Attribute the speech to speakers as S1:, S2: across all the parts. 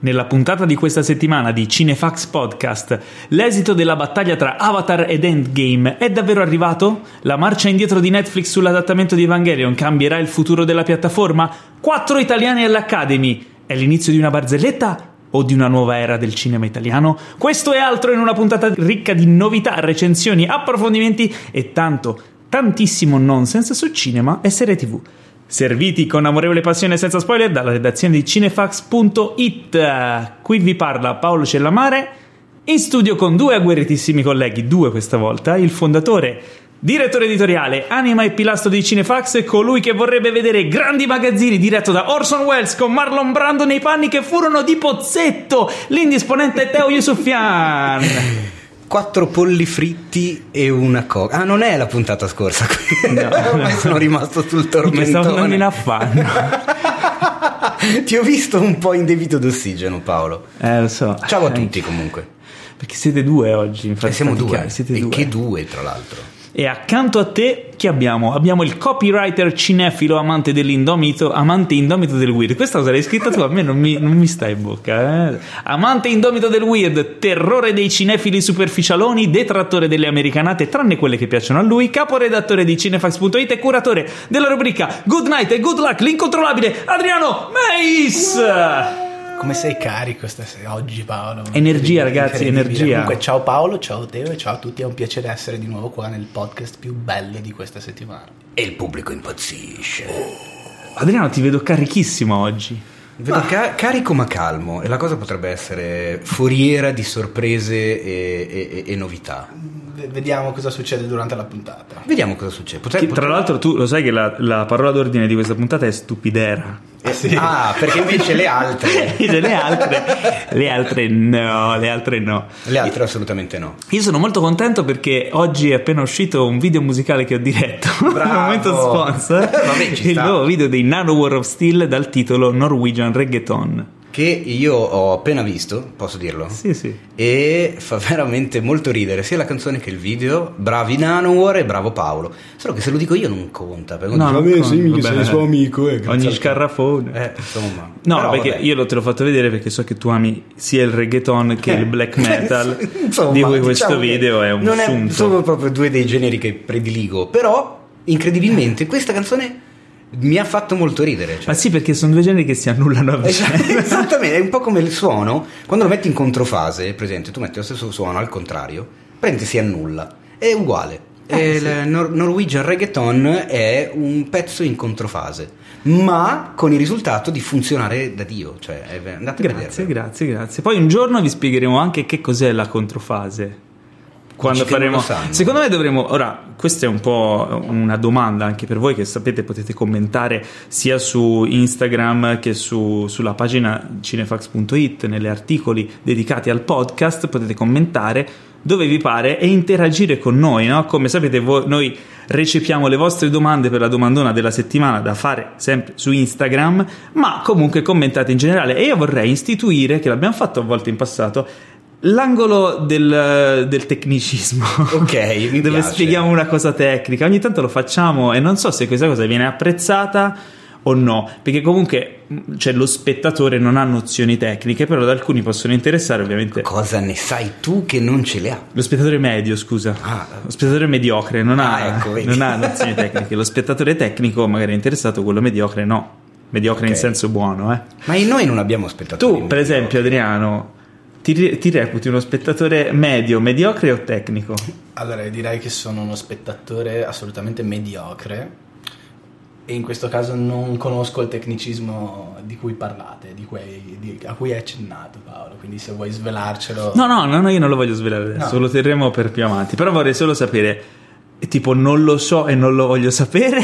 S1: Nella puntata di questa settimana di Cinefax Podcast, l'esito della battaglia tra Avatar ed Endgame è davvero arrivato? La marcia indietro di Netflix sull'adattamento di Evangelion cambierà il futuro della piattaforma? Quattro italiani all'Academy! È l'inizio di una barzelletta o di una nuova era del cinema italiano? Questo e altro in una puntata ricca di novità, recensioni, approfondimenti e tanto, tantissimo nonsense su cinema e serie tv. Serviti con amorevole passione e senza spoiler dalla redazione di cinefax.it. Qui vi parla Paolo Cellamare, in studio con due agguerritissimi colleghi, due questa volta, il fondatore Direttore editoriale, anima e pilastro di Cinefax e colui che vorrebbe vedere grandi magazzini diretto da Orson Welles con Marlon Brando nei panni che furono di Pozzetto, l'indisponente Teo Yusufian.
S2: Quattro polli fritti e una coca. Ah, non è la puntata scorsa. No, no. sono rimasto sul tormentone. Mi
S1: stavo andando in affanno.
S2: Ti ho visto un po' in debito d'ossigeno, Paolo.
S1: Eh, lo so.
S2: Ciao a tutti, comunque.
S1: Perché siete due oggi, infatti.
S2: Eh, siamo due. Siete e due. che due, tra l'altro.
S1: E accanto a te chi abbiamo? Abbiamo il copywriter cinefilo amante dell'indomito, amante indomito del weird. Questa cosa l'hai scritta tu, a me non mi, non mi sta in bocca. Eh? Amante indomito del weird, terrore dei cinefili superficialoni, detrattore delle americanate, tranne quelle che piacciono a lui, caporedattore di cinefax.it e curatore della rubrica Good Night e Good Luck, l'incontrollabile Adriano Meis! Yeah!
S3: Come sei carico stasera, oggi Paolo?
S1: Energia ragazzi, energia.
S3: Comunque ciao Paolo, ciao Teo e ciao a tutti, è un piacere essere di nuovo qua nel podcast più bello di questa settimana.
S2: E il pubblico impazzisce.
S1: Oh. Adriano ti vedo carichissimo oggi.
S2: Vedo ah. ca- carico ma calmo e la cosa potrebbe essere foriera di sorprese e, e, e novità.
S3: V- vediamo cosa succede durante la puntata.
S2: Vediamo cosa succede.
S1: Potre- che, potre- tra l'altro tu lo sai che la, la parola d'ordine di questa puntata è stupidera.
S2: Eh sì. Ah, perché invece le altre.
S1: le altre. le altre no, le altre no.
S2: Le altre assolutamente no.
S1: Io sono molto contento perché oggi è appena uscito un video musicale che ho diretto.
S2: Bravo. Eh,
S1: momento sponsor.
S2: Vabbè,
S1: il nuovo video dei Nano War of Steel dal titolo Norwegian Reggaeton
S2: che io ho appena visto, posso dirlo?
S1: Sì, sì.
S2: E fa veramente molto ridere sia la canzone che il video. Bravi Nanowar e bravo Paolo. Solo che se lo dico io non conta. Perché
S3: no, dice, me sì, mica sei suo amico. Eh,
S1: Ogni scarrafone.
S2: Eh, insomma.
S1: No, Però, perché vabbè. io lo te l'ho fatto vedere perché so che tu ami sia il reggaeton che eh. il black metal. insomma, di cui diciamo questo video è un
S2: non
S1: assunto.
S2: È, sono proprio due dei generi che prediligo. Però, incredibilmente, questa canzone mi ha fatto molto ridere. Cioè.
S1: Ma sì, perché sono due generi che si annullano a
S2: Esatto.
S1: vicenda.
S2: Esattamente, è un po' come il suono, quando lo metti in controfase, presente, tu metti lo stesso suono al contrario, prendi si annulla, è uguale. Eh, il sì. Nor- Norwegian Reggaeton è un pezzo in controfase, ma con il risultato di funzionare da Dio. Cioè, andate
S1: grazie, grazie, grazie. Poi un giorno vi spiegheremo anche che cos'è la controfase quando Ci faremo. Secondo me dovremmo. Ora, questa è un po' una domanda anche per voi che sapete, potete commentare sia su Instagram che su, sulla pagina cinefax.it, nelle articoli dedicati al podcast, potete commentare dove vi pare e interagire con noi. No? Come sapete, voi, noi recepiamo le vostre domande per la domandona della settimana da fare sempre su Instagram, ma comunque commentate in generale. E io vorrei istituire, che l'abbiamo fatto a volte in passato, L'angolo del, del, tecnicismo.
S2: Ok, mi
S1: dove
S2: piace.
S1: spieghiamo una cosa tecnica. Ogni tanto lo facciamo e non so se questa cosa viene apprezzata o no, perché comunque cioè, lo spettatore non ha nozioni tecniche, però ad alcuni possono interessare ovviamente.
S2: Cosa ne sai tu che non ce le ha?
S1: Lo spettatore medio, scusa. Ah. Lo spettatore mediocre non, ah, ha, ecco, non ha nozioni tecniche. Lo spettatore tecnico magari è interessato, quello mediocre no. Mediocre okay. in senso buono, eh.
S2: Ma noi non abbiamo spettatori.
S1: Tu, per esempio, Adriano, ti, ti, reputi uno spettatore medio, mediocre o tecnico?
S3: Allora, direi che sono uno spettatore assolutamente mediocre e in questo caso non conosco il tecnicismo di cui parlate, di cui, di, a cui hai accennato Paolo, quindi se vuoi svelarcelo...
S1: No, no, no, io non lo voglio svelare adesso, no. lo terremo per più avanti, però vorrei solo sapere... Tipo non lo so e non lo voglio sapere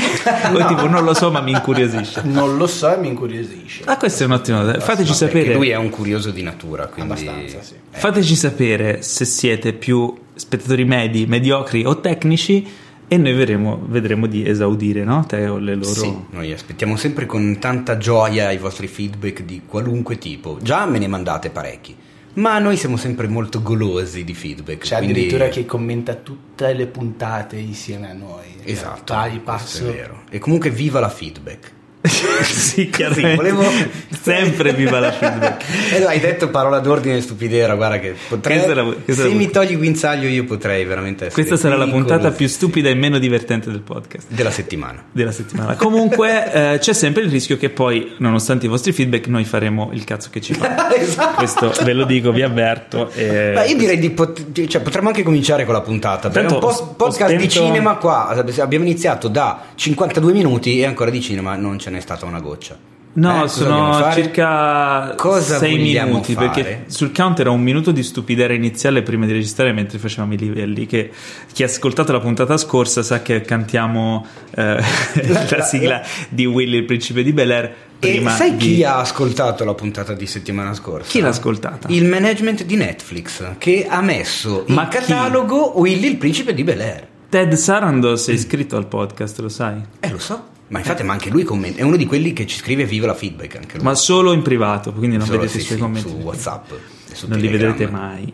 S1: no. O tipo non lo so ma mi incuriosisce
S3: Non lo so e mi incuriosisce
S1: Ah questa è un'ottima cosa Fateci no, sapere
S2: lui è un curioso di natura quindi...
S3: Abbastanza sì
S1: Fateci sapere se siete più spettatori medi, mediocri o tecnici e noi veremo, vedremo di esaudire no? Teo le loro.
S2: Sì, noi aspettiamo sempre con tanta gioia i vostri feedback di qualunque tipo. Già me ne mandate parecchi ma noi siamo sempre molto golosi di feedback.
S3: C'è cioè, quindi... addirittura chi commenta tutte le puntate insieme a noi.
S2: Esatto.
S3: Pari passo.
S2: E comunque viva la feedback.
S1: sì,
S2: Sì,
S1: chiaramente.
S2: volevo-
S1: Sempre viva la feedback.
S2: e l'hai Eh detto parola d'ordine stupidera, guarda che potrei...
S1: Questa era- questa
S2: se
S1: era-
S2: mi togli guinzaglio io potrei veramente essere...
S1: Questa sarà la
S2: ridicolo
S1: puntata più stupida e meno divertente del podcast.
S2: Della settimana.
S1: della settimana. Comunque eh, c'è sempre il rischio che poi, nonostante i vostri feedback, noi faremo il cazzo che ci fa.
S2: esatto.
S1: Questo ve lo dico, vi avverto. e-
S2: Beh, io direi di pot- cioè, potremmo anche cominciare con la puntata. Perché
S1: Tanto
S2: è un
S1: os-
S2: po- podcast di
S1: ostento-
S2: cinema qua. Abbiamo iniziato da 52 minuti e ancora di cinema non ce n'è stata una goccia. Eh,
S1: No,
S2: cosa dobbiamo
S1: sono
S2: fare?
S1: circa
S2: Cosa
S1: 6
S2: vogliamo
S1: minuti
S2: fare?
S1: perché sul count era un minuto di stupidera iniziale prima di registrare mentre facevamo i livelli che chi ha ascoltato la puntata scorsa sa che cantiamo eh, la,
S2: la-
S1: sigla di Willy il principe di Bel Air
S2: E
S1: prima
S2: sai
S1: di-
S2: chi ha ascoltato la puntata di settimana scorsa?
S1: Chi l'ha ascoltata?
S2: Il management di Netflix che ha messo in
S1: Ma chi?
S2: catalogo Willy il principe di Bel Air.
S1: Ted Sarandos è iscritto al podcast, lo sai?
S2: Eh, lo so. Ma infatti, ma anche lui commenta. È uno di quelli che ci scrive viva la feedback anche lui.
S1: Ma solo in privato, quindi non
S2: Solo-
S1: vedete
S2: sì,
S1: i suoi
S2: sì,
S1: commenti.
S2: su WhatsApp. e su
S1: non li
S2: Telegram.
S1: vedrete mai.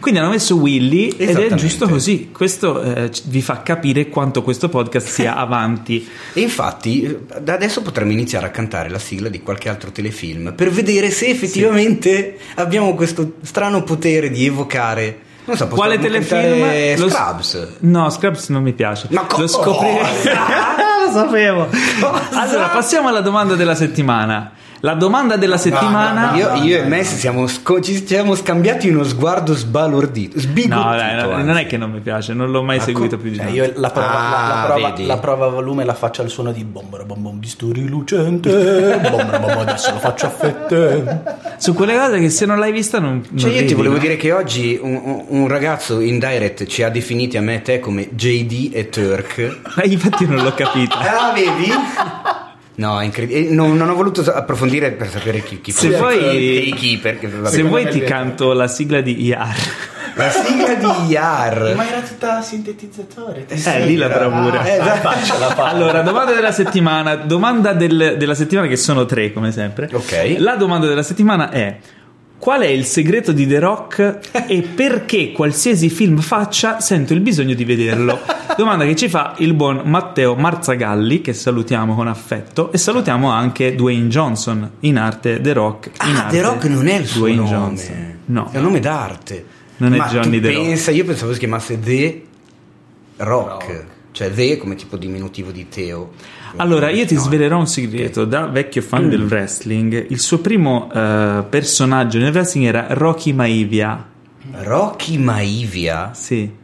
S1: Quindi hanno messo Willy ed è
S2: Esattamente.
S1: giusto così. Questo eh, c- vi fa capire quanto questo podcast sia
S2: Eh.
S1: avanti.
S2: E infatti, eh, da adesso potremmo iniziare a cantare la sigla di qualche altro telefilm per vedere se effettivamente abbiamo questo strano potere di evocare. Non so,
S1: Quale
S2: potremmo
S1: telefilm?
S2: cantare
S1: Lo s-
S2: Scrubs.
S1: No, Scrubs non mi piace.
S2: Ma co-
S1: Lo scopriremo. Lo sapevo.
S2: Cosa?
S1: Allora, passiamo alla domanda della settimana. La domanda della settimana.
S2: io, io e Messi siamo sco- ci siamo scambiati uno sguardo sbalordito. Cioè, Sbigottito.
S1: No, dai, no,
S2: anzi.
S1: non è che non mi piace, non l'ho mai
S2: Ma
S1: seguito
S2: co-
S1: più di
S3: Cioè,
S1: tanto.
S3: io la prova, la- la
S2: Ah,
S3: prova-
S2: vedi.
S3: la prova a volume la faccio al suono di bombora bombom bisturi lucente bombora bombom adesso lo faccio a fette
S1: Su quelle cose che se non l'hai vista non. non
S2: Cioè, io
S1: ridi,
S2: ti volevo
S1: no?
S2: dire che oggi un, un- un ragazzo in direct ci ha definiti a me e te come JD e Turk.
S1: Ma Eh, Infatti, non l'ho capito.
S2: Ah, vedi? No, è incredibile. Non, non ho voluto sa- approfondire per sapere chi, chi
S1: Se
S2: fosse.
S1: vuoi-
S2: Chi- chi, perché, vabbè.
S1: Se vuoi
S3: me
S1: ti
S3: è-
S1: canto la sigla di IAR.
S2: La sigla di IAR.
S3: ma era tutta sintetizzatore ti
S1: Eh, lì la bravura.
S2: eh, esatto.
S3: faccia la fa
S1: Allora, domanda della settimana. Domanda del- della settimana che sono tre, come sempre.
S2: Ok.
S1: La domanda della settimana è: Qual è il segreto di The Rock e perché qualsiasi film faccia sento il bisogno di vederlo? Domanda che ci fa il buon Matteo Marzagalli, che salutiamo con affetto, e salutiamo anche Dwayne Johnson, in arte The Rock. in
S2: Ah,
S1: arte
S2: The Rock non è il suo
S1: Dwayne
S2: nome.
S1: Johnson. No.
S2: È un nome d'arte.
S1: Non è
S2: Ma tu
S1: Johnny The Rock.
S2: pensa, Io pensavo si chiamasse The Rock.
S3: Rock.
S2: Cioè The come tipo diminutivo di Teo.
S1: Allora, io ti svelerò un segreto da vecchio fan del
S2: Mm.
S1: wrestling. Il suo primo eh, personaggio nel wrestling era Rocky Maivia.
S2: Rocky Maivia.
S1: Sì.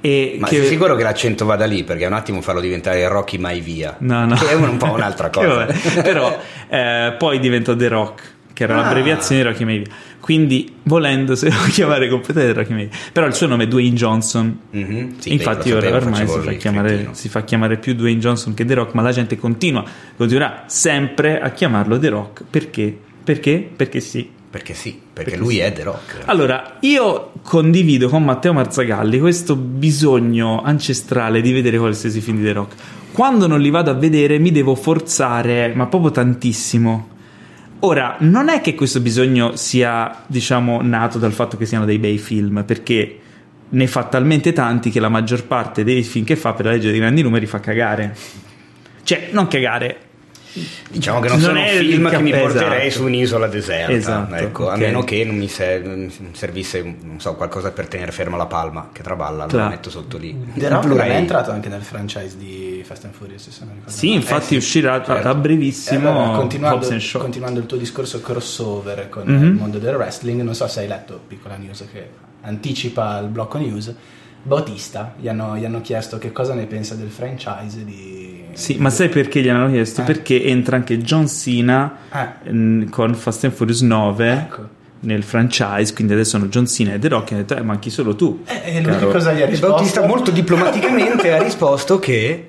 S1: E
S2: Ma
S1: che-
S2: sei sicuro che l'accento vada lì? Perché un attimo farlo diventare Rocky Maivia.
S1: No, no.
S2: Che è un, un po' un'altra
S1: Che
S2: cosa.
S1: vabbè. Però eh, poi diventò The Rock, che era
S2: Ah.
S1: l'abbreviazione di Rocky Maivia. Quindi, volendo, se lo chiamare completamente Rocky Maivia. Però il suo nome è Dwayne Johnson.
S2: Mhm, sì,
S1: Infatti,
S2: lo
S1: ora
S2: sapevo,
S1: ormai
S2: facevo
S1: si fa,
S2: il
S1: chiamare,
S2: cretino.
S1: si fa chiamare più Dwayne Johnson che The Rock, ma la gente continua, continuerà sempre a chiamarlo The Rock perché? Perché? Perché sì.
S2: Perché sì, perché, lui è The Rock.
S1: Certo. Allora, io condivido con Matteo Marzagalli questo bisogno ancestrale di vedere qualsiasi film di The Rock. Quando non li vado a vedere mi devo forzare, ma proprio tantissimo. Ora, non è che questo bisogno sia, diciamo, nato dal fatto che siano dei bei film, perché ne fa talmente tanti che la maggior parte dei film che fa per la legge dei grandi numeri fa cagare. Cioè, non cagare.
S2: Diciamo che non,
S1: Non
S2: sono
S1: è il
S2: film che mi
S1: cap-
S2: porterei
S1: esatto.
S2: su un'isola deserta.
S1: Esatto,
S2: ecco,
S1: ok.
S2: A meno che non mi ser- non servisse non so, qualcosa per tenere ferma la palma che traballa,
S1: Tra-
S2: lo metto sotto lì.
S3: The
S2: In
S3: Rock non
S2: Blu-ray.
S3: è entrato anche nel franchise di Fast and Furious se non ricordo
S1: Sì,
S3: male.
S1: infatti
S2: Eh sì,
S1: uscirà a-
S2: certo.
S1: a brevissimo
S3: Eh, allora,
S1: Hobbs
S3: continuando,
S1: and Shaw.
S3: continuando il tuo discorso crossover con
S1: Mhm.
S3: il mondo del wrestling, non so se hai letto, piccola news che anticipa il blocco news, Bautista gli hanno, gli hanno chiesto che cosa ne pensa del franchise di...
S1: Sì, ma sai perché gliel'hanno chiesto?
S3: Eh.
S1: Perché entra anche John Cena
S2: Ah.
S3: Eh,
S1: mm, con Fast and Furious 9
S3: ecco.
S1: nel franchise, quindi adesso sono John Cena e The Rock e hanno detto, eh, manchi solo tu.
S3: Eh, E lui che
S1: Caro.
S3: cosa gli ha
S2: E
S3: risposto?
S2: Bautista molto diplomaticamente ha risposto che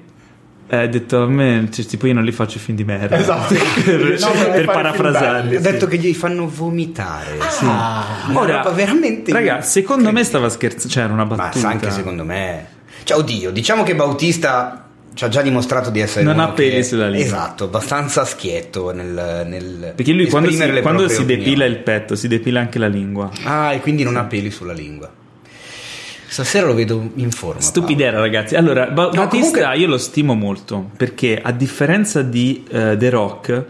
S1: Eh, Ha detto a me, cioè, tipo io non li faccio i film di merda.
S3: Esatto.
S1: per
S3: No, ma
S1: per
S3: fai i film
S1: parafrasarli.
S2: ha
S3: belli.
S1: sì.
S2: detto che gli fanno vomitare. Sì.
S3: Ah,
S2: Una roba veramente
S1: ragazzi, secondo me stava scherzando, cioè era una
S2: Ma
S1: battuta.
S2: sa anche secondo me. Cioè, oddio, diciamo che Bautista ci ha già dimostrato di essere
S1: Non
S2: uno
S1: ha peli
S2: che-
S1: sulla lingua.
S2: Esatto, abbastanza schietto nel, nel
S1: Perché lui quando
S2: esprimere
S1: si,
S2: le
S1: quando
S2: proprie
S1: si
S2: opinioni.
S1: depila il petto, si depila anche la lingua.
S2: Ah, e quindi non ha peli sulla lingua. Stasera lo vedo in forma.
S1: Stupidera, ragazzi. Allora, Ba-
S2: No,
S1: Bautista
S2: comunque-
S1: io lo stimo molto perché a differenza di eh, The Rock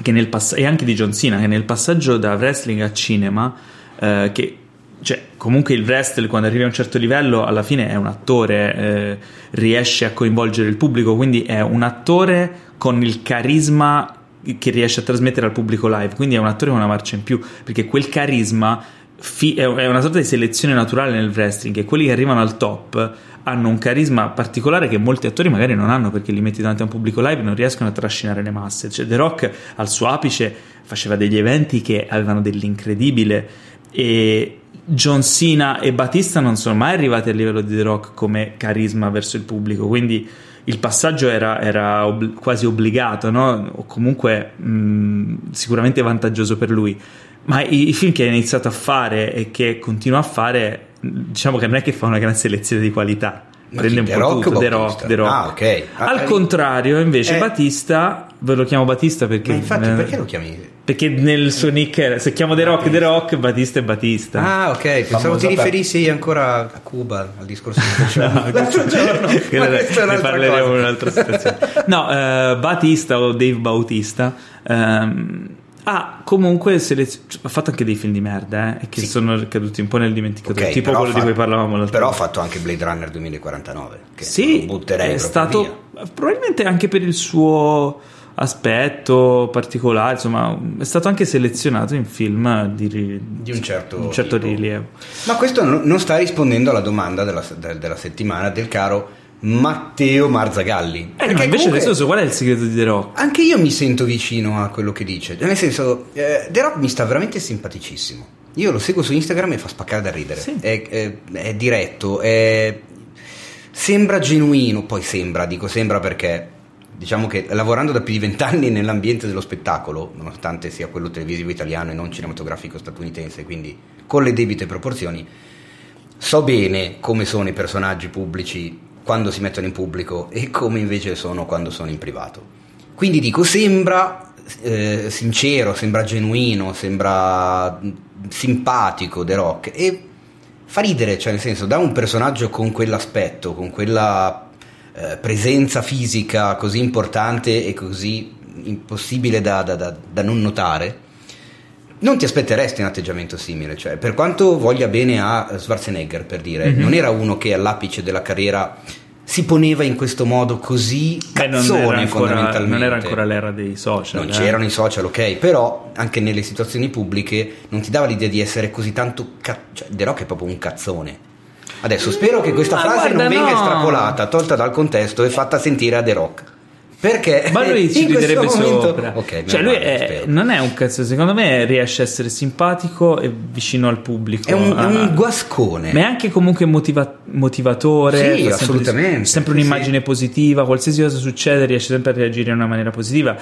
S1: che nel pass- e anche di John Cena, che nel passaggio da wrestling a cinema, eh, che cioè, comunque il wrestler quando arriva a un certo livello alla fine è un attore, eh, riesce a coinvolgere il pubblico, quindi è un attore con il carisma che riesce a trasmettere al pubblico live, quindi è un attore con una marcia in più, perché quel carisma fi- è è una sorta di selezione naturale nel wrestling e quelli che arrivano al top hanno un carisma particolare che molti attori magari non hanno perché li metti davanti a un pubblico live e non riescono a trascinare le masse. Cioè, The Rock al suo apice faceva degli eventi che avevano dell'incredibile e John Cena e Batista non sono mai arrivati al livello di The Rock come carisma verso il pubblico, quindi il passaggio era, era ob- quasi obbligato, no? o comunque mh, sicuramente vantaggioso per lui. Ma i, i film che ha iniziato a fare e che continua a fare, diciamo che non è che fa una gran selezione di qualità.
S2: Ma
S1: Prende un
S2: chi,
S1: po'
S2: The Rock
S1: tutto,
S2: o
S1: The
S2: Bautista?
S1: Rock, The Rock.
S2: Ah, ok. Ah,
S1: Al
S2: eh,
S1: contrario, invece,
S2: eh.
S1: Batista, ve lo chiamo Batista perché...
S2: Ma infatti,
S1: eh,
S2: perché lo chiami?
S1: perché nel suo nick era- se chiamo The Rock, The Rock, Batista è Batista.
S2: Ah, ok. Pensavo
S3: Famoso
S2: ti
S3: per-
S2: riferissi ancora a Cuba, al discorso che facevamo l'altro giorno.
S1: Quello
S2: ma
S1: ne
S2: questa è
S1: ne
S2: un'altra
S1: parleremo in
S2: cosa.
S1: un'altra situazione. No, eh, Batista o Dave Bautista ehm, ha comunque selez- cioè, ha fatto anche dei film di merda eh, e che
S2: Sì.
S1: sono caduti un po' nel dimenticatoio,
S2: Ok,
S1: tipo
S2: però
S1: quello
S2: fa-
S1: di cui parlavamo l'altro
S2: Però ha
S1: giorno.
S2: fatto anche Blade Runner 2049. Che
S1: sì,
S2: non butterei
S1: è
S2: proprio
S1: stato
S2: via.
S1: probabilmente anche per il suo aspetto particolare, insomma, è stato anche selezionato in film di, ri-
S2: Di un certo
S1: un certo
S2: tipo.
S1: rilievo.
S2: Ma questo no- non sta rispondendo alla domanda della, del- della settimana del caro Matteo Marzagalli.
S1: Eh, no,
S2: Perché
S1: invece
S2: comunque-
S1: adesso qual è il segreto di The Rock?
S2: Anche io mi sento vicino a quello che dice. Nel senso, eh, The Rock mi sta veramente simpaticissimo. Io lo seguo su Instagram e fa spaccare da ridere.
S1: Sì.
S2: È, è- è diretto, è- sembra genuino. Poi sembra, dico sembra perché. Diciamo che lavorando da più di vent'anni nell'ambiente dello spettacolo, nonostante sia quello televisivo italiano e non cinematografico statunitense, quindi con le debite proporzioni, so bene come sono i personaggi pubblici quando si mettono in pubblico e come invece sono quando sono in privato. Quindi dico, sembra eh, sincero, sembra genuino, sembra mh, simpatico The Rock e fa ridere, cioè nel senso, da un personaggio con quell'aspetto, con quella eh, presenza fisica così importante e così impossibile da- da- da- da non notare, non ti aspetteresti un atteggiamento simile, cioè per quanto voglia bene a Schwarzenegger, per dire,
S1: Mhm.
S2: non era uno che all'apice della carriera si poneva in questo modo così
S1: Beh, non,
S2: cazzone
S1: era ancora,
S2: fondamentalmente.
S1: non era ancora l'era dei social.
S2: Non
S1: eh.
S2: c'erano i social, ok, però anche nelle situazioni pubbliche non ti dava l'idea di essere così tanto ca- cioè The Rock è proprio un cazzone. Adesso spero che questa
S1: Ma
S2: frase
S1: guarda,
S2: non venga
S1: no.
S2: estrapolata, tolta dal contesto e fatta sentire a The Rock. Perché
S1: Ma lui ci
S2: in questo
S1: riderebbe
S2: momento-
S1: sopra.
S2: Ok, meno
S1: cioè, lui
S2: male,
S1: è-
S2: spero.
S1: non è un cazzo, secondo me riesce a essere simpatico e vicino al pubblico.
S2: È un, è un
S1: Ah.
S2: guascone.
S1: Ma è anche comunque motiva- motivatore.
S2: Sì,
S1: fa sempre-
S2: assolutamente,
S1: Sempre
S2: sì,
S1: un'immagine positiva, qualsiasi cosa succede riesce sempre a reagire in una maniera positiva.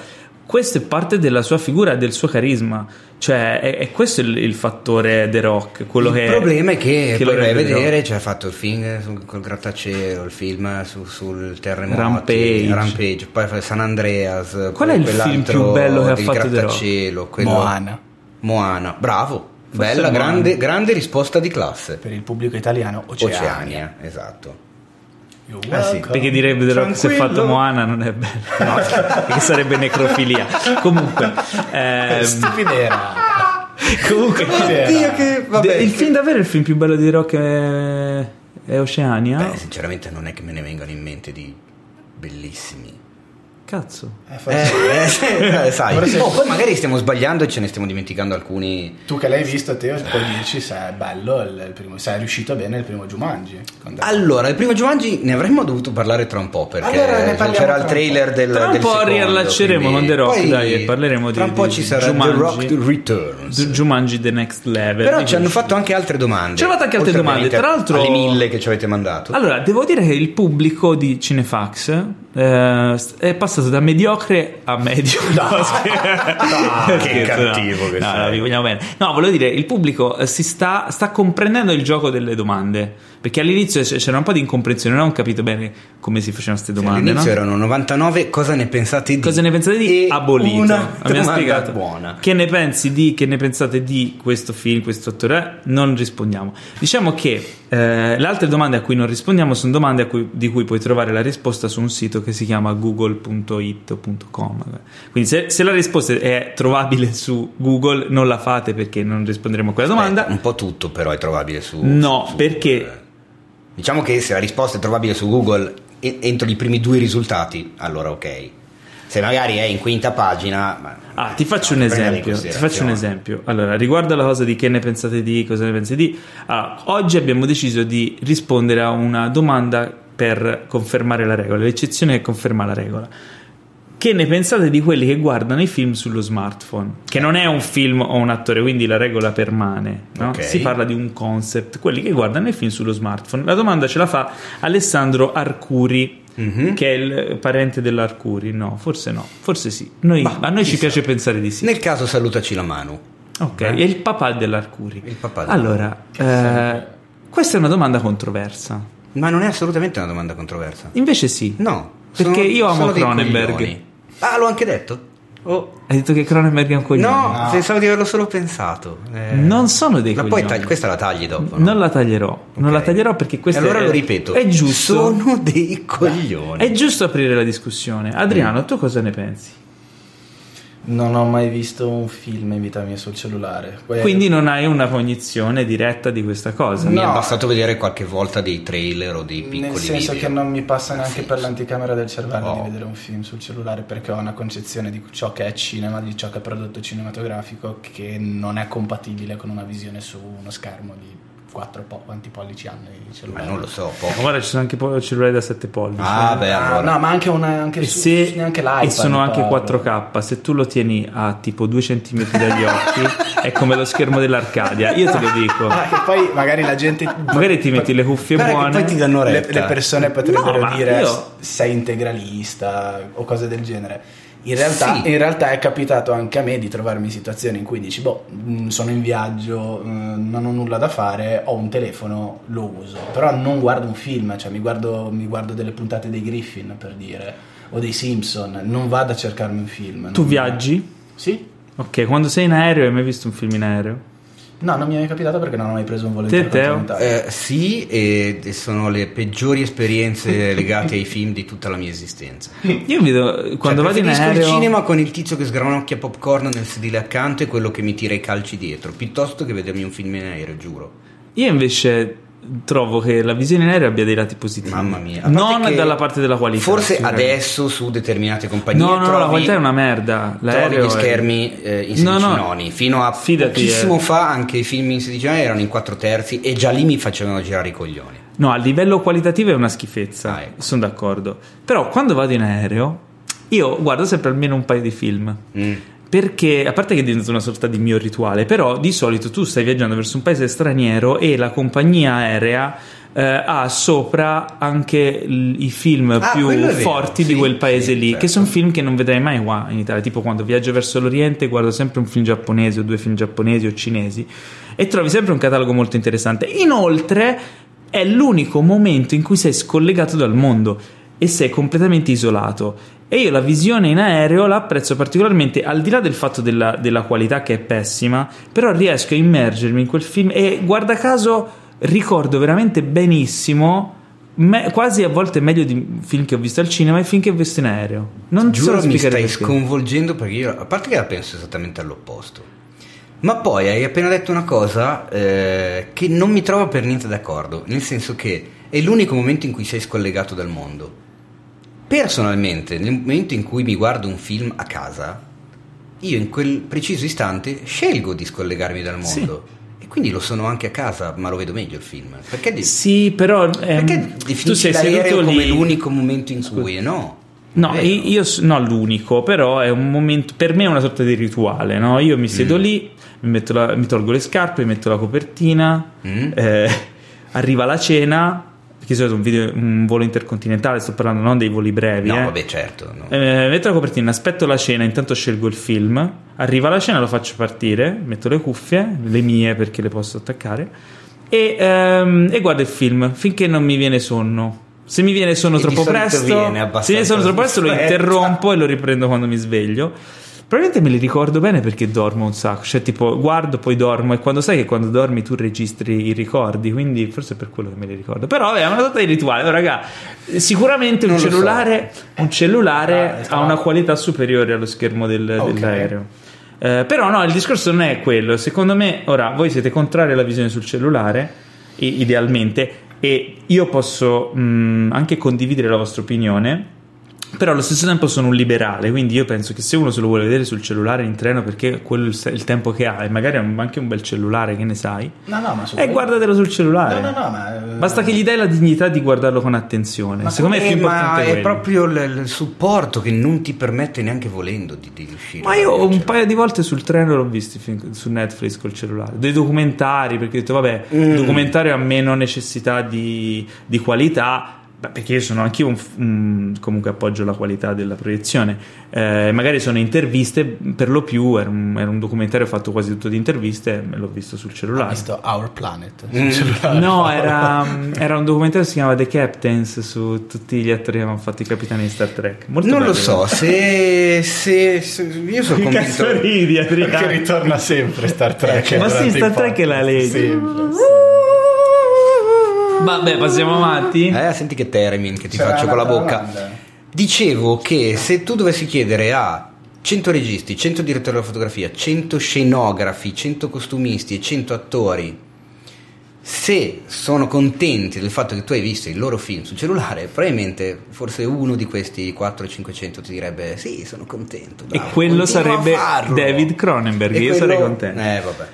S1: Questo è parte della sua figura, del suo carisma. Cioè, è, è questo il, il fattore The Rock. Quello
S2: il
S1: che,
S2: problema è che,
S1: che lo
S2: poi vai a
S1: rende The Rock.
S2: vedere cioè, ha fatto il film sul- col grattacielo il film su- sul terremoto
S1: Rampage.
S2: Rampage, poi fa San Andreas
S1: Qual è il film più bello che ha fatto
S2: il
S1: The Rock?
S2: grattacielo quello-
S3: Moana.
S2: Moana bravo
S1: Forse
S2: bella
S1: Moana.
S2: grande, grande risposta di classe
S3: Per il pubblico italiano, Oceania.
S2: Oceania, esatto
S3: You're
S2: Eh sì,
S3: welcome.
S1: Ah, Perché direbbe The Rock se
S2: Tranquillo.
S1: fatto Moana non è bello, no, perché sarebbe necrofilia. Comunque,
S2: Eh,
S1: ehm,
S3: Stupidera.
S1: comunque
S3: Stupidera.
S2: Oddio, che vabbè.
S1: De- il film davvero il film più bello di The Rock è, è Oceania?
S2: Beh, sinceramente non è che me ne vengano in mente di bellissimi
S1: Cazzo.
S3: Eh,
S2: eh,
S3: forse-
S2: eh, sì, eh, sai
S3: Forse-
S2: Oh, poi magari stiamo sbagliando e ce ne stiamo dimenticando alcuni
S3: Tu che l'hai visto, Teo, puoi dirci se è bello il, il primo, se è riuscito bene il primo Jumanji. Quando-
S2: Allora, il primo Giovanni ne avremmo dovuto parlare tra un po' perché
S3: Allora, ne parliamo
S2: c'era
S3: tra
S2: il
S3: un
S2: trailer del
S1: Tra un
S2: del
S1: po'
S2: secondo,
S1: riallacceremo
S2: quindi-
S1: con The Rock,
S2: poi
S1: dai, e parleremo di-
S2: Tra un po'
S1: di-
S2: ci
S1: di
S2: sarà
S1: Jumanji.
S2: The Rock Returns.
S1: Ju- Jumangi The Next Level.
S2: Però
S1: Dico-
S2: ci hanno fatto anche altre domande.
S1: Ci hanno fatto anche altre
S2: oltre
S1: domande,
S2: ovviamente
S1: tra l'altro-
S2: alle mille che ci avete mandato.
S1: Allora, devo dire che il pubblico di Cinefax eh, st- è passato da mediocre a medio. No, scherzo,
S2: che
S1: no.
S2: cattivo che
S1: no,
S2: sei.
S1: no, vi vogliamo bene. No, volevo dire, il pubblico eh, si sta, sta comprendendo il gioco delle domande. Perché all'inizio c- c'era un po' di incomprensione, non ho capito bene come si facevano queste domande.
S2: All'inizio
S1: no?
S2: erano 99, cosa ne pensate di?
S1: Cosa ne pensate di
S2: E
S1: Abolito?
S2: Una
S1: Abbiamo
S2: domanda
S1: spiegato.
S2: buona.
S1: Che ne pensi di, che ne pensate di questo film, questo attore? Eh, Non rispondiamo. Diciamo che eh, le altre domande a cui non rispondiamo sono domande a cui- di cui puoi trovare la risposta su un sito che si chiama google.it.com. Quindi se, se la risposta è trovabile su Google, non la fate perché non risponderemo a quella domanda.
S2: Aspetta, Eh, un po' tutto però è trovabile su
S1: No,
S2: su-
S1: perché-
S2: Diciamo che se la risposta è trovabile su Google e- entro i primi due risultati, allora ok. Se magari è in quinta pagina, ma-
S1: Ah, ti faccio
S2: no,
S1: un
S2: prendere in
S1: esempio. Ti
S2: considerazione.
S1: faccio un esempio. Allora, riguardo alla cosa di che ne pensate di, cosa ne pensi di. Allora, oggi abbiamo deciso di rispondere a una domanda per confermare la regola. L'eccezione che conferma la regola. Che ne pensate di quelli che guardano i film sullo smartphone? Che non è un film o un attore, quindi la regola permane. no?
S2: Ok.
S1: Si parla di un concept. Quelli che guardano i film sullo smartphone. La domanda ce la fa Alessandro Arcuri.
S2: Mhm.
S1: Che è il parente dell'Arcuri? No, forse no, forse sì. Noi- a noi ci piace pensare di sì.
S2: Nel caso salutaci la mano.
S1: Ok, è il papà dell'Arcuri.
S2: Eh? Il papà
S1: allora, eh, questa è una domanda controversa.
S2: Ma non è assolutamente una domanda controversa.
S1: Invece sì.
S2: No,
S1: Perché
S2: sono-
S1: io amo
S2: sono dei
S1: Cronenberg.
S2: coglioni. Ah, l'ho anche detto? Oh.
S1: Hai detto che Cronenberg è un coglione.
S2: No,
S3: No.
S2: pensavo di averlo solo pensato. Eh.
S1: Non sono dei
S2: Ma poi
S1: coglioni.
S2: tagli- questa la tagli dopo. no?
S1: Non la taglierò, non
S2: Ok.
S1: la taglierò perché questo
S2: E allora
S1: è,
S2: lo ripeto.
S1: È giusto,
S2: Sono dei coglioni.
S1: è giusto aprire la discussione. Adriano,
S2: Mm.
S1: tu cosa ne pensi?
S3: Non ho mai visto un film in vita mia sul cellulare. Que-
S1: Quindi non hai una cognizione diretta di questa cosa.
S2: Mi
S3: No.
S2: è bastato vedere qualche volta dei trailer o dei piccoli
S3: Nel senso
S2: video.
S3: che non mi
S1: Ah,
S3: passa neanche
S2: Sì.
S3: per l'anticamera del cervello
S2: Oh.
S3: di vedere un film sul cellulare perché ho una concezione di ciò che è cinema, di ciò che è prodotto cinematografico che non è compatibile con una visione su uno schermo di 4 po- quanti pollici hanno i
S2: Ma
S3: cellulari.
S2: non lo so, poco.
S1: Guarda, ci sono anche po- cellulari da 7 pollici.
S2: Ah, beh,
S3: Ah,
S2: allora.
S3: no, ma anche, una, anche
S1: E,
S3: su-
S1: se-
S3: neanche l'iPad.
S1: e sono anche
S3: Paolo.
S1: 4K. Se tu lo tieni a tipo 2 cm dagli occhi, è come lo schermo dell'Arcadia. Io te lo dico.
S3: Ah, che poi magari la gente.
S1: Magari ti metti le cuffie
S2: Guarda che
S1: buone.
S2: poi ti danno
S3: le,
S2: retta.
S3: le persone potrebbero
S1: No, ma
S3: dire
S1: io-
S3: "S- sei integralista o cose del genere. In realtà,
S2: Sì.
S3: in realtà è capitato anche a me di trovarmi in situazioni in cui dici, boh, mh, sono in viaggio, mh, non ho nulla da fare, ho un telefono, lo uso, però non guardo un film, cioè mi guardo, mi guardo delle puntate dei Griffin per dire, o dei Simpson, non vado a cercarmi un film.
S1: Tu
S3: non-
S1: viaggi?
S3: Sì.
S1: Ok, quando sei in aereo, hai mai visto un film in aereo?
S3: No, non mi è mai capitato perché non ho mai preso un volo
S1: Te, Teo?
S3: intercontinentale.
S2: Eh, sì, e e sono le peggiori esperienze legate ai film di tutta la mia esistenza.
S1: Io vedo quando
S2: Cioè,
S1: vado in
S2: preferisco
S1: aereo.
S2: il cinema con il tizio che sgranocchia popcorn nel sedile accanto e quello che mi tira i calci dietro, piuttosto che vedermi un film in aereo, giuro.
S1: Io invece trovo che la visione in aereo abbia dei lati positivi.
S2: Mamma mia. A parte
S1: Non
S2: che
S1: dalla parte della qualità.
S2: Forse
S1: sicuramente.
S2: adesso su determinate compagnie
S1: No, no, no, la
S2: trovi-
S1: qualità è una merda.
S2: Trovi
S1: L'aereo
S2: gli
S1: è-
S2: schermi eh, in
S1: No,
S2: 16
S1: no.
S2: noni fino a
S1: Fidati,
S2: pochissimo
S1: eh.
S2: fa anche i film in 16 noni erano in 4 terzi e già lì mi facevano girare i coglioni
S1: No, a livello qualitativo è una schifezza,
S2: Ah, ecco.
S1: sono d'accordo. Però quando vado in aereo, io guardo sempre almeno un paio di film.
S2: Mm.
S1: Perché, a parte che è diventato una sorta di mio rituale, però di solito tu stai viaggiando verso un paese straniero e la compagnia aerea eh, ha sopra anche l- i film più
S2: Ah, quello è vero,
S1: forti
S2: sì,
S1: di quel paese
S2: sì,
S1: lì,
S2: certo.
S1: che sono film che non vedrai mai qua in Italia. Tipo quando viaggio verso l'Oriente guardo sempre un film giapponese o due film giapponesi o cinesi e trovi sempre un catalogo molto interessante. Inoltre è l'unico momento in cui sei scollegato dal mondo e sei completamente isolato. E io la visione in aereo la apprezzo particolarmente, al di là del fatto della, della qualità che è pessima, però riesco a immergermi in quel film e guarda caso ricordo veramente benissimo, me- quasi a volte meglio di film che ho visto al cinema e film che ho visto in aereo. Non ti
S2: giuro
S1: so
S2: mi
S1: spiegare
S2: stai
S1: perché.
S2: sconvolgendo perché io a parte che la penso esattamente all'opposto ma poi hai appena detto una cosa eh, che non mi trovo per niente d'accordo nel senso che è l'unico momento in cui sei scollegato dal mondo personalmente nel momento in cui mi guardo un film a casa io in quel preciso istante scelgo di scollegarmi dal
S1: Sì.
S2: mondo e quindi lo sono anche a casa ma lo vedo meglio il film perché, di-
S1: Sì, però ehm,
S2: perché
S1: tu
S2: definisci
S1: sei
S2: l'aereo
S1: seduto lì.
S2: come l'unico momento in cui no
S1: No,
S2: Vero.
S1: i- io s- no, l'unico, però è un momento, per me è una sorta di rituale, no? Io mi
S2: Mm.
S1: siedo lì, mi, metto la- mi tolgo le scarpe, mi metto la copertina,
S2: Mm.
S1: eh, arriva la cena, perché di solito un, video- un volo intercontinentale, sto parlando non dei voli brevi,
S2: No,
S1: eh.
S2: vabbè, certo. no.
S1: Eh, metto la copertina, aspetto la cena, intanto scelgo il film, arriva la cena, lo faccio partire, metto le cuffie, le mie perché le posso attaccare, e, ehm, e guardo il film finché non mi viene sonno. Se mi viene sonno
S2: E di
S1: troppo
S2: solito
S1: presto,
S2: viene
S1: se mi viene
S2: abbastanza
S1: sonno troppo presto lo
S2: fretta.
S1: interrompo e lo riprendo quando mi sveglio. Probabilmente me li ricordo bene perché dormo un sacco, cioè tipo guardo poi dormo e quando sai che quando dormi tu registri i ricordi, quindi forse è per quello che me li ricordo. Però è una sorta di rituale, oh, raga, sicuramente un
S2: Non lo so.
S1: cellulare, un
S3: Ah,
S1: cellulare
S3: ecco.
S1: ha una qualità superiore allo schermo del-
S3: Ok.
S1: dell'aereo. Eh, però no, il discorso non è quello. Secondo me, ora, voi siete contrari alla visione sul cellulare, i- idealmente, e io posso mh, anche condividere la vostra opinione. Però allo stesso tempo sono un liberale, quindi io penso che se uno se lo vuole vedere sul cellulare in treno perché quello è il, se- il tempo che ha, e magari ha un- anche un bel cellulare, che ne sai,
S3: No, no, ma su
S1: e
S3: quello-
S1: guardatelo sul cellulare.
S3: No, no, no, ma eh,
S1: Basta che gli dai la dignità di guardarlo con attenzione.
S3: Ma
S1: Secondo me è
S2: Eh,
S1: più
S2: ma
S1: importante
S2: è
S1: quello.
S2: proprio il, il supporto che non ti permette neanche volendo di, di riuscire. cioè,
S1: Ma io un paio di volte sul treno l'ho visto i film su Netflix col cellulare, dei documentari, perché ho detto vabbè,
S2: Mm.
S1: il documentario ha meno necessità di, di qualità, beh, perché io sono anch'io un, f- un- comunque appoggio la qualità della proiezione, Eh, magari sono interviste, per lo più era un, era un documentario fatto quasi tutto di interviste, me l'ho visto sul
S3: ho
S1: cellulare.
S3: visto Our Planet
S2: Mm.
S3: sul cellulare.
S1: No, era, mm, era un documentario che si chiamava The Captains su tutti gli attori che avevano fatto i capitani di Star Trek. Molto
S2: Non
S1: bello.
S2: lo so, se, se- se- io sono
S1: Che
S2: convinto.
S1: cazzo ridi, Adriano?
S3: Perché ritorna sempre Star Trek.
S1: Ma sì,
S3: durante i
S1: Star Trek
S3: podcast.
S1: è la legge.
S3: Sempre, sì.
S1: Vabbè, passiamo avanti.
S2: Eh, senti che termin che ti
S3: C'era
S2: faccio con la
S3: un'altra
S2: bocca.
S3: domanda.
S2: Dicevo che se tu dovessi chiedere a 100 registi, 100 direttori della fotografia, 100 scenografi, 100 costumisti e 100 attori se sono contenti del fatto che tu hai visto il loro film sul cellulare, probabilmente forse uno di questi 4-500 ti direbbe sì, sono contento.
S1: E
S2: bravo,
S1: quello
S2: continua a
S1: sarebbe
S2: farlo."
S1: David Cronenberg,
S2: E
S1: io sarei contento.
S2: Eh, vabbè.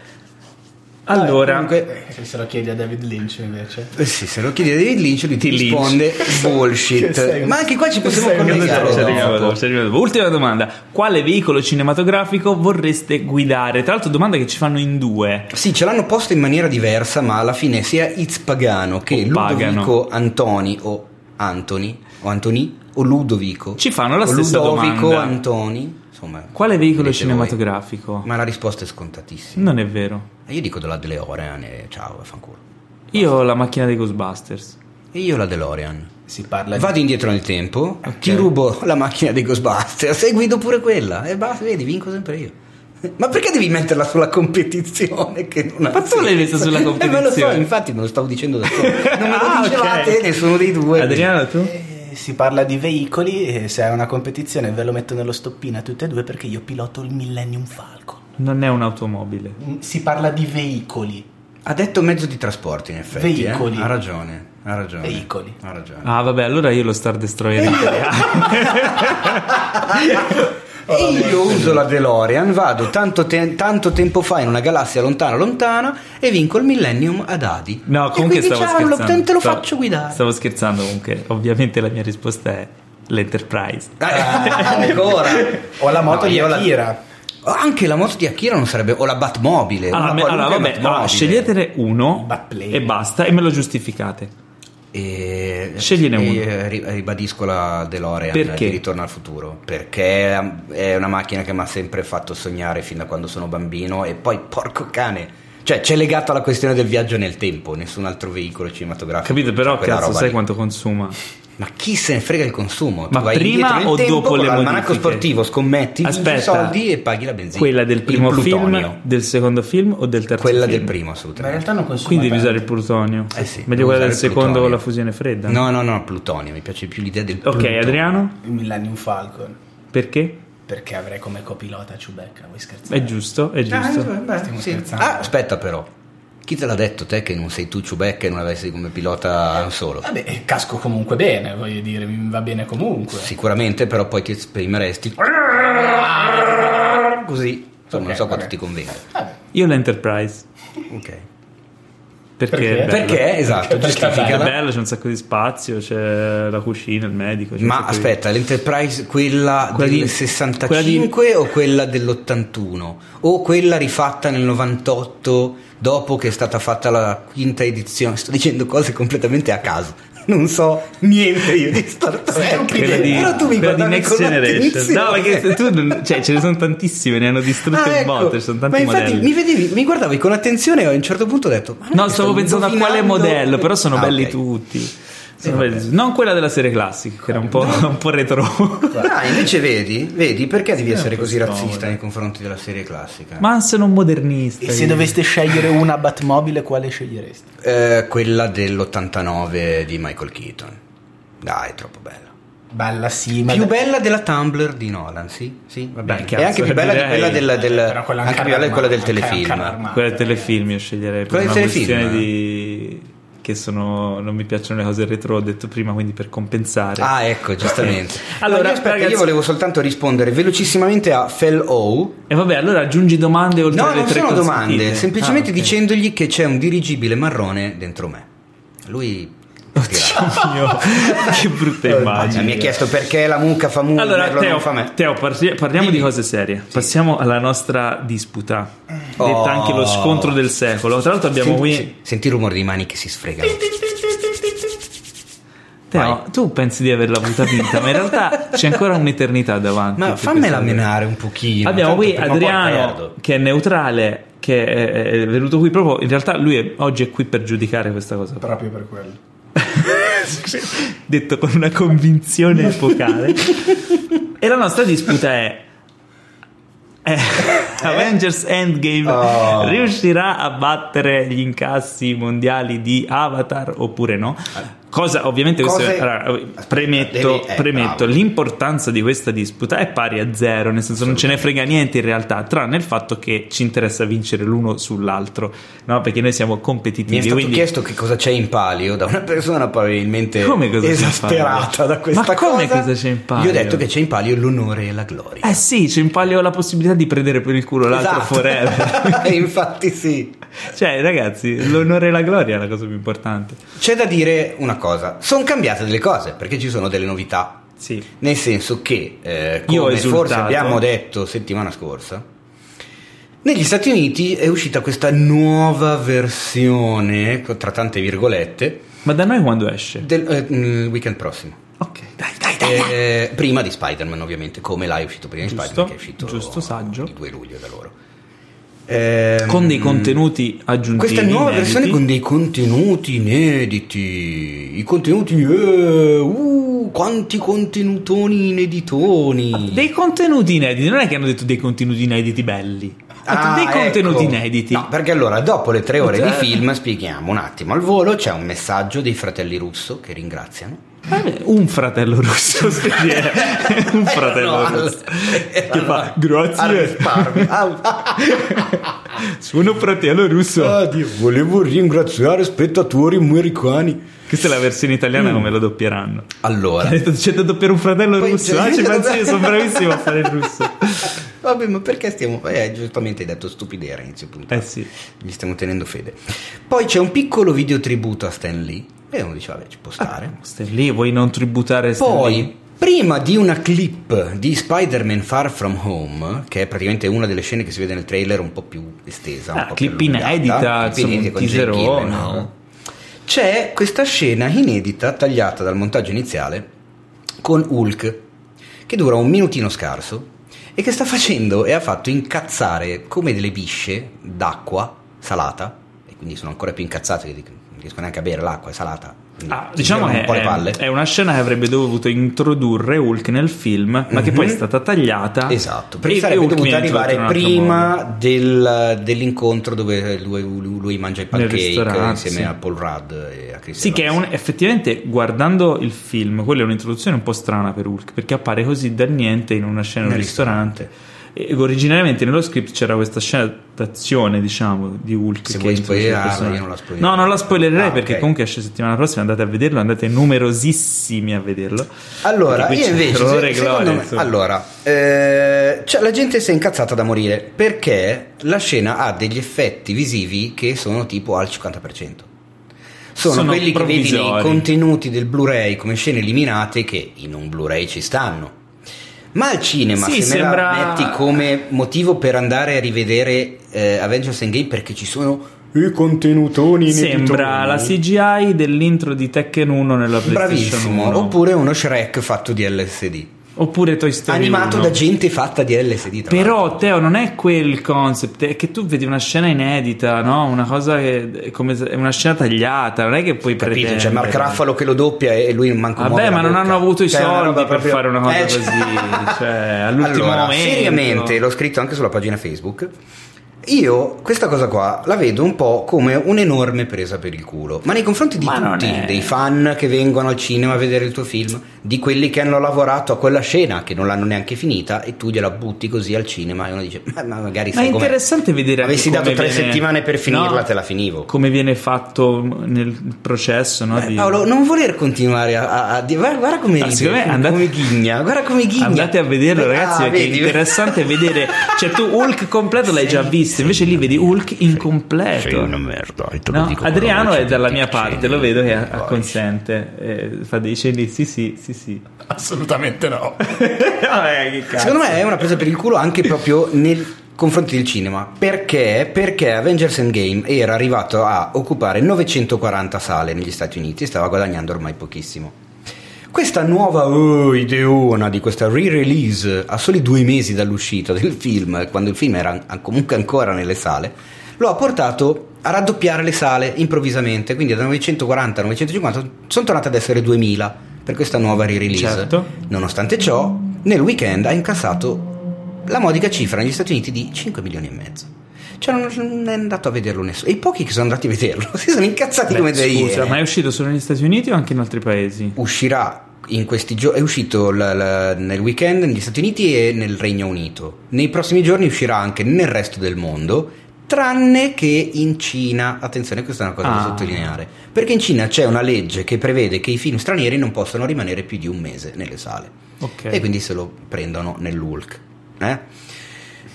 S1: Allora,
S3: Comunque, eh, se lo chiedi a David Lynch invece.
S2: Eh sì, se lo chiedi a David Lynch lui ti
S1: Ti Lynch.
S2: risponde
S3: Che sei
S2: bullshit.
S3: un-
S2: Ma anche qua ci
S3: che
S2: possiamo
S3: sei un-
S1: ci
S2: collegare.
S3: Ci
S1: arriviamo
S2: dopo.
S1: dopo, ci arriviamo dopo. ultima domanda: quale veicolo cinematografico vorreste guidare? Tra l'altro, domanda che ci fanno in due.
S2: Sì, ce l'hanno posto in maniera diversa, ma alla fine sia It's Pagano che
S1: O Pagano.
S2: Ludovico Antoni o Antoni o Antoni o Ludovico.
S1: Ci fanno la
S2: o
S1: stessa
S2: Ludovico
S1: domanda.
S2: Antoni, insomma.
S1: Quale veicolo
S2: vedete voi.
S1: cinematografico?
S2: Ma la risposta è scontatissima.
S1: Non è vero.
S2: E Io dico della DeLorean e ciao, vaffanculo.
S1: Io ho la macchina dei Ghostbusters.
S2: E io la DeLorean.
S3: Si parla di...
S2: Vado indietro nel tempo, ti rubo la macchina dei Ghostbusters e guido pure quella. E basta, vedi, vinco sempre io. Ma perché devi metterla sulla competizione? Che non ha
S1: Ma tu l'hai messa sulla
S2: senso? Eh, me lo so,
S1: competizione.
S2: infatti me lo stavo dicendo da solo. Non me lo
S1: Ah,
S2: dicevate
S1: ok.
S2: nessuno dei due.
S1: Adriano, tu?
S3: Eh, Si parla di veicoli e se è una competizione ve lo metto nello stoppino a tutte e due perché io piloto il Millennium Falcon.
S1: Non è un'automobile.
S3: Mm, Si parla di veicoli.
S2: Ha detto mezzo di trasporto, in effetti. eh.
S3: Veicoli.
S2: Ha ragione, ha ragione.
S3: Veicoli.
S2: Ha ragione.
S1: Ah, vabbè, allora io lo Star Destroyer
S2: Eh,
S1: italiano.
S2: E io uso la DeLorean, vado tanto, te- tanto tempo fa in una galassia lontana lontana e vinco il Millennium ad Adi.
S1: No,
S2: E
S1: comunque
S2: quindi,
S1: stavo
S2: ciao, "Ah, lo-
S1: scherzando.
S2: te lo
S1: Stavo-
S2: faccio guidare.
S1: Stavo scherzando comunque. Ovviamente la mia risposta è l'Enterprise.
S2: Ah, ancora.
S3: O la moto
S2: No,
S3: di
S2: io la-
S3: Akira.
S2: Anche la moto di Akira non sarebbe. O la Batmobile.
S1: Allora,
S2: una
S1: Ah, me-
S2: qualunque
S1: allora, vabbè,
S2: Batmobile.
S1: allora, sceglietene uno
S3: Batplane.
S1: e basta e me lo giustificate.
S2: E,
S1: Scegliene
S2: e
S1: uno.
S2: ri- ribadisco la DeLorean
S1: Perché?
S2: di Ritorno al futuro. Perché è una macchina che mi ha sempre fatto sognare fin da quando sono bambino. E poi, porco cane. Cioè, c'è legato alla questione del viaggio nel tempo. Nessun altro veicolo cinematografico.
S1: Capito? Però,
S2: Cioè, quella
S1: cazzo,
S2: roba
S1: sai
S2: lì.
S1: quanto consuma?
S2: Ma chi se ne frega il consumo?
S1: Ma
S2: tu vai
S1: prima
S2: indietro nel
S1: o
S2: tempo
S1: dopo
S2: con
S1: le
S2: l'almanacco
S1: modifiche?
S2: sportivo, scommetti, vinci
S1: Aspetta.
S2: i soldi e paghi la benzina.
S1: Quella del
S2: Il
S1: primo
S2: plutonio.
S1: film, del secondo film o del terzo
S2: Quella
S1: film?
S2: del primo,
S3: Ma in
S2: assolutamente.
S3: realtà non consuma
S1: Quindi devi
S3: tanto.
S1: usare il plutonio.
S2: Eh sì,
S1: Meglio quella del
S2: usare il
S1: secondo con
S2: plutonio.
S1: la fusione fredda.
S2: No, no, no, plutonio, mi piace più l'idea del
S1: Ok,
S2: plutonio.
S1: Adriano,
S3: il Millennium Falcon.
S1: perché?
S3: Perché avrei come copilota Chewbacca, vuoi scherzare?
S1: È giusto, è giusto.
S2: Ah, beh,
S3: Stiamo
S2: sì.
S3: scherzando.
S2: Ah, aspetta però. Chi te l'ha detto te che non sei tu Ciubecca e non avessi come pilota un solo?
S3: Vabbè, eh, casco comunque bene, voglio dire, mi va bene comunque.
S2: Sicuramente, però poi ti esprimeresti così. Insomma, non
S3: Ok, Ah.
S2: so quanto
S3: vabbè.
S2: ti convenga.
S3: Vabbè,
S1: Io l'Enterprise.
S2: Ok.
S1: Perché?
S3: Perché?
S1: è bello.
S2: Perché? Esatto,
S3: Perché
S1: È
S2: giustificala.
S1: bello, c'è un sacco di spazio, c'è la cucina, il medico. c'è un
S2: Ma
S1: sacco di-
S2: aspetta, l'Enterprise quella,
S1: Quella
S2: del
S1: di-
S2: 65 o quella dell'81? O quella rifatta nel 98 dopo che è stata fatta la quinta edizione? Sto dicendo cose completamente a caso. non so niente io di Star Trek.
S1: quella di,
S2: Però tu
S1: quella
S2: mi
S1: di
S2: guardavi
S1: Next
S2: con
S1: Generation.
S2: attenzione.
S1: No, perché tu non- cioè, ce ne sono tantissime, ne hanno distrutte
S2: Ah,
S1: un
S2: ecco.
S1: botto, ci sono tanti
S2: ma infatti
S1: modelli.
S2: mi vedevi, mi guardavi con attenzione e a un certo punto ho detto: ma non è
S1: No,
S2: che
S1: stavo
S2: sto
S1: pensando a quale
S2: indovinando-
S1: modello, però sono
S2: Ah,
S1: belli
S2: ok.
S1: tutti. Sono belli- Non quella della serie classica, che era un po', un po' retro.
S2: Ah, invece vedi, vedi perché
S1: Eh,
S2: devi essere così
S1: scomodo.
S2: razzista nei confronti della serie classica?
S1: Ma sono un modernista.
S3: E se
S1: io.
S3: doveste scegliere una Batmobile, quale scegliereste?
S2: Eh, quella dell'89 di Michael Keaton. Dai, è troppo bella.
S3: Bella sì, ma
S2: Più bella della Tumblr di Nolan, sì? Sì, va bene.
S1: Beh, cazzo,
S2: e anche più bella di
S1: direi.
S2: quella del, del-
S3: Però quella
S2: anche più bella di quella del telefilm.
S1: Quella del telefilm io sceglierei per
S2: Quella
S1: una
S2: del telefilm,
S1: questione
S2: eh.
S1: di... Che sono, non mi piacciono le cose retro, ho detto prima, quindi per compensare.
S2: Ah, ecco, giustamente.
S1: Allora,
S2: No, io, aspetta,
S1: ragazzi-
S2: io volevo soltanto rispondere velocissimamente a Fell O,
S1: E vabbè, allora aggiungi domande oltre
S2: No,
S1: alle
S2: non
S1: tre
S2: sono
S1: consentite.
S2: domande, semplicemente
S1: Ah, ok.
S2: dicendogli che c'è un dirigibile marrone dentro me. Lui
S1: Oddio mio,
S2: Cioè,
S1: che brutta immagine.
S2: mi ha chiesto perché la mucca fa mu,
S1: Allora,
S2: merlo
S1: Teo,
S2: non fa me.
S1: Teo, parli- parliamo di cose serie. Passiamo alla nostra disputa,
S2: Oh.
S1: detta anche lo scontro del secolo. Tra l'altro, abbiamo
S2: Senti,
S1: qui.
S2: senti il rumore di mani che si sfregano.
S1: Teo, tu pensi di averla avuta vinta, ma in realtà c'è ancora un'eternità davanti.
S2: Ma
S1: per
S2: fammela
S1: questa-
S2: menare un pochino.
S1: Abbiamo
S2: tanto
S1: qui
S2: prima o poi
S1: Adriano
S2: perdo.
S1: che è neutrale, che è, è venuto qui proprio. In realtà, lui è- oggi è qui per giudicare questa cosa.
S3: Proprio per quello.
S1: detto con una convinzione epocale. e la nostra disputa è. è- Avengers Endgame
S2: Oh.
S1: riuscirà a battere gli incassi mondiali di Avatar oppure no? Cosa ovviamente questo-
S2: Cose-
S1: allora,
S2: Aspetta,
S1: premetto,
S2: devi- eh,
S1: premetto,
S2: bravo.
S1: l'importanza di questa disputa è pari a zero, nel senso non ce ne frega niente in realtà, tranne il fatto che ci interessa vincere l'uno sull'altro, no? perché noi siamo competitivi.
S2: Mi è stato
S1: quindi-
S2: chiesto che cosa c'è in palio da una persona probabilmente
S1: Come cosa c'è in
S2: esasperata
S1: palio?
S2: da questa
S1: Ma come
S2: cosa.
S1: cosa c'è in palio?
S2: Gli ho detto che c'è in palio l'onore e la gloria.
S1: Eh sì, c'è in palio la possibilità di prendere per il culo l'altro
S2: Esatto.
S1: forever.
S2: E Infatti sì.
S1: cioè, ragazzi, l'onore e la gloria è la cosa più importante.
S2: C'è da dire una cosa, sono cambiate delle cose perché ci sono delle novità,
S1: Sì.
S2: nel senso che, eh, come
S1: Io ho
S2: forse
S1: esultato.
S2: abbiamo detto settimana scorsa, negli Stati Uniti è uscita questa nuova versione, co- tra tante virgolette,
S1: Ma da noi quando esce?
S2: del eh, mm, weekend prossimo.
S1: Ok, dai, dai,
S2: Eh, prima di Spider-Man ovviamente, come l'hai uscito prima
S1: Giusto,
S2: di Spider-Man, che è uscito
S1: giusto, saggio.
S2: il 2 luglio da loro. Ehm,
S1: Con dei contenuti aggiuntivi.
S2: questa nuova
S1: inediti.
S2: versione con dei contenuti inediti. I contenuti. eh, uh, quanti contenutoni ineditoni.
S1: Ah, Dei contenuti inediti, non è che hanno detto dei contenuti inediti belli, Ha detto
S2: Ah,
S1: dei contenuti
S2: ecco.
S1: inediti. Cioè.
S2: No, perché allora, dopo le tre ore di film, spieghiamo un attimo al volo, c'è un messaggio dei fratelli russo che ringraziano.
S1: Vabbè, Eh, Un fratello russo, sì, eh. un fratello
S2: Erano al-
S1: russo che fa
S2: al
S1: grazie,
S2: risparmio. Ah,
S1: sono fratello russo.
S2: ah, Dio, volevo ringraziare spettatori americani.
S1: Questa è la versione
S2: Mm.
S1: italiana come la doppieranno. Ha
S2: Allora,
S1: detto c'è da doppiare un fratello
S2: Poi
S1: russo.
S2: c'è-
S1: Ah, ci pensi, io sono bravissimo a fare il russo.
S2: Vabbè, ma perché stiamo. Eh, giustamente hai detto stupidere inizio puntata.
S1: Eh sì.
S2: Gli stiamo tenendo fede. Poi c'è un piccolo video tributo a Stan Lee. E uno dice, vabbè, ci può stare.
S1: Stai lì, vuoi non tributare stai lì?
S2: Poi, prima di una clip di Spider-Man Far From Home, che è praticamente una delle scene che si vede nel trailer un po' più estesa, un
S1: Ah,
S2: po'
S1: clip
S2: più allungata,
S1: inedita,
S2: clip
S1: insomma,
S2: inedita
S1: un
S2: con Jake
S1: teaserone.
S2: Gyllenhaal, C'è questa scena inedita tagliata dal montaggio iniziale con Hulk, che dura un minutino scarso e che sta facendo e ha fatto incazzare come delle bisce d'acqua salata, e quindi sono ancora più incazzato che non riesco neanche a bere l'acqua è salata. quindi
S1: Ah,
S2: ti
S1: diciamo
S2: girano
S1: che
S2: un po' le
S1: è,
S2: palle.
S1: è una scena che avrebbe dovuto introdurre Hulk nel film, ma che poi è stata tagliata.
S2: Mhm. Esatto, perché
S1: E- e
S2: sarebbe
S1: Hulk
S2: dovuto
S1: entra in
S2: arrivare
S1: un altro modo.
S2: prima del- dell'incontro dove lui, lui- lui mangia i
S1: Nel
S2: pancake
S1: ristorante,
S2: insieme
S1: sì.
S2: a Paul Rudd e a Chris
S1: Sì, che è
S2: Evans.
S1: un, effettivamente guardando il film, quella è un'introduzione un po' strana per Hulk, perché appare così dal niente in una scena in un
S2: Nel
S1: ristorante. E originariamente nello script c'era questa scena d'azione, diciamo, di Hulk.
S2: Se
S1: che introduce
S2: vuoi
S1: il
S2: spoilerarla,
S1: personaggio.
S2: io non la spoilererei.
S1: No, non la spoilererei
S2: Ah, ok.
S1: perché comunque esce settimana prossima, andate a vederlo, andate numerosissimi a vederlo.
S2: Allora,
S1: Perché qui
S2: io
S1: c'è
S2: invece, se-
S1: Gloria e
S2: secondo
S1: Gloria,
S2: me-
S1: insomma.
S2: allora, eh, cioè, la gente si è incazzata da morire perché la scena ha degli effetti visivi che sono tipo al 50%. Sono,
S1: Sono
S2: quelli che vedi nei
S1: provvisori.
S2: contenuti del Blu-ray come scene eliminate che in un Blu-ray ci stanno. Ma al cinema,
S1: Sì,
S2: se me
S1: sembra-
S2: la metti come motivo per andare a rivedere eh, Avengers Endgame perché ci sono i contenutoni in
S1: Sembra la CGI dell'intro di Tekken 1 nella PlayStation
S2: Bravissimo,
S1: 1.
S2: oppure uno Shrek fatto di LSD.
S1: Oppure Toy Story
S2: Animato
S1: 1.
S2: da gente fatta di LSD. tra l'altro.
S1: Però, Teo, non è quel concept, è che tu vedi una scena inedita, no? Una cosa che è come se- è una scena tagliata, non è che puoi
S2: capito?
S1: pretendere.
S2: C'è Mark Raffalo che lo doppia e lui manco
S1: Vabbè,
S2: muove la
S1: ma non
S2: bocca.
S1: hanno avuto i
S2: Cioè, è una
S1: soldi
S2: roba
S1: per
S2: proprio-
S1: fare una cosa
S2: Eh,
S1: così, cioè, all'ultimo
S2: allora,
S1: momento.
S2: Seriamente, l'ho scritto anche sulla pagina Facebook. Io questa cosa qua la vedo un po' come un'enorme presa per il culo, ma nei confronti di
S1: Ma non
S2: tutti,
S1: è-
S2: dei fan che vengono al cinema a vedere il tuo film, di quelli che hanno lavorato a quella scena che non l'hanno neanche finita e tu gliela butti così al cinema e uno dice "Ma, ma magari
S1: Ma è
S2: sai come
S1: interessante vedere anche
S2: avessi
S1: come
S2: dato tre
S1: viene-
S2: settimane per finirla
S1: No,
S2: te la finivo".
S1: come viene fatto nel processo, no?
S2: Eh,
S1: di-
S2: Paolo, non voler continuare a, a- a di- guarda, guarda come
S1: No,
S2: ride,
S1: Ah, secondo me
S2: come-
S1: andate-
S2: come ghigna, guarda come ghigna.
S1: Andate a vederlo,
S2: Ah,
S1: ragazzi, perché
S2: vedi?
S1: è interessante vedere. Cioè, tu Hulk completo l'hai già visto, invece lì vedi Hulk incompleto.
S2: Sei una merda, e te lo
S1: No,
S2: dico con la
S1: Adriano
S2: voce
S1: è
S2: di
S1: dalla
S2: Dick
S1: mia
S2: Cheney.
S1: parte, lo vedo che
S2: Vai.
S1: acconsente. Eh, fa dei cenni, sì, sì, sì, sì.
S3: Assolutamente no.
S1: Vabbè, che cazzo.
S2: Secondo me è una presa per il culo anche proprio nel confronto del cinema. Perché? Perché Avengers Endgame era arrivato a occupare 940 sale negli Stati Uniti e stava guadagnando ormai pochissimo. Questa nuova oh, ideona di questa re-release a soli due mesi dall'uscita del film, quando il film era an- comunque ancora nelle sale, lo ha portato a raddoppiare le sale improvvisamente, quindi da 940 a 950 sono tornate ad essere 2000 per questa nuova re-release.
S1: Certo.
S2: Nonostante ciò, nel weekend ha incassato la modica cifra negli Stati Uniti di 5 milioni e mezzo. Cioè non, non è andato a vederlo nessuno. E i pochi che sono andati a vederlo si sono incazzati come dei
S1: Scusa, ma è uscito solo negli Stati Uniti o anche in altri paesi?
S2: uscirà in questi giorni è uscito la- la- nel weekend negli Stati Uniti e nel Regno Unito nei prossimi giorni uscirà anche nel resto del mondo tranne che in Cina attenzione questa è una cosa da
S1: Ah.
S2: sottolineare perché in Cina c'è una legge che prevede che i film stranieri non possono rimanere più di un mese nelle sale
S1: Ok.
S2: e quindi se lo prendono nell'Hulk eh?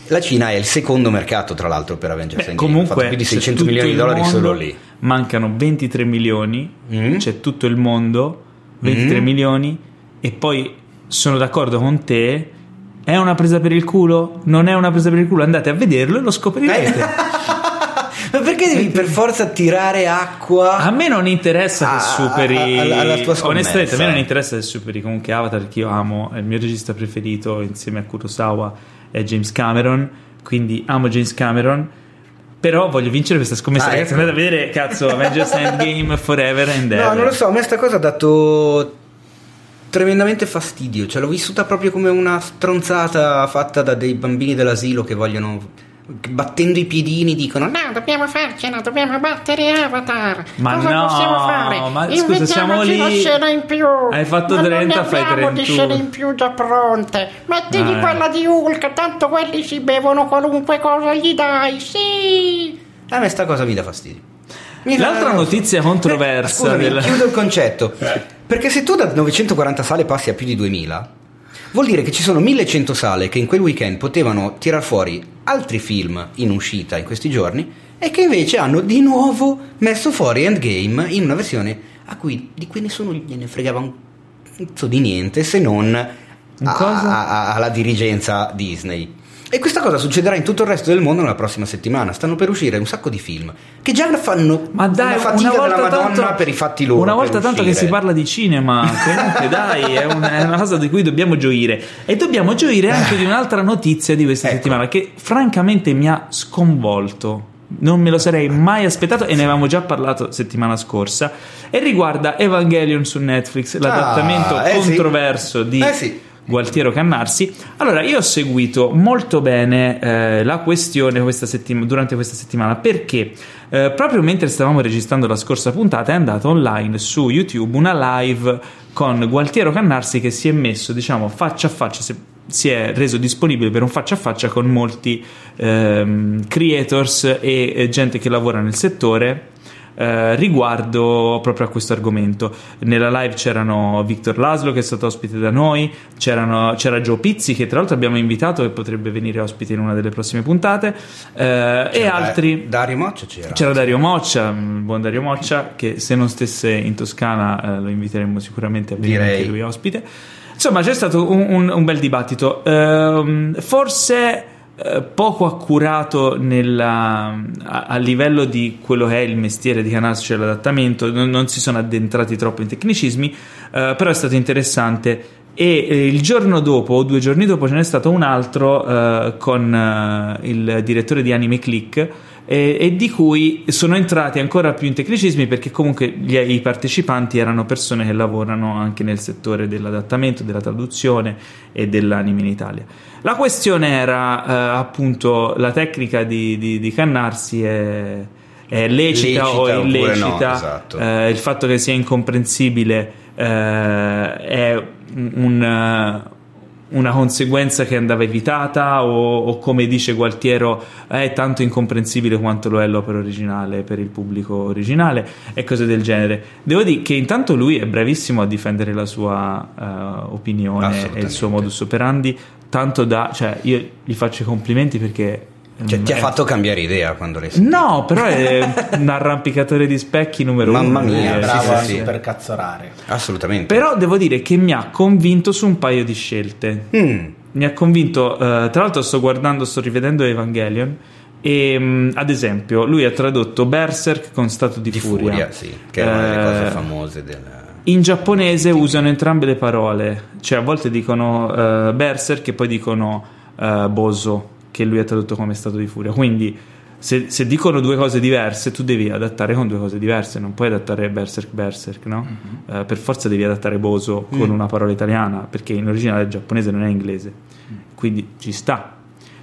S2: la Cina è il secondo mercato tra l'altro per
S1: Beh,
S2: Avengers Endgame, ha fatto
S1: comunque,
S2: più di
S1: c'è
S2: 600
S1: tutto
S2: milioni di
S1: il
S2: dollari
S1: mondo,
S2: solo lì
S1: Mancano 23 milioni,
S2: Mm.
S1: c'è tutto il mondo, 23
S2: Mm.
S1: milioni, e poi sono d'accordo con te. È una presa per il culo? Non è una presa per il culo? Andate a vederlo e lo
S2: Eh,
S1: scoprirete.
S2: ma perché devi per forza tirare acqua
S1: A me non interessa che
S2: Ah,
S1: superi.
S2: ah, ah, alla tua scommessa.
S1: onestamente, a me non interessa che superi comunque Avatar, che io amo. È il mio regista preferito insieme a Kurosawa è James Cameron. Quindi amo James Cameron. Però voglio vincere questa scommessa,
S2: Ah,
S1: ragazzi.
S2: ecco.
S1: Andate a vedere, cazzo, Avengers Endgame Forever and Ever.
S2: No, non lo so, a me sta cosa ha dato tremendamente fastidio, cioè l'ho vissuta proprio come una stronzata fatta da dei bambini dell'asilo che vogliono che battendo i piedini dicono "No,
S4: No, dobbiamo farcela, dobbiamo battere Avatar.
S1: Ma
S4: Cosa
S1: no,
S4: possiamo fare?
S1: ma scusa,
S4: Inventiamoci
S1: siamo lì-
S4: una scena in più.
S1: Hai fatto
S4: ma
S1: 30,
S4: non ne
S1: fai
S4: abbiamo di
S1: 31.
S4: scene in più già pronte. Mettili
S1: Ah, eh.
S4: quella di Hulk, tanto quelli si bevono qualunque cosa gli dai, sì.
S2: a me sta cosa mi dà fastidio". Mi dà-
S1: L'altra notizia controversa
S2: Scusami,
S1: della-
S2: chiudo il concetto. Perché se tu da 940 sale passi a più di 2000, vuol dire che ci sono 1100 sale che in quel weekend potevano tirar fuori altri film in uscita in questi giorni e che invece hanno di nuovo messo fuori Endgame in una versione a cui, di cui nessuno gliene fregava un cazzo di niente se non a-
S1: cosa?
S2: a- a- alla dirigenza Disney. E questa cosa succederà in tutto il resto del mondo nella prossima settimana. Stanno per uscire un sacco di film che già fanno
S1: Ma dai,
S2: una
S1: una,
S2: fatica della
S1: volta
S2: Madonna
S1: tanto,
S2: per i fatti loro.
S1: Una
S2: per
S1: volta tanto che
S2: uscire.
S1: si parla di cinema, comunque dai, è una, è una cosa di cui dobbiamo gioire. E dobbiamo gioire anche di un'altra notizia di questa
S2: Ecco.
S1: settimana che francamente mi ha sconvolto. Non me lo sarei mai aspettato e ne avevamo già parlato settimana scorsa. E riguarda Evangelion su Netflix, l'adattamento
S2: Ah, eh sì.
S1: controverso di
S2: Eh sì.
S1: Gualtiero Cannarsi. Allora, io ho seguito molto bene eh, la questione questa settim- durante questa settimana perché eh, proprio mentre stavamo registrando la scorsa puntata è andata online su YouTube una live con Gualtiero Cannarsi che si è messo, diciamo, faccia a faccia, si- si è reso disponibile per un faccia a faccia con molti ehm, creators e eh, gente che lavora nel settore. Eh, riguardo proprio a questo argomento. Nella live c'erano Victor Laszlo che è stato ospite da noi, c'erano- c'era Joe Pizzi che tra l'altro abbiamo invitato e potrebbe venire ospite in una delle prossime puntate eh, e
S2: C'era
S1: altri.
S2: Dario Moccia c'era.
S1: C'era Dario Moccia, il buon Dario Moccia, che se non stesse in Toscana eh, lo inviteremmo sicuramente a venire
S2: Direi.
S1: anche lui ospite. Insomma, c'è stato un, un- un bel dibattito. Ehm, forse eh, poco accurato nella- a, a livello di quello che è il mestiere di Canas, cioè l'adattamento, non, non si sono addentrati troppo in tecnicismi, eh, però è stato interessante. E eh, il giorno dopo, o due giorni dopo, ce n'è stato un altro eh, con eh, il direttore di Anime Click. E, eh, e di cui sono entrati ancora più in tecnicismi perché comunque gli- i partecipanti erano persone che lavorano anche nel settore dell'adattamento, della traduzione e dell'anime in Italia. La questione era eh, appunto la tecnica di, di, di Cannarsi è, è lecita,
S2: Lecita
S1: o
S2: oppure no,
S1: illecita,
S2: esatto.
S1: eh, il fatto che sia incomprensibile eh, è un- un- una conseguenza che andava evitata o, o come dice Gualtiero è tanto incomprensibile quanto lo è l'opera originale per il pubblico originale e cose del genere. Devo dire che intanto lui è bravissimo a difendere la sua eh, opinione e il suo
S2: Assolutamente.
S1: modus operandi, tanto da... cioè io gli faccio i complimenti perché...
S2: Cioè, ti ha
S1: è-
S2: fatto cambiare idea quando l'hai sentito.
S1: Eh. No, però è un arrampicatore di specchi numero
S2: Mamma
S1: uno.
S2: mia,
S1: Eh,
S2: sì,
S3: bravo a
S2: sì, sì.
S3: super cazzorare.
S2: Assolutamente.
S1: Però devo dire che mi ha convinto su un paio di scelte.
S2: Mm,
S1: Mi ha convinto, eh, tra l'altro sto guardando, sto rivedendo Evangelion e mm, ad esempio lui ha tradotto Berserk con Stato di,
S2: di furia, sì, che è una delle
S1: Eh,
S2: cose famose del...
S1: In giapponese usano entrambe le parole, cioè a volte dicono eh, berserk e poi dicono eh, boso, che lui ha tradotto come stato di furia. Quindi se, se dicono due cose diverse, tu devi adattare con due cose diverse, non puoi adattare berserk berserk, no? Eh, per forza devi adattare boso con una parola italiana, perché in originale il giapponese non è inglese. Quindi ci sta.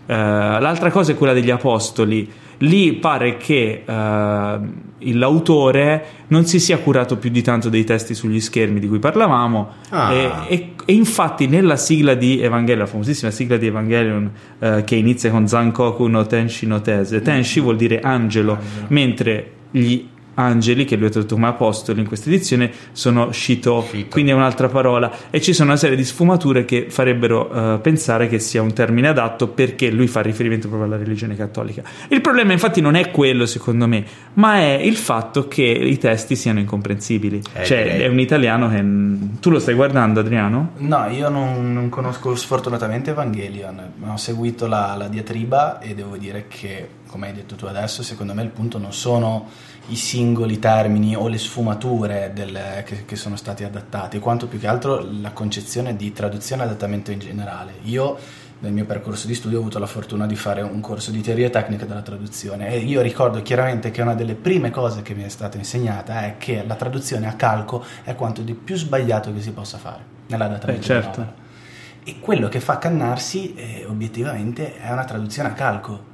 S1: Eh, l'altra cosa è quella degli apostoli. Lì pare che eh, il- l'autore non si sia curato più di tanto dei testi sugli schermi di cui parlavamo.
S2: Ah.
S1: E, e- e infatti, nella sigla di Evangelion, la famosissima sigla di Evangelion eh, che inizia con Zankoku no Tenshi no Tese, Tenshi vuol dire angelo, mentre gli angeli, che lui ha tradotto come apostoli in questa edizione, sono Shito,
S2: Shito.
S1: quindi è un'altra parola. E ci sono una serie di sfumature che farebbero eh, pensare che sia un termine adatto perché lui fa riferimento proprio alla religione cattolica. Il problema, infatti, non è quello, secondo me, ma è il fatto che i testi siano incomprensibili.
S2: Eh,
S1: cioè,
S2: direi.
S1: è un italiano che. Tu lo stai guardando, Adriano?
S3: No, io non, non conosco sfortunatamente Evangelion, ma ho seguito la, la diatriba e devo dire che, come hai detto tu adesso, secondo me il punto non sono i singoli termini o le sfumature del- che, che sono stati adattati, quanto più che altro la concezione di traduzione e adattamento in generale. Io nel mio percorso di studio ho avuto la fortuna di fare un corso di teoria tecnica della traduzione e io ricordo chiaramente che una delle prime cose che mi è stata insegnata è che la traduzione a calco è quanto di più sbagliato che si possa fare nell'adattamento.
S1: Eh, certo.
S3: della novela. E quello che fa Cannarsi eh, obiettivamente è una traduzione a calco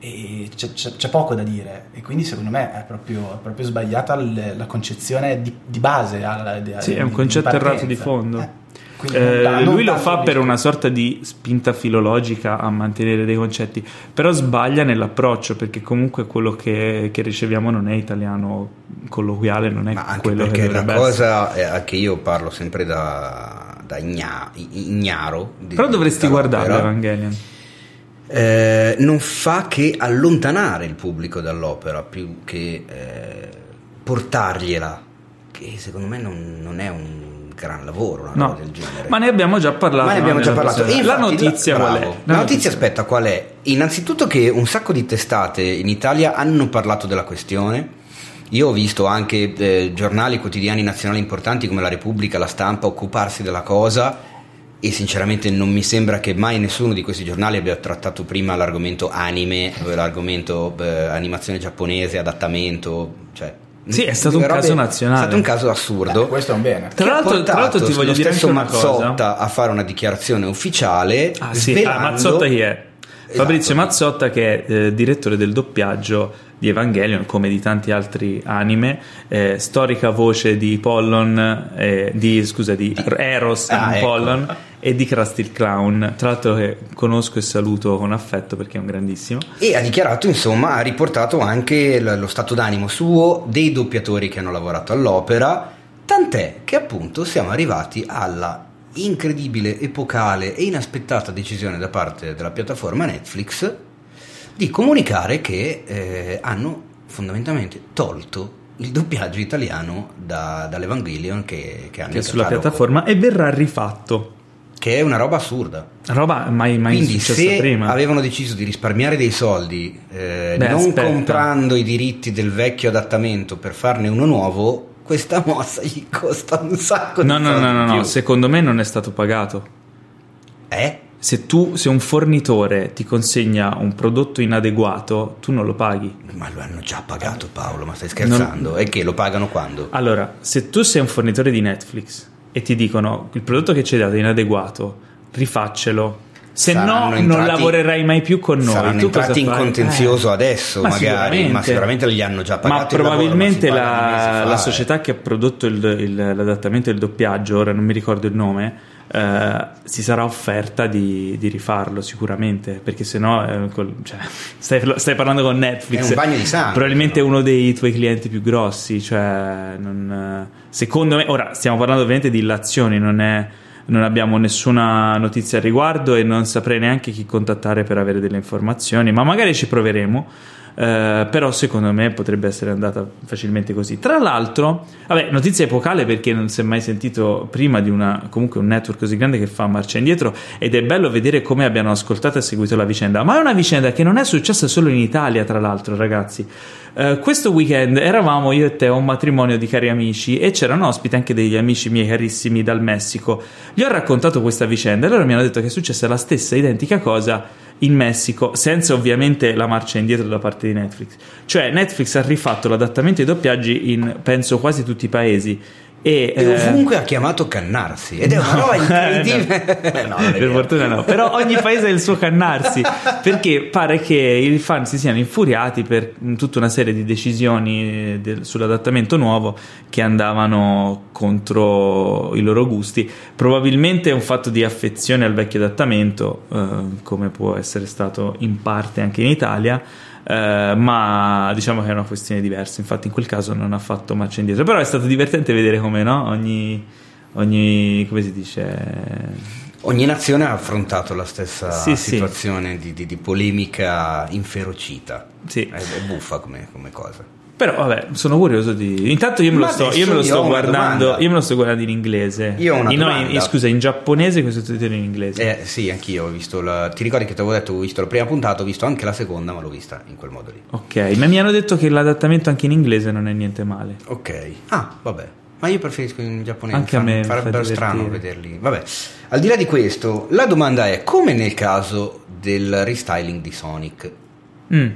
S3: e c'è, c'è- c'è poco da dire e quindi secondo me è proprio, è proprio sbagliata l- la concezione di, di base. alla- di-
S1: Sì, è un
S3: di
S1: concetto
S3: partenza.
S1: errato di fondo.
S3: Eh, quindi non
S1: Eh,
S3: ta- non
S1: lui lo
S3: tanto
S1: fa per
S3: di-
S1: una sorta di spinta filologica a mantenere dei concetti, però sbaglia nell'approccio perché comunque quello che, che riceviamo non è italiano colloquiale, non è
S2: Ma anche
S1: quello che
S2: perché la
S1: dovrebbe essere.
S2: cosa è che io parlo sempre da, da igna- ignaro. di-
S1: Però dovresti
S2: di questa roba,
S1: guardarlo
S2: però,
S1: Evangelion.
S2: eh, non fa che allontanare il pubblico dall'opera più che eh, portargliela, che secondo me non, non è un gran lavoro una
S1: No.
S2: roba del genere.
S1: Ma ne abbiamo già parlato.
S2: Ma ne
S1: no?
S2: abbiamo già
S1: Nella
S2: parlato.
S1: prossima-
S2: E
S1: La
S2: infatti,
S1: notizia
S2: bravo.
S1: qual è?
S2: La notizia, aspetta, qual è? Innanzitutto che un sacco di testate in Italia hanno parlato della questione. Io ho visto anche eh, giornali quotidiani nazionali importanti come La Repubblica, La Stampa occuparsi della cosa e sinceramente non mi sembra che mai nessuno di questi giornali abbia trattato prima l'argomento anime, eh, l'argomento eh, animazione giapponese, adattamento, cioè
S1: Sì, è stato un
S2: robe-
S1: caso nazionale.
S2: È stato un caso assurdo.
S3: Eh, questo è un bene.
S1: Tra
S2: Che ha
S1: l'altro- tra l'altro ti
S2: portato
S1: voglio
S2: lo
S1: dire
S2: stesso
S1: anche una cosa.
S2: Mazzotta a fare una dichiarazione ufficiale
S1: Ah sì, ah,
S2: svelando-
S1: Mazzotta chi è?
S2: Esatto.
S1: Fabrizio Mazzotta che è eh, direttore del doppiaggio di Evangelion come di tanti altri anime, eh, storica voce di Pollon, eh, di, scusa, di Eros
S2: Ah,
S1: in
S2: ecco.
S1: Pollon e di Krusty il Clown, tra l'altro che conosco e saluto con affetto perché è un grandissimo.
S2: E ha dichiarato, insomma, ha riportato anche l- lo stato d'animo suo dei doppiatori che hanno lavorato all'opera, tant'è che appunto siamo arrivati alla incredibile, epocale e inaspettata decisione da parte della piattaforma Netflix di comunicare che eh, hanno fondamentalmente tolto il doppiaggio italiano da- dall'Evangelion che, che hanno
S1: che è
S2: in
S1: sulla
S2: catalogo.
S1: piattaforma e verrà rifatto.
S2: che è una roba assurda.
S1: Roba mai, mai
S2: Quindi
S1: successa
S2: se
S1: prima.
S2: avevano deciso di risparmiare dei soldi eh,
S1: Beh,
S2: non
S1: aspetta.
S2: comprando i diritti del vecchio adattamento per farne uno nuovo, questa mossa gli costa un sacco
S1: No,
S2: di
S1: no,
S2: soldi
S1: no, no,
S2: in
S1: no,
S2: più.
S1: secondo me non è stato pagato.
S2: Eh?
S1: Se tu, se un fornitore ti consegna un prodotto inadeguato, tu non lo paghi.
S2: Ma lo hanno già pagato Paolo, ma stai scherzando? E che lo pagano quando?
S1: Allora, se tu sei un fornitore di Netflix e ti dicono il prodotto che ci hai dato è inadeguato, rifaccelo. Se
S2: Saranno
S1: no, non
S2: entrati-
S1: lavorerai mai più con noi.
S2: Saranno
S1: tu cosa
S2: entrati in
S1: fai?
S2: contenzioso
S1: Eh.
S2: adesso, magari, ma sicuramente li hanno già
S1: Ma
S2: pagati. il lavoro,
S1: probabilmente
S2: non si pagano
S1: la-
S2: mesi
S1: la,
S2: fa, eh.
S1: società che ha prodotto il- il- l'adattamento e il doppiaggio, ora non mi ricordo il nome, eh, si sarà offerta di, di rifarlo sicuramente, perché sennò eh, col- cioè, stai, stai parlando con Netflix.
S2: È un bagno di sangue,
S1: Probabilmente
S2: no?
S1: uno dei tuoi clienti più grossi, cioè non- secondo me, ora stiamo parlando ovviamente di illazioni, non è- Non abbiamo nessuna notizia al riguardo e non saprei neanche chi contattare per avere delle informazioni, ma magari ci proveremo. Eh, però secondo me potrebbe essere andata facilmente così. Tra l'altro, vabbè, notizia epocale perché non si è mai sentito prima di una, comunque un network così grande che fa marcia indietro ed è bello vedere come abbiano ascoltato e seguito la vicenda. Ma è una vicenda che non è successa solo in Italia, tra l'altro, ragazzi. Eh, questo weekend eravamo io e te a un matrimonio di cari amici e c'erano ospiti anche degli amici miei carissimi dal Messico. Gli ho raccontato questa vicenda e loro mi hanno detto che è successa la stessa identica cosa in Messico, senza ovviamente la marcia indietro da parte di Netflix. Cioè, Netflix ha rifatto l'adattamento ai doppiaggi in penso quasi tutti i paesi. E,
S2: E
S1: eh,
S2: ovunque ha chiamato Cannarsi ed è una roba incredibile. Beh, no, non è
S1: per
S2: vero.
S1: fortuna no, però ogni paese ha il suo cannarsi perché pare che i fan si siano infuriati per tutta una serie di decisioni eh, del- sull'adattamento nuovo che andavano contro i loro gusti. Probabilmente è un fatto di affezione al vecchio adattamento, eh, come può essere stato in parte anche in Italia. eh, ma diciamo che è una questione diversa infatti in quel caso non ha fatto marcia indietro però è stato divertente vedere come no ogni, ogni come si dice
S2: Ogni nazione ha affrontato la stessa
S1: Sì, sì.
S2: situazione Di, di- di polemica inferocita.
S1: Sì.
S2: È, è buffa come, come cosa.
S1: Però vabbè, sono curioso di. Intanto io me lo
S2: Ma
S1: sto,
S2: adesso
S1: io me lo
S2: io
S1: sto
S2: ho una
S1: guardando.
S2: domanda.
S1: Io me lo sto guardando in inglese.
S2: Io ho una
S1: In- no, in-
S2: domanda.
S1: scusa, in giapponese questo titolo in inglese.
S2: Eh, sì, anch'io ho visto la... Ti ricordi che ti avevo detto, ho visto la prima puntata, ho visto anche la seconda, ma l'ho vista in quel modo lì.
S1: Ok, ma mi hanno detto che l'adattamento anche in inglese non è niente male.
S2: Ok. Ah, vabbè. Ma io preferisco in giapponese.
S1: Anche a me mi fa
S2: Farebbe
S1: divertire.
S2: strano vederli. Vabbè. Al di là di questo, la domanda è come nel caso del restyling di Sonic?
S1: Mm.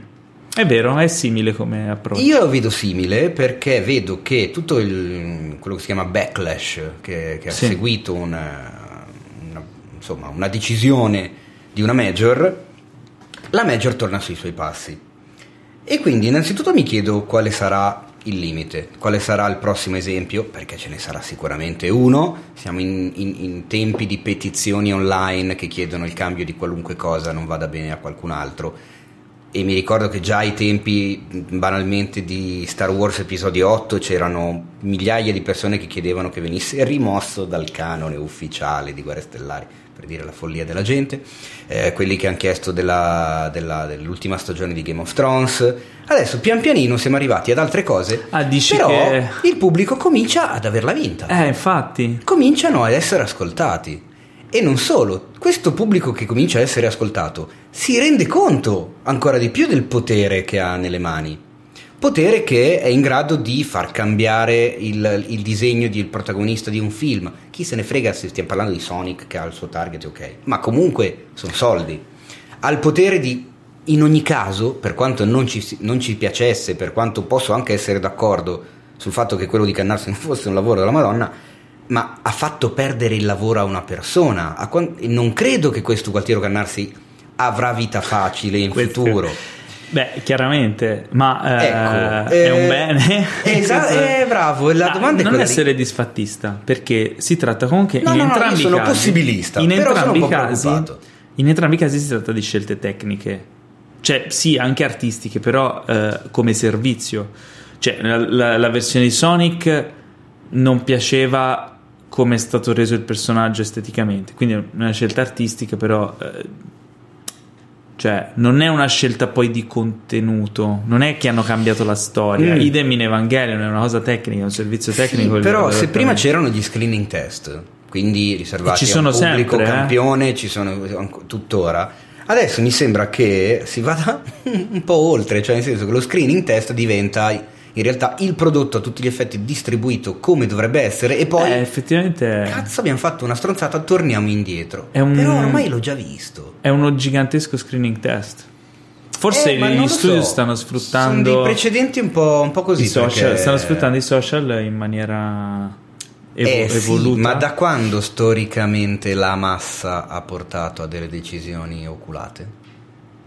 S1: È vero, è simile come approccio.
S2: Io lo vedo simile perché vedo che tutto il- quello che si chiama backlash che, che ha
S1: Sì.
S2: seguito una, una- insomma, una decisione di una major, la major torna sui suoi passi. E quindi innanzitutto mi chiedo quale sarà il limite, quale sarà il prossimo esempio, perché ce ne sarà sicuramente uno, siamo in, in- in tempi di petizioni online che chiedono il cambio di qualunque cosa non vada bene a qualcun altro. E mi ricordo che già ai tempi mh, banalmente di Star Wars episodio 8 c'erano migliaia di persone che chiedevano che venisse rimosso dal canone ufficiale di Guerre Stellari, per dire la follia della gente, Eh, quelli che hanno chiesto della- della- dell'ultima stagione di Game of Thrones. Adesso pian pianino siamo arrivati ad altre cose,
S1: Ah, dici
S2: però
S1: che-
S2: il pubblico comincia ad averla vinta
S1: Eh, infatti.
S2: cominciano ad essere ascoltati. E non solo, questo pubblico che comincia a essere ascoltato si rende conto ancora di più del potere che ha nelle mani. Potere che è in grado di far cambiare il, il disegno del protagonista di un film. Chi se ne frega se stiamo parlando di Sonic che ha il suo target, ok. Ma comunque sono soldi. Ha il potere di, in ogni caso, per quanto non ci, si- non ci piacesse, per quanto posso anche essere d'accordo sul fatto che quello di Cannarsi non fosse un lavoro della Madonna, ma ha fatto perdere il lavoro a una persona. A quan- e non credo che questo Gualtiero Cannarsi avrà vita facile in
S1: Questo-
S2: futuro.
S1: Beh, chiaramente, ma eh,
S2: Ecco,
S1: è un
S2: eh,
S1: bene.
S2: esa- eh, bravo, e la
S1: Ah,
S2: domanda è
S1: non
S2: quella lì.
S1: essere disfattista, perché si tratta comunque
S2: No,
S1: in
S2: no, no, io
S1: entrambi i
S2: sono
S1: casi-
S2: possibilista,
S1: in
S2: però sono
S1: entrambi
S2: un
S1: i
S2: po'
S1: casi,
S2: preoccupato.
S1: in entrambi i casi si tratta di scelte tecniche. Cioè, sì, anche artistiche, però eh, come servizio. Cioè, la, la- la versione di Sonic non piaceva come è stato reso il personaggio esteticamente, quindi è una scelta artistica, però eh, cioè, non è una scelta poi di contenuto, non è che hanno cambiato la storia.
S2: Mm.
S1: Idem in Evangelion è una cosa tecnica, è un servizio
S2: Sì,
S1: tecnico.
S2: però se prima c'erano gli screening test quindi riservati
S1: E ci sono
S2: a un pubblico
S1: sempre, eh?
S2: campione, ci sono anco- tuttora. Adesso mi sembra che si vada un po' oltre, cioè nel senso che lo screening test diventa in realtà il prodotto a tutti gli effetti distribuito come dovrebbe essere e poi
S1: Eh, effettivamente è-
S2: cazzo abbiamo fatto una stronzata, torniamo indietro.
S1: È un-
S2: Però ormai l'ho già visto.
S1: è uno gigantesco screening test. Forse
S2: Eh, ma non
S1: gli
S2: lo
S1: studio
S2: so.
S1: stanno
S2: Sono dei
S1: sfruttando
S2: precedenti un po', un po' così.
S1: i social,
S2: perché-
S1: stanno sfruttando i social in maniera evo-
S2: Eh sì,
S1: evoluta.
S2: ma da quando storicamente la massa ha portato a delle decisioni oculate?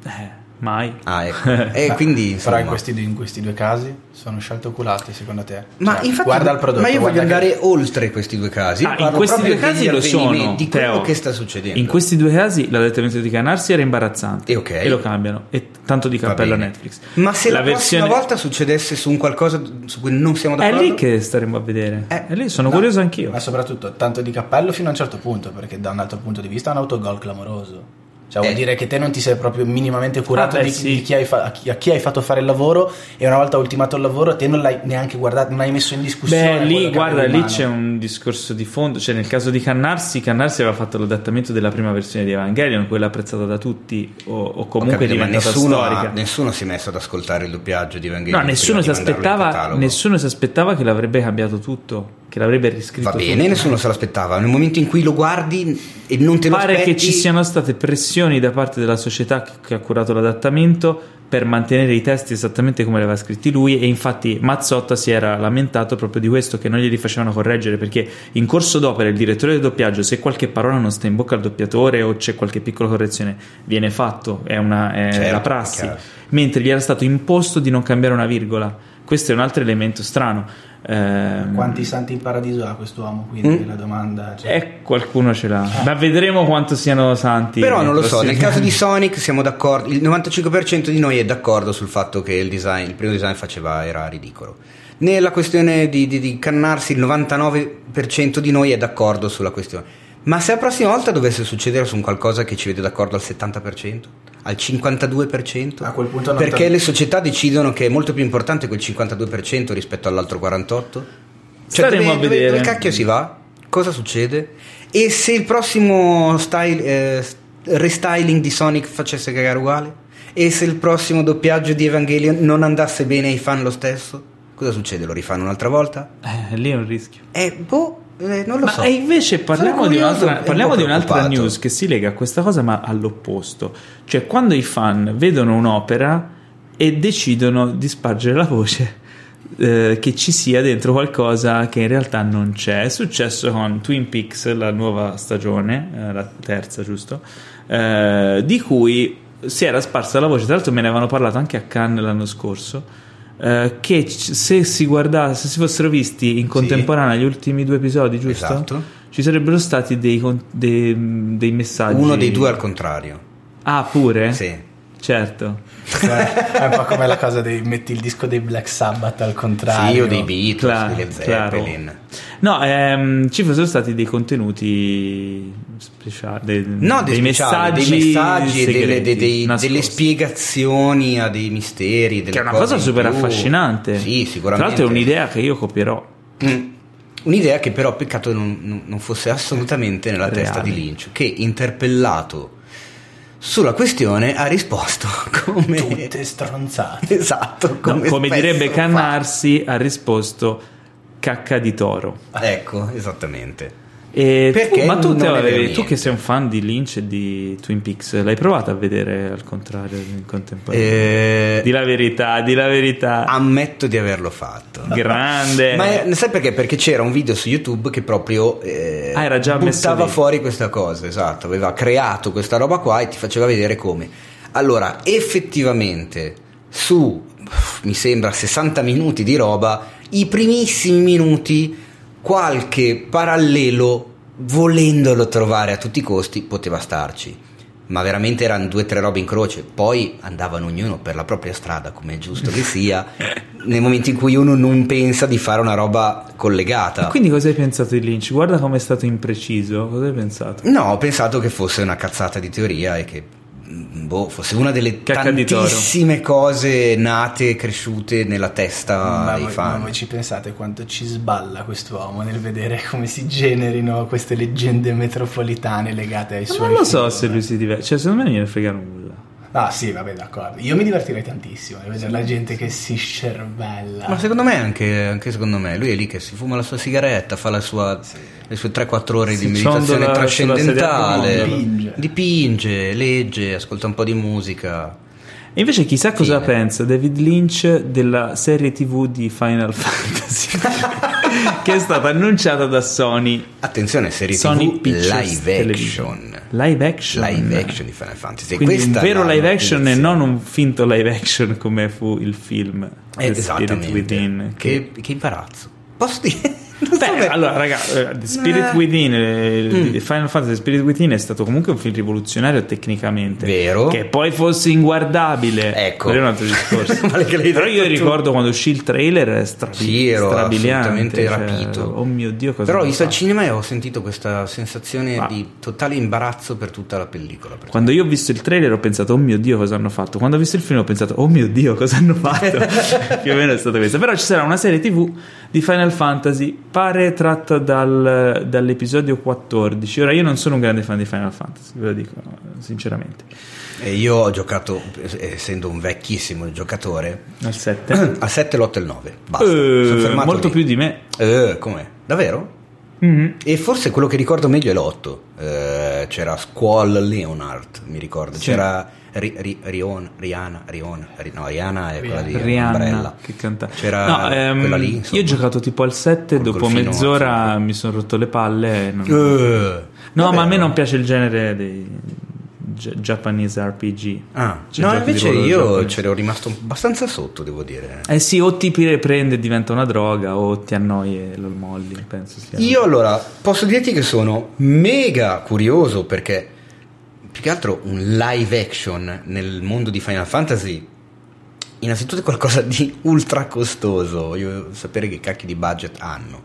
S1: Eh, mai.
S2: Ah, ecco. E quindi
S3: Però in
S2: insomma.
S3: questi, in questi due casi sono scelte oculate secondo te?
S2: Ma
S3: Cioè,
S2: infatti,
S3: guarda il prodotto.
S2: ma io voglio
S3: guarda che-
S2: andare oltre questi due casi.
S1: Ah, in
S2: Parlo
S1: questi
S2: proprio
S1: due casi
S2: degli
S1: lo sono.
S2: avvenimenti, Di quello
S1: Teo.
S2: che sta succedendo.
S1: In questi due casi l'allettamento di Canarsi era imbarazzante.
S2: E ok.
S1: lo cambiano. E tanto di
S2: Va
S1: cappello a
S2: bene.
S1: Netflix.
S2: Ma se la,
S1: versione-
S2: prossima volta succedesse su un qualcosa su cui non siamo
S1: È
S2: d'accordo,
S1: lì che staremo a vedere.
S2: Eh,
S1: è lì, sono
S3: no.
S1: curioso anch'io.
S3: Ma soprattutto tanto di cappello fino a un certo punto, perché da un altro punto di vista è un autogol clamoroso. Cioè vuol
S2: Eh.
S3: dire che te non ti sei proprio minimamente curato
S1: Ah, beh,
S3: di,
S1: sì.
S3: di chi hai fa- a, chi, a chi hai fatto fare il lavoro e una volta ultimato il lavoro te non l'hai neanche guardato, non hai messo in discussione.
S1: Beh, lì,
S3: quello che
S1: guarda,
S3: avevi in
S1: lì
S3: mano.
S1: c'è un discorso di fondo. Cioè, nel caso di Cannarsi, Cannarsi aveva fatto l'adattamento della prima versione di Evangelion, quella apprezzata da tutti, o, o
S2: Ho
S1: comunque
S2: capito, ma
S1: diventata
S2: nessuno, ha-
S1: storica.
S2: nessuno si è messo ad ascoltare il doppiaggio di Evangelion.
S1: No, nessuno si,
S2: prima di mandarlo in
S1: aspettava,
S2: catalogo.
S1: nessuno si aspettava che l'avrebbe cambiato tutto, che l'avrebbe riscritto
S2: Va bene,
S1: tutto.
S2: nessuno se l'aspettava. Nel momento in cui lo guardi e non te lo
S1: Pare
S2: aspetti,
S1: che ci siano state pressioni da parte della società che, che ha curato l'adattamento per mantenere i testi esattamente come li aveva scritti lui e infatti Mazzotta si era lamentato proprio di questo che non glieli facevano correggere perché in corso d'opera il direttore del doppiaggio se qualche parola non sta in bocca al doppiatore o c'è qualche piccola correzione viene fatto, è, una, è
S2: Certo,
S1: la prassi,
S2: chiaro.
S1: mentre gli era stato imposto di non cambiare una virgola. Questo è un altro elemento strano. Ehm,
S3: Quanti santi in paradiso ha quest'uomo? Quindi la domanda. Cioè,
S1: Mm? eh, qualcuno ce l'ha, ma vedremo quanto siano santi.
S2: Però
S1: nei
S2: non lo so,
S1: prossimi
S2: nel caso
S1: anni.
S2: di Sonic siamo d'accordo, il 95% di noi è d'accordo sul fatto che il, design, il primo design faceva, era ridicolo. Nella questione di, di- di cannarsi il 99% di noi è d'accordo sulla questione. Ma se la prossima volta dovesse succedere su un qualcosa che ci vede d'accordo al 70%, al 52%,
S3: A quel punto non
S2: perché
S3: te-
S2: le società decidono che è molto più importante quel 52% rispetto all'altro 48%? Cioè,
S1: Staremo
S2: dove-
S1: a
S2: dove-
S1: vedere.
S2: dove cacchio si va? Cosa succede? E se il prossimo style, eh, restyling di Sonic facesse cagare uguale? E se il prossimo doppiaggio di Evangelion non andasse bene ai fan lo stesso? Cosa succede? Lo rifanno un'altra volta?
S1: Eh, lì è un rischio.
S2: Eh, boh, eh, non lo
S1: Ma
S2: so.
S1: e invece parliamo,
S2: Sono
S1: di
S2: curioso
S1: un'altra,
S2: e un
S1: parliamo
S2: po'
S1: di un'altra
S2: preoccupato.
S1: news che si lega a questa cosa, ma all'opposto. Cioè, quando i fan vedono un'opera e decidono di spargere la voce eh, che ci sia dentro qualcosa che in realtà non c'è. È successo con Twin Peaks, la nuova stagione, eh, la terza, giusto? Eh, di cui si era sparsa la voce. Tra l'altro, me ne avevano parlato anche a Cannes l'anno scorso. eh, che c- se si guardasse, se si fossero visti in contemporanea gli ultimi due episodi, giusto?
S2: Esatto.
S1: Ci sarebbero stati dei, con- de- dei messaggi.
S2: Uno dei due al contrario.
S1: Ah, pure?
S2: Sì.
S1: Certo.
S3: cioè, è un po' come la cosa dei metti il disco dei Black Sabbath al contrario.
S2: Sì, o dei Beatles,
S1: Claro,
S2: delle
S1: claro.
S2: Zeppelin.
S1: No, ehm, ci fossero stati dei contenuti speciali. dei-
S2: No, dei, speciali, dei messaggi,
S1: segreti,
S2: delle, dei- dei-
S1: nascosti.
S2: delle spiegazioni a dei misteri. delle
S1: Che è una
S2: cose
S1: cosa
S2: in
S1: super
S2: più.
S1: affascinante.
S2: Sì, sicuramente.
S1: Tra l'altro, è un'idea che io copierò.
S2: Mm. Un'idea che però peccato non, non- non fosse assolutamente nella
S1: Reale.
S2: testa di Lynch, che interpellato sulla questione ha risposto come...
S3: Tutte stronzate.
S2: Esatto,
S1: No,
S2: come,
S1: come
S2: spesso
S1: direbbe
S2: fa.
S1: Cannarsi, ha risposto cacca di toro.
S2: Ecco, esattamente.
S1: E
S2: Perché
S1: tu- ma tu,
S2: non
S1: Teo,
S2: è vero
S1: avevi-
S2: niente.
S1: tu che sei un fan di Lynch e di Twin Peaks, l'hai provato a vedere al contrario in contemporanea?
S2: Eh,
S1: Di la verità, di la verità.
S2: ammetto di averlo fatto.
S1: ah, Grande.
S2: Ma eh, sai perché? Perché c'era un video su YouTube che proprio eh,
S1: Ah, era già messo
S2: buttava
S1: lì.
S2: fuori questa cosa, esatto, aveva creato questa roba qua e ti faceva vedere come. Allora, effettivamente, su, uff, mi sembra, 60 minuti di roba, i primissimi minuti, qualche parallelo, volendolo trovare a tutti i costi, poteva starci. Ma veramente erano due o tre robe in croce, poi andavano ognuno per la propria strada, come è giusto che sia, nel momento in cui uno non pensa di fare una roba collegata.
S1: E Eh, quindi cosa hai pensato di Lynch? Guarda come è stato impreciso. Cosa hai pensato?
S2: No, ho pensato che fosse una cazzata di teoria e che boh, fosse una delle
S1: Cacca di toro.
S2: tantissime cose nate e cresciute nella testa
S3: Ma
S2: dei
S3: voi, ma
S2: fan.
S3: voi ci pensate quanto ci sballa quest'uomo nel vedere come si generino queste leggende metropolitane legate ai
S1: Ma
S3: suoi
S1: non lo so
S3: film?
S1: se lui si diverte. Cioè, secondo me non gliene frega nulla.
S3: Ah sì, vabbè, d'accordo. Io mi divertirei tantissimo di vedere la gente che si scervella.
S2: Ma secondo me, anche, anche secondo me, lui è lì che si fuma la sua sigaretta, fa la sua- le sue 3-4 ore
S1: Si
S2: di meditazione
S1: ciondola sulla sedia a
S2: trascendentale,
S1: comando.
S3: Dipinge.
S2: dipinge, legge, ascolta un po' di musica.
S1: E invece chissà cosa
S2: Fine.
S1: pensa David Lynch della serie TV di Final Fantasy che è stata annunciata da Sony.
S2: Attenzione, serie
S1: Sony
S2: TV
S1: Pictures
S2: live
S1: Television.
S2: action.
S1: Live action.
S2: Live action di Final Fantasy.
S1: Quindi
S2: Questa
S1: un vero
S2: è la
S1: live action e
S2: notizia.
S1: non un finto live action come fu il film
S2: Eh,
S1: The Spirit
S2: esattamente.
S1: Within. Che...
S2: Che, che imbarazzo. Posso dire? Non so
S1: Beh,
S2: perché.
S1: allora, raga, eh, The Spirit
S2: Eh.
S1: Within, eh,
S2: Mm.
S1: il- Final Fantasy The Spirit Within è stato comunque un film rivoluzionario tecnicamente.
S2: Vero.
S1: Che poi fosse inguardabile.
S2: Ecco.
S1: quello è un altro discorso.
S2: Male che l'hai
S1: Però io
S2: detto tu.
S1: ricordo quando uscì il trailer era strabi-
S2: Sì, ero
S1: strabiliante.
S2: assolutamente
S1: cioè,
S2: rapito.
S1: Oh mio Dio, cosa
S2: Però ho
S1: hanno
S2: visto al
S1: fatto.
S2: cinema e ho sentito questa sensazione
S1: Ma-
S2: di totale imbarazzo per tutta la pellicola. per
S1: Quando io ho visto il trailer ho pensato, oh mio dio, cosa hanno fatto? Quando ho visto il film ho pensato, oh mio dio, cosa hanno fatto? Più o meno è stata questa. Però ci sarà una serie tv di Final Fantasy, pare tratta dal- dall'episodio 14. Ora, io non sono un grande fan di Final Fantasy, ve lo dico eh, sinceramente.
S2: E io ho giocato, eh, essendo un vecchissimo giocatore,
S1: Al 7.
S2: a 7, l'8 e il 9. Basta.
S1: Eh,
S2: Sono fermato
S1: molto
S2: lì.
S1: più di me.
S2: Eh, com'è? Davvero?
S1: Mhm.
S2: E forse quello che ricordo meglio è l'8. c'era Squall Leonard, mi ricordo.
S1: Sì.
S2: C'era Ri- Ri- Rion- Rihanna, Rion- Ri- no, Rihanna è quella di
S1: Rihanna
S2: Umbrella.
S1: che canta.
S2: C'era
S1: No, ehm,
S2: quella lì. insomma.
S1: io ho giocato tipo al 7,
S2: Col
S1: dopo
S2: golfino,
S1: mezz'ora mi sono rotto le palle. e non-
S2: Eh,
S1: No,
S2: vabbè,
S1: ma a me
S2: no.
S1: non piace il genere dei Gia- Japanese RPG.
S2: Ah,
S1: Cioè,
S2: no,
S1: giochi di
S2: invece
S1: ruolo
S2: io
S1: giapponesi.
S2: c'ero rimasto abbastanza sotto, devo dire.
S1: Eh sì, o ti pre- prende e diventa una droga, o ti annoi e lo molli, penso sia.
S2: Io allora posso dirti che sono mega curioso perché più che altro un live action nel mondo di Final Fantasy innanzitutto è qualcosa di ultra costoso, voglio sapere che cacchio di budget hanno.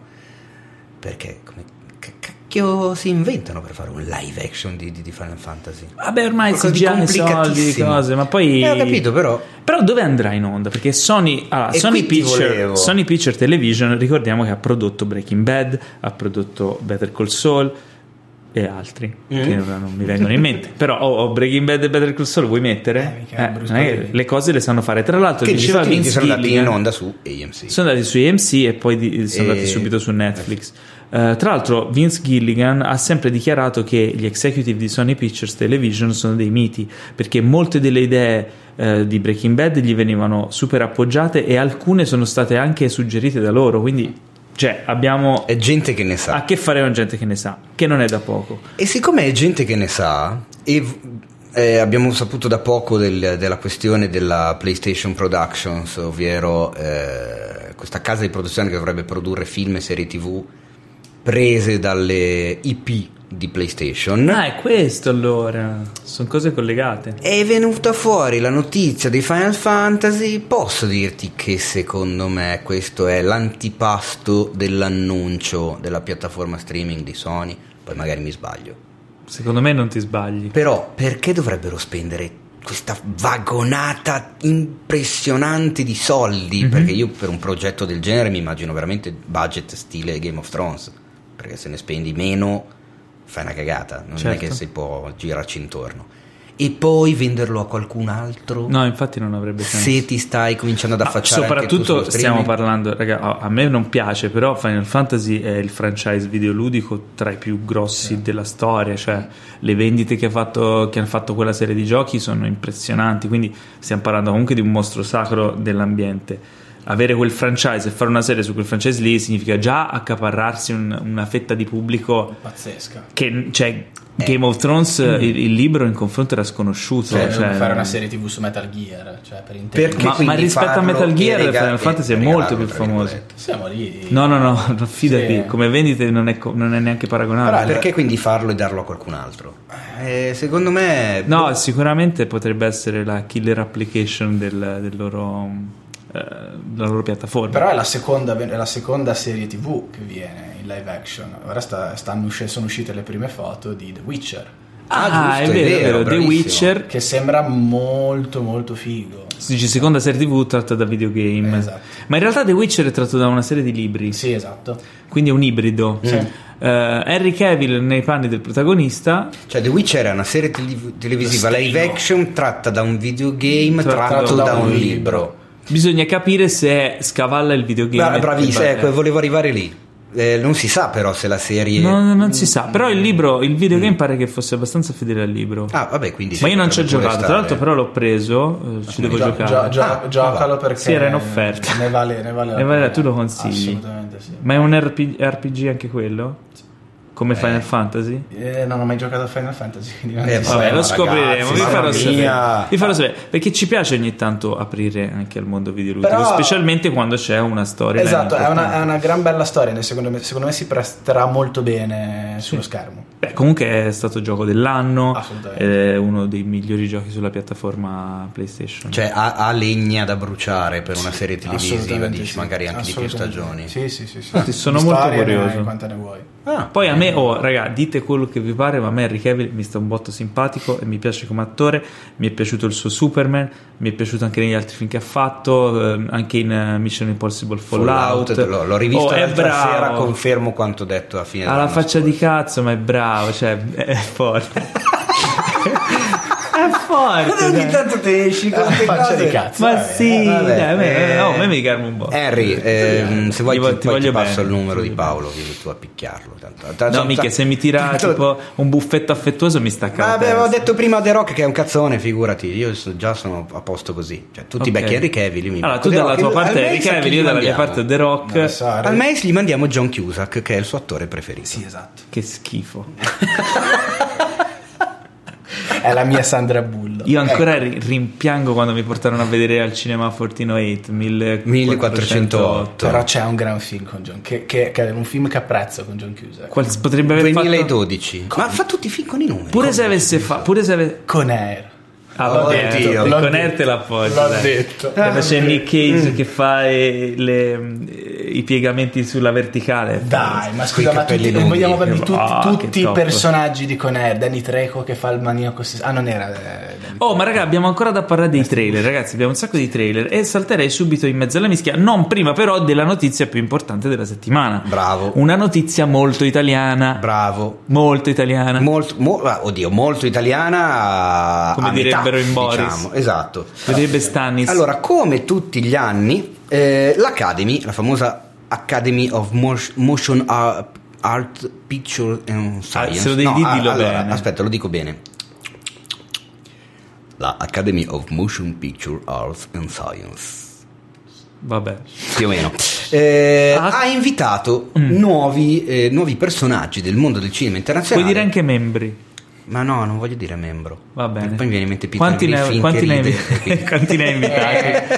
S2: Perché come che cacchio si inventano per fare un live action di, di- di Final Fantasy?
S1: Vabbè, ormai
S2: Qualcosa
S1: si
S2: di
S1: già soldi,
S2: complicatissimo.
S1: cose, ma poi...
S2: Eh, ho capito, però.
S1: Però dove andrà in onda? Perché Sony, allora,
S2: E
S1: Sony,
S2: qui ti volevo.
S1: Picture, Sony Picture Television, ricordiamo che ha prodotto Breaking Bad, ha prodotto Better Call Saul e altri
S2: Mm.
S1: che ora non mi vengono in mente. Però oh, oh, Breaking Bad e Better Call Saul vuoi
S3: Eh,
S1: mettere?
S3: mica,
S1: Eh,
S3: Bruce
S1: non è che
S3: Willis.
S1: le cose le sanno fare. Tra l'altro,
S2: Che gli
S1: diceva
S2: Stati Uniti
S1: Vince
S2: sono andati in
S1: Gilligan-
S2: onda su AMC.
S1: sono andati su AMC e poi di- sono
S2: E-
S1: andati subito su Netflix. Eh, tra l'altro, Vince Gilligan ha sempre dichiarato che gli executive di Sony Pictures Television sono dei miti perché molte delle idee eh, di Breaking Bad gli venivano super appoggiate e alcune sono state anche suggerite da loro. Quindi, cioè, abbiamo
S2: È gente che ne sa.
S1: a che fare con gente che ne sa, che non è da poco.
S2: E siccome è gente che ne sa, e v- eh, abbiamo saputo da poco del- della questione della PlayStation Productions, ovvero eh, questa casa di produzione che dovrebbe produrre film e serie tv prese dalle IP di PlayStation.
S1: Ah, è questo allora. Sono cose collegate.
S2: È venuta fuori la notizia di Final Fantasy. Posso dirti che secondo me questo è l'antipasto dell'annuncio della piattaforma streaming di Sony. Poi magari mi sbaglio.
S1: Secondo me non ti sbagli.
S2: Però perché dovrebbero spendere questa vagonata impressionante di soldi?
S1: Mhm.
S2: Perché io per un progetto del genere mi immagino veramente budget stile Game of Thrones. Perché se ne spendi meno fai una cagata, non è
S1: Certo.
S2: che si può girarci intorno. E poi venderlo a qualcun altro
S1: No, infatti non avrebbe senso.
S2: se ti stai cominciando ad
S1: Ma
S2: affacciare anche tu
S1: soprattutto
S2: sullo
S1: stiamo
S2: streaming.
S1: parlando raga, a- a me non piace però Final Fantasy è il franchise videoludico tra i più grossi della storia cioè le vendite che, ha fatto, che hanno fatto quella serie di giochi sono impressionanti quindi stiamo parlando comunque di un mostro sacro dell'ambiente avere quel franchise e fare una serie su quel franchise lì significa già accaparrarsi un- una fetta di pubblico
S3: Pazzesca.
S1: che cioè, Game of Thrones il, il libro in confronto era sconosciuto
S3: Cioè,
S1: cioè-
S3: fare una serie TV su Metal Gear, cioè per intendere.
S2: Perché
S1: Ma- ma
S2: quindi
S1: rispetto a
S2: farlo
S1: Metal
S2: e
S1: Gear,
S2: rega-
S1: Final
S2: e
S1: Fantasy è
S2: regalarlo,
S1: molto più
S2: tra
S1: famoso.
S2: virgolette.
S3: Siamo lì.
S1: No, no, no, non fidati,
S3: Sì.
S1: come vendite non è, co- non è neanche
S2: Però
S1: paragonabile.
S2: perché quindi farlo e darlo a qualcun altro? Eh, secondo me boh,
S1: No, sicuramente potrebbe essere la killer application del, del loro, eh, della loro piattaforma.
S3: Però è la, seconda, è la seconda serie TV che viene in live action. Ora sta- stanno usci- sono uscite le prime foto di The Witcher.
S1: Ah,
S2: giusto,
S1: è vero, è vero. The
S2: bravissimo.
S1: Witcher,
S3: Che sembra molto molto figo.
S1: si dice seconda serie TV tratta da videogame.
S3: Eh, esatto.
S1: Ma in realtà The Witcher è tratto da una serie di libri,
S3: Sì, esatto.
S1: quindi è un ibrido.
S2: Mm.
S3: Sì.
S1: Eh, Henry Cavill nei panni del protagonista,
S2: Cioè, The Witcher è una serie tele- televisiva
S3: Lo
S2: live
S3: stream.
S2: action tratta da un videogame
S1: Tratto
S2: tratto
S3: da
S2: da
S3: un
S2: un
S3: libro.
S2: libro.
S1: bisogna capire se scavalla il videogame.
S2: Bra- bravissimo,
S1: Eh,
S2: ecco, volevo arrivare lì. Eh, non si sa però se la serie...
S1: non, non si sa, però il libro, il videogame pare che fosse abbastanza fedele al libro.
S2: Ah, vabbè, quindi...
S1: Ma io non ci ho
S2: potrebbe
S1: giocato,
S2: pure
S1: tra l'altro
S2: stare.
S1: però l'ho preso, eh, ci devo
S3: Gio-
S1: giocare.
S3: gio- gio-
S2: Ah,
S3: giocalo
S2: vabbè.
S3: perché
S1: Sì, era in offerta.
S3: Ne vale, ne vale, la
S1: Ne vale la-
S3: pena.
S1: tu lo consigli?
S3: Assolutamente sì.
S1: Ma è un RP- RPG anche quello? Come Final Fantasy?
S3: Eh, non ho mai giocato a Final Fantasy, quindi non
S2: Eh,
S3: ti so.
S1: Vabbè,
S2: Vabbè,
S1: lo
S2: ma
S1: scopriremo,
S2: ragazzi,
S1: vi farò,
S2: mamma
S1: sapere.
S2: mia.
S1: vi farò sapere. Perché ci piace ogni tanto aprire anche al mondo videoludico,
S3: Però-
S1: specialmente quando c'è una storia.
S3: Esatto, è una,
S1: importante.
S3: è una gran bella storia, nel- secondo me, secondo me si presterà molto bene sullo schermo.
S1: Beh, comunque è stato gioco dell'anno,
S3: Assolutamente.
S1: è uno dei migliori giochi sulla piattaforma PlayStation.
S2: Cioè, ha, ha legna da bruciare per una serie televisiva,
S3: Assolutamente
S2: dici,
S3: sì.
S2: magari anche di più stagioni.
S3: Assolutamente. Sì, sì, sì. sì.
S1: Infatti sono
S3: Di
S1: molto
S3: storie ne
S1: curioso.
S3: hai Quante ne vuoi.
S2: Ah,
S1: Poi a me, oh raga, dite quello che vi pare, ma a me Henry Cavill mi sta un botto simpatico e mi piace come attore, mi è piaciuto il suo Superman, mi è piaciuto anche negli altri film che ha fatto, ehm, anche in eh, Mission Impossible Fallout.
S2: Fallout, l'ho, l'ho rivisto
S1: Oh, è
S2: l'altra
S1: bravo.
S2: sera, confermo quanto detto a fine
S1: Ha la
S2: dell'anno
S1: faccia di cazzo, ma è bravo, cioè è forte. è
S2: scorso.
S1: forte.
S2: Guarda,
S1: dai.
S2: Ogni tanto te esci con
S3: Ah,
S2: queste
S3: faccia
S2: cose.
S3: di cazzo.
S1: Ma
S3: vabbè.
S1: sì,
S2: Vabbè,
S1: dai, a me,
S2: eh.
S1: no, a me mi carmo un po'.
S2: Henry, ehm, se vuoi
S1: Ti
S2: ti,
S1: vo- ti
S2: poi ti
S1: voglio
S2: passo
S1: bene.
S2: il numero di Paolo, vieni tu a picchiarlo. Tanto. Tanto-
S1: No, mica, se mi tira
S2: tanto-
S1: tipo un buffetto affettuoso mi stacca
S2: Ma
S1: la
S2: avevo
S1: testa.
S2: detto prima a The Rock che è un cazzone, figurati, io so- già sono a posto così. Cioè, tu ti
S1: Ok.
S2: becchi Henry Cavill, io mi
S1: Allora,
S2: becco
S1: tu
S2: The
S1: dalla
S2: Rock.
S1: tua
S2: Al
S1: parte
S2: Mace
S1: Henry
S2: a chi
S1: Cavill,
S2: gli
S1: io dalla mia
S2: mandiamo?
S1: parte The Rock.
S3: Non lo so,
S2: Al Mace gli mandiamo John Cusack, che è il suo attore preferito.
S3: Sì, esatto.
S1: Che schifo.
S3: È la mia Sandra Bullo.
S1: Io ancora ri- rimpiango quando mi portarono a vedere al cinema Fortino 8 1408.
S2: 1408.
S3: Però c'è un gran film con John, che, che, che è un film che apprezzo con John Cusack.
S1: Qual- potrebbe aver fatto
S2: 2012. Ma fa tutti i film con i numeri.
S1: pure se avesse fatto pure se avesse
S3: Con Air.
S1: Ah,
S2: L'ho
S1: vabbè,
S2: detto,
S1: eh,
S3: l'ho
S1: con
S3: detto.
S1: Air te l'appoggio.
S3: L'ho
S1: dai.
S3: detto.
S1: Quando c'è Nick Cage che fa eh, le- eh, i piegamenti sulla verticale.
S3: Dai, ma
S2: Coi
S3: scusa, ma
S2: capelli
S3: tutti,
S2: lunghi.
S3: vogliamo parlare di tutti,
S1: Ah, che
S3: tutti i
S1: top.
S3: personaggi di Con Air. Danny Treco che fa il maniaco. sess- Ah, non era. eh, Danny
S1: Oh, ma raga, abbiamo ancora da parlare
S2: Eh,
S1: dei trailer, ragazzi. Abbiamo un sacco di trailer e salterei subito in mezzo alla mischia. Non prima, però, della notizia più importante della settimana.
S2: Bravo.
S1: Una notizia molto italiana.
S2: Bravo.
S1: molto italiana.
S2: Molto, mo- ah, oddio, molto italiana. a-
S1: Come
S2: a metà,
S1: direbbero in Boris.
S2: Diciamo, esatto.
S1: Vedrebbe Stannis.
S2: Allora, come tutti gli anni, eh, l'Academy, la famosa Academy of Mos- Motion Ar- Art, Picture and Science.
S1: Ah, se lo devi dire, dillo
S2: allora,
S1: bene.
S2: Aspetta, lo dico bene. La Academy of Motion Picture Arts and Science.
S1: Vabbè.
S2: più o meno, Eh,
S1: Ah.
S2: ha invitato nuovi, eh, nuovi personaggi del mondo del cinema
S1: Puoi
S2: internazionale.
S1: dire anche membri.
S2: Ma no, non voglio dire membro.
S1: Va bene.
S2: Eh, Poi mi viene in mente Peter
S1: quanti ne,
S2: Griffin
S1: quanti
S2: che
S1: ne-
S2: ride, Eh, quindi-
S1: quanti ne hai invitati?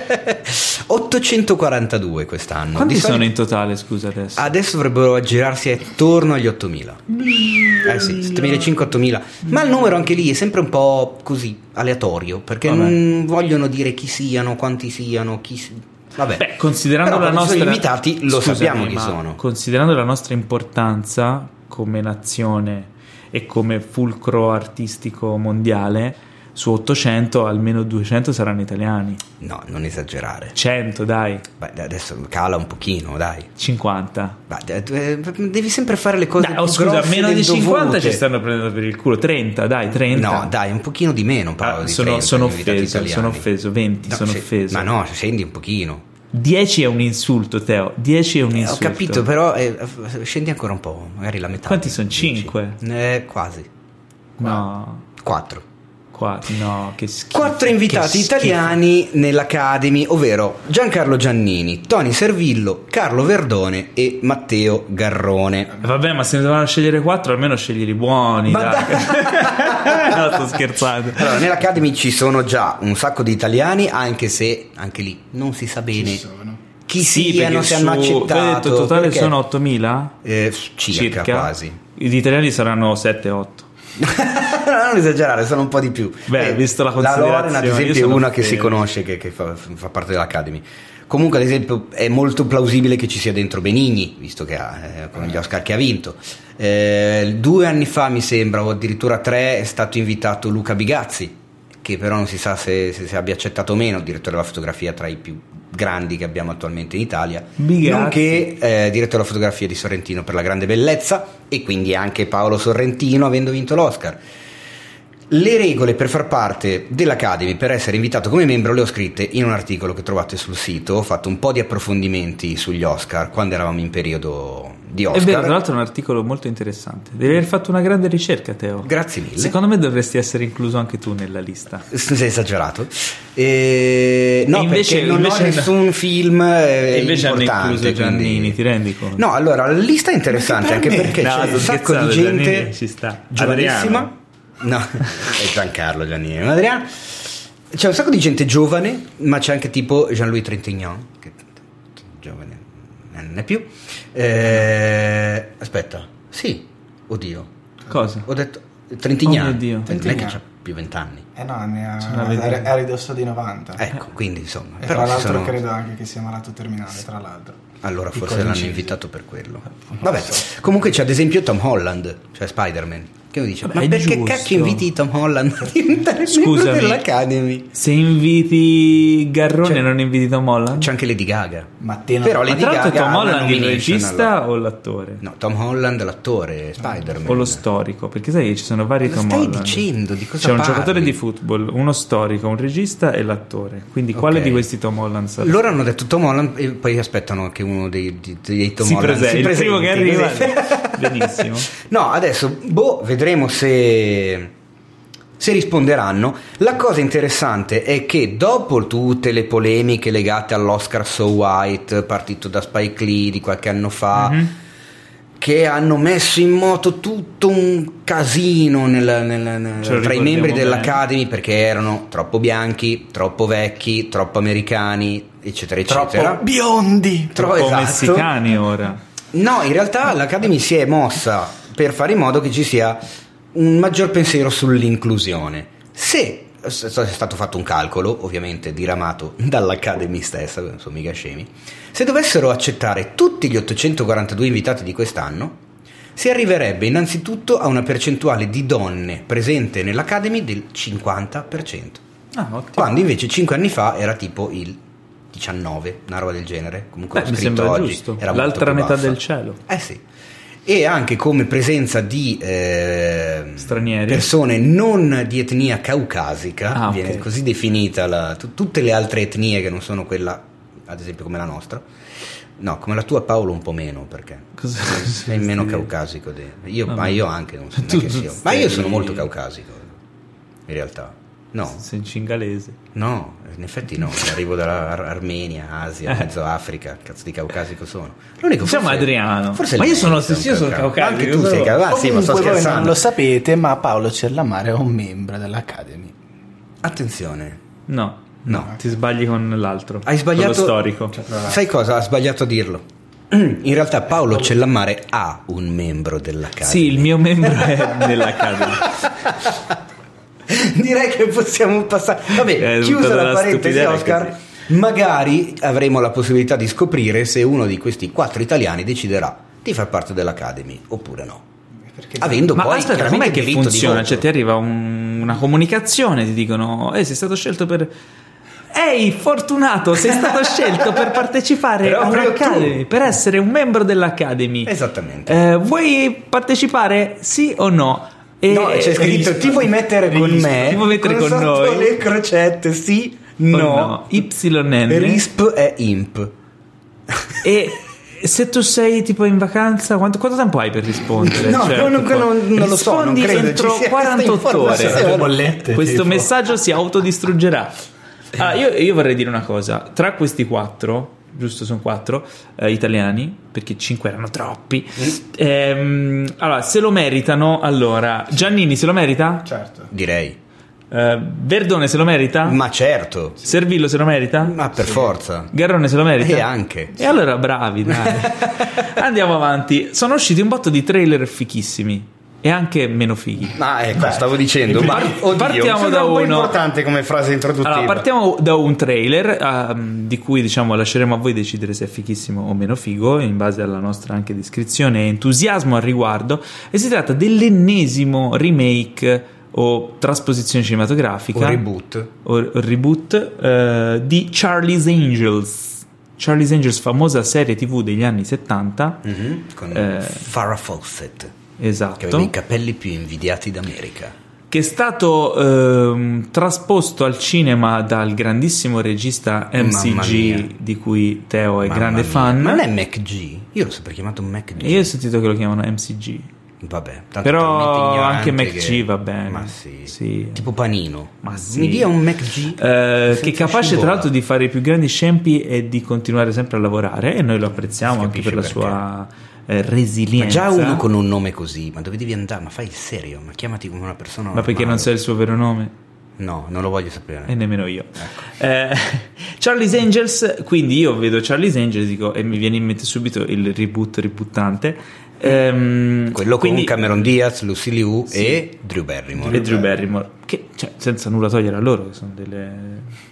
S2: 842 quest'anno.
S1: Quanti
S2: Di
S1: sono
S2: solito-
S1: in totale, scusa adesso?
S2: Adesso dovrebbero aggirarsi attorno agli 8000. Eh sì, 7500-8000. Ma il numero anche lì è sempre un po' così, aleatorio, perché
S1: Vabbè.
S2: non vogliono dire chi siano, quanti siano, chi... si- Vabbè.
S1: Beh, considerando
S2: Però
S1: la
S2: quando
S1: nostra
S2: sono invitati lo
S1: Scusami,
S2: sappiamo chi
S1: ma
S2: sono.
S1: Considerando la nostra importanza come nazione e come fulcro artistico mondiale, su 800 almeno 200 saranno italiani.
S2: No, non esagerare.
S1: 100, dai,
S2: Beh, adesso cala un pochino, dai.
S1: 50.
S2: Ma, eh, devi sempre fare le cose
S1: Dai, oh,
S2: più
S1: scusa,
S2: grosse
S1: meno
S2: del
S1: di 50
S2: dovute.
S1: ci stanno prendendo per il culo. 30, dai, 30.
S2: No, dai, un pochino di meno, Paolo,
S1: Ah,
S2: di
S1: sono,
S2: 30,
S1: sono
S2: gli invitati
S1: offeso,
S2: italiani.
S1: sono offeso, 20
S2: No,
S1: sono
S2: se-
S1: offeso.
S2: Ma no, scendi un pochino.
S1: 10 è un insulto, Teo. 10 è un
S2: Eh, ho
S1: insulto.
S2: capito, però eh, f- scendi ancora un po', magari la metà.
S1: Quanti sono?
S2: Dici.
S1: Cinque?
S2: Eh, quasi.
S1: No,
S2: Quattro.
S1: qua, no, che schifo.
S2: Quattro
S1: Che
S2: invitati
S1: schifo.
S2: italiani nell'Academy, ovvero Giancarlo Giannini, Tony Servillo, Carlo Verdone e Matteo Garrone.
S1: Vabbè, ma se ne dovevano scegliere quattro, almeno sceglieli buoni.
S2: Ma
S1: dai. no, sto scherzando.
S2: Allora, nell'Academy ci sono già un sacco di italiani, anche se anche lì non si sa
S3: Trejo.
S2: bene
S3: Ci sono.
S2: chi
S1: Sì,
S2: siano,
S1: perché
S2: se hanno
S1: su-
S2: accettato.
S1: Ho detto totale
S2: perché-
S1: sono 8000?
S2: Eh, circa, quasi.
S1: Gli italiani saranno 7-8.
S2: non esagerare, sono un po' di più.
S1: Beh, visto la
S2: Lauren,
S1: considerazione,
S2: ad
S1: io
S2: esempio, è
S1: sono
S2: una che si
S1: offeso.
S2: conosce, che, che fa, fa parte dell'Academy. Comunque, ad esempio, è molto plausibile che ci sia dentro Benigni, visto che ha, eh, con gli Oscar che ha vinto. Eh, due anni fa, mi sembra, o addirittura tre, è stato invitato Luca Bigazzi, che però non si sa se, se- se abbia accettato o meno, direttore della fotografia tra i più grandi che abbiamo attualmente in Italia.
S1: Bigazzi.
S2: Nonché eh, direttore della fotografia di Sorrentino per la grande bellezza e quindi anche Paolo Sorrentino avendo vinto l'Oscar. Le regole per far parte dell'Academy, per essere invitato come membro, le ho scritte in un articolo che trovate sul sito. Ho fatto un po' di approfondimenti sugli Oscar quando eravamo in periodo di
S1: È
S2: Oscar.
S1: vero, tra l'altro è un articolo molto interessante. Devi aver fatto una grande ricerca, Teo.
S2: Grazie mille.
S1: Secondo me dovresti essere incluso anche tu nella lista.
S2: S- Sei esagerato. E- No,
S1: Invece-
S2: perché non
S1: invece-
S2: ho nessun film eh,
S1: E invece hanno
S2: importante,
S1: incluso
S2: quindi-
S1: Giannini, ti rendi conto?
S2: No, allora, la lista è interessante anche perché
S1: No,
S2: c'è
S1: sto
S2: un sacco
S1: scherzando,
S2: di
S1: Giannini
S2: gente
S1: ci sta.
S2: giovanissima. No, è Giancarlo Giannini, ma Adriano. C'è un sacco di gente giovane, ma c'è anche tipo Jean-Louis Trintignant, che giovane non è più. Eh, aspetta, sì, oddio,
S1: Cosa?
S2: ho detto Trintignant.
S1: Oh mio Dio.
S2: Non è che c'ha più vent'anni.
S3: Eh no, ne ha,
S1: Sono una
S3: ha- ha ridosso dei 90.
S2: Ecco, quindi insomma.
S3: E
S2: però
S3: tra
S2: ci
S3: l'altro
S2: sono-
S3: credo anche che sia malato terminale, tra l'altro.
S2: Allora
S3: Piccoli
S2: forse l'hanno
S3: incisi.
S2: invitato per quello. Vabbè, comunque c'è ad esempio Tom Holland, cioè Spider-Man, che uno dice,
S1: Vabbè,
S2: ma
S1: è
S2: perché
S1: giusto."
S2: cacchio inviti Tom Holland a diventare membro
S1: Scusami.
S2: dell'Academy?
S1: Se inviti Garrone non inviti Tom Holland?
S2: C'è anche Lady Gaga.
S3: Ma te no.
S2: Però
S1: Ma
S3: Ma
S2: Cioè, Lady
S1: tra l'altro
S2: Gaga
S1: Tom
S2: ha una
S1: Holland il
S2: nomination,
S1: regista
S2: allora.
S1: o l'attore?
S2: No, Tom Holland l'attore, Spider-Man.
S1: O lo storico? Perché sai che ci sono vari
S2: Ma
S1: Tom
S2: stai
S1: Holland.
S2: dicendo? Di cosa
S1: C'è un
S2: parli?
S1: giocatore di football, uno storico, un regista e l'attore. Quindi quale
S2: Ok.
S1: di questi Tom Holland sarà?
S2: Loro hanno detto Tom Holland e poi aspettano che uno dei, dei- dei Tom
S1: si
S2: Holland
S1: presenta,
S2: si
S1: il primo
S2: presenti.
S1: che arriva.
S2: così.
S1: Benissimo.
S2: No, adesso, boh, vedremo se, se risponderanno. La cosa interessante è che dopo tutte le polemiche legate all'Oscar So White, partito da Spike Lee di qualche anno fa,
S1: Mhm.
S2: che hanno messo in moto tutto un casino nel- nel- nel-
S1: Ce lo
S2: tra i
S1: ricordiamo
S2: membri
S1: bene.
S2: dell'Academy perché erano troppo bianchi, troppo vecchi, troppo americani, eccetera, eccetera.
S3: Troppo biondi.
S1: Un
S2: Tro-
S1: po'
S2: esatto.
S1: messicani ora.
S2: No, in realtà l'Academy si è mossa per fare in modo che ci sia un maggior pensiero sull'inclusione. Se è stato fatto un calcolo, ovviamente diramato dall'Academy stessa, non sono mica scemi, se dovessero accettare tutti gli 842 invitati di quest'anno, si arriverebbe innanzitutto a una percentuale di donne presente nell'Academy del 50%.
S1: Ah, ottimo.
S2: Quando invece 5 anni fa era tipo il 19, una roba del genere. Comunque
S1: Beh,
S2: l'ho
S1: mi
S2: scritto
S1: sembra
S2: oggi.
S1: giusto.
S2: era molto
S1: L'altra
S2: più
S1: metà
S2: bassa.
S1: del cielo.
S2: Eh sì. E anche come presenza di ehm,
S1: Stranieri.
S2: persone non di etnia caucasica,
S1: Ah, ok.
S2: viene così definita la- tu- tutte le altre etnie che non sono quella, ad esempio, come la nostra. No, come la tua Paolo un po' meno perché
S1: Cosa-
S2: sei meno caucasico di- io, ma io anche non so non è
S1: Tu
S2: che sia-
S1: stai-
S2: ma io sono molto caucasico in realtà no
S1: Sei in cingalese.
S2: No, in effetti no, arrivo dall'Armenia, Asia,
S1: Eh.
S2: mezzo Africa, cazzo di caucasico sono. L'unico
S1: Siamo
S2: forse-
S1: Adriano. Ma
S2: lei
S1: io sono-
S2: sei un
S1: sì, io sono caucasico,
S2: Anche tu
S1: sono-
S2: sei caucasico, ah, sì, ma sto
S3: Comunque voi non
S2: scherzando.
S3: lo sapete, ma Paolo Cellamare è un membro dell'Academy.
S2: Attenzione.
S1: No.
S2: No.
S1: Ti sbagli con l'altro.
S2: Hai sbagliato Cioè,
S1: Quello storico.
S2: Sai cosa? Ha sbagliato a dirlo. In realtà Paolo Cellammare ha un membro della casa.
S1: Sì, il mio membro è nell'Academy.
S2: Direi che possiamo passare. Vabbè,
S1: È
S2: chiusa
S1: Eh, tutta
S2: la
S1: una
S2: parentesi,
S1: stupidità
S2: Oscar. Magari avremo la possibilità di scoprire se uno di questi quattro italiani deciderà di far parte dell'Academy oppure no.
S3: Perché
S2: Avendo
S1: Ma
S2: poi
S1: aspetta,
S2: chiaramente
S1: com'è che
S2: diritto
S1: funziona?
S2: di
S1: Cioè,
S2: voto.
S1: ti arriva un- una comunicazione, ti dicono: Eh, sei stato scelto per. Ehi, fortunato, sei stato scelto per partecipare
S2: Però proprio tu. Esatto.
S1: all'Academy, per essere un membro dell'Academy.
S2: Esattamente.
S1: Eh, vuoi partecipare, sì o no? E-
S2: no, c'è scritto: ti vuoi mettere con
S1: Risp-
S2: me?
S1: Ti vuoi mettere con,
S2: sotto
S1: noi? Oh,
S2: le crocette, sì,
S1: O
S2: no.
S1: YN.
S2: RISP è imp.
S1: E se tu sei tipo in vacanza, quanto, quanto tempo hai per rispondere?
S2: No,
S1: Cioè,
S2: non-
S1: tipo,
S2: non- non lo so, non
S1: Rispondi
S2: credo ci
S1: entro
S2: sia questa
S1: 48
S2: informazione.
S1: ore.
S2: Sì,
S3: bollette.
S1: Questo
S3: tipo. Eh.
S1: messaggio si autodistruggerà. Ah, io, io vorrei dire una cosa: tra questi quattro, giusto, sono quattro eh, italiani, perché cinque erano troppi.
S2: Mm.
S1: ehm, allora, se lo meritano, allora Giannini se lo merita?
S2: Cioè.
S3: Certo.
S2: Direi.
S1: Eh, Verdone se lo merita?
S2: Ma certo,
S1: Servillo se lo merita?
S2: ma per forza.
S1: Garrone se lo merita?
S2: E anche.
S1: E allora bravi, dai. Andiamo avanti. Sono usciti un botto di trailer fichissimi. e anche meno fighi.
S2: Ah, ecco, stavo dicendo, ma
S1: Par-
S2: oddio,
S1: partiamo
S5: Sembra
S1: da
S5: un po'
S1: uno.
S5: importante come frase introduttiva.
S1: Allora, partiamo da un trailer ehm, di cui diciamo lasceremo a voi decidere se è fichissimo o meno figo, in base alla nostra anche descrizione e entusiasmo al riguardo. E si tratta dell'ennesimo remake o trasposizione cinematografica
S2: un reboot.
S1: o- o reboot eh, di Charlie's Angels. Charlie's Angels, famosa serie tv degli anni 70.
S2: Mhm, Con
S1: Eh.
S2: Farrah Fawcett, che aveva
S1: Esatto.
S2: i capelli più invidiati d'America.
S1: che è stato ehm, trasposto al cinema dal grandissimo regista
S2: Mamma mia.
S1: MCG di cui Teo è
S2: Mamma
S1: grande
S2: mia.
S1: fan.
S2: Ma non è MacG? Io l'ho sempre chiamato MacG.
S1: E Io ho sentito che lo chiamano MCG.
S2: Vabbè, tanto
S1: Però
S2: talmente
S1: anche
S2: ignorante
S1: MacG
S2: che-
S1: va bene.
S2: Ma sì.
S1: Sì.
S2: Tipo Panino.
S1: Ma sì.
S2: Mi dia un MacG.
S1: Eh, che è
S2: Senza
S1: capace tra
S2: scivola.
S1: l'altro di fare i più grandi scempi e di continuare sempre a lavorare e noi lo apprezziamo
S2: Si
S1: anche per la
S2: capisce
S1: sua eh,
S2: Ma
S1: resilienza.
S2: già uno con un nome così, ma dove devi andare? Ma fai il serio, ma chiamati come una persona.
S1: Ma perché non sai il suo vero nome?
S2: No, non lo voglio sapere.
S1: E nemmeno io.
S2: Ecco.
S1: Eh, Charlie's Angels, quindi io vedo Charlie's Angels dico, e mi viene in mente subito il reboot ributtante. Ehm,
S2: Quello con
S1: quindi-
S2: Cameron Diaz, Lucy Liu e Drew Barrymore.
S1: e Drew Barrymore, che cioè, senza nulla togliere a loro, che sono delle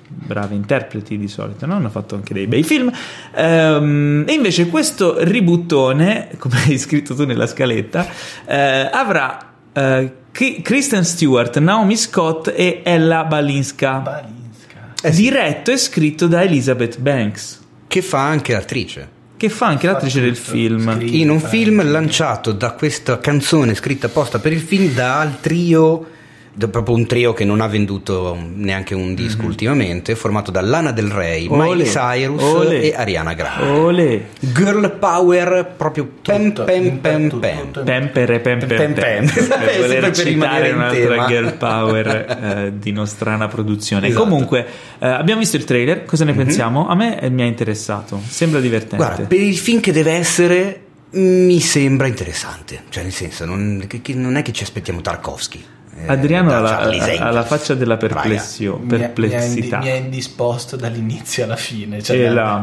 S1: brave interpreti di solito, no? hanno fatto anche dei bei film. Ehm, e invece questo ributtone, come hai scritto tu nella scaletta, eh, avrà eh, Ki- Kristen Stewart, Naomi Scott e Ella Balinska.
S3: Balinska.
S2: Eh
S1: diretto e scritto da Elizabeth Banks,
S2: Che fa anche l'attrice.
S1: che fa anche l'attrice del
S3: tutto,
S1: film.
S3: scrive. Sì,
S2: In un
S3: fa-
S2: film lanciato da questa canzone scritta apposta per il film dal trio, da- proprio un trio che non ha venduto neanche un disco
S3: Mhm.
S2: ultimamente, formato da Lana Del Rey,
S1: Ole,
S2: Miley Cyrus
S1: ole,
S2: e Ariana Grande.
S1: Ole.
S2: Girl power proprio pem
S3: Tutto,
S2: pem pem
S3: tutto,
S2: pem.
S3: tutto.
S1: Pempere, pempere,
S2: Pem, pem, pem.
S1: per
S2: Sempre
S1: voler
S2: per rimanere
S1: citare
S2: in
S1: un'altra
S2: tema.
S1: girl power eh, di nostrana produzione.
S2: Esatto. Mhm.
S1: Comunque, eh, abbiamo visto il trailer, cosa ne pensiamo? A me eh, mi ha interessato, sembra divertente.
S2: Guarda, per il film che deve essere mi sembra interessante, cioè nel senso non, che- che non è che ci aspettiamo Tarkovsky. eh,
S1: Adriano
S2: da
S1: ha la-
S2: Charlie's Angels.
S1: ha la faccia della
S2: Raga,
S1: perplessio-
S3: Mi è-
S1: perplessità.
S3: Mi è, mi è indisposto dall'inizio alla fine. Cioè,
S1: E
S3: da-
S1: la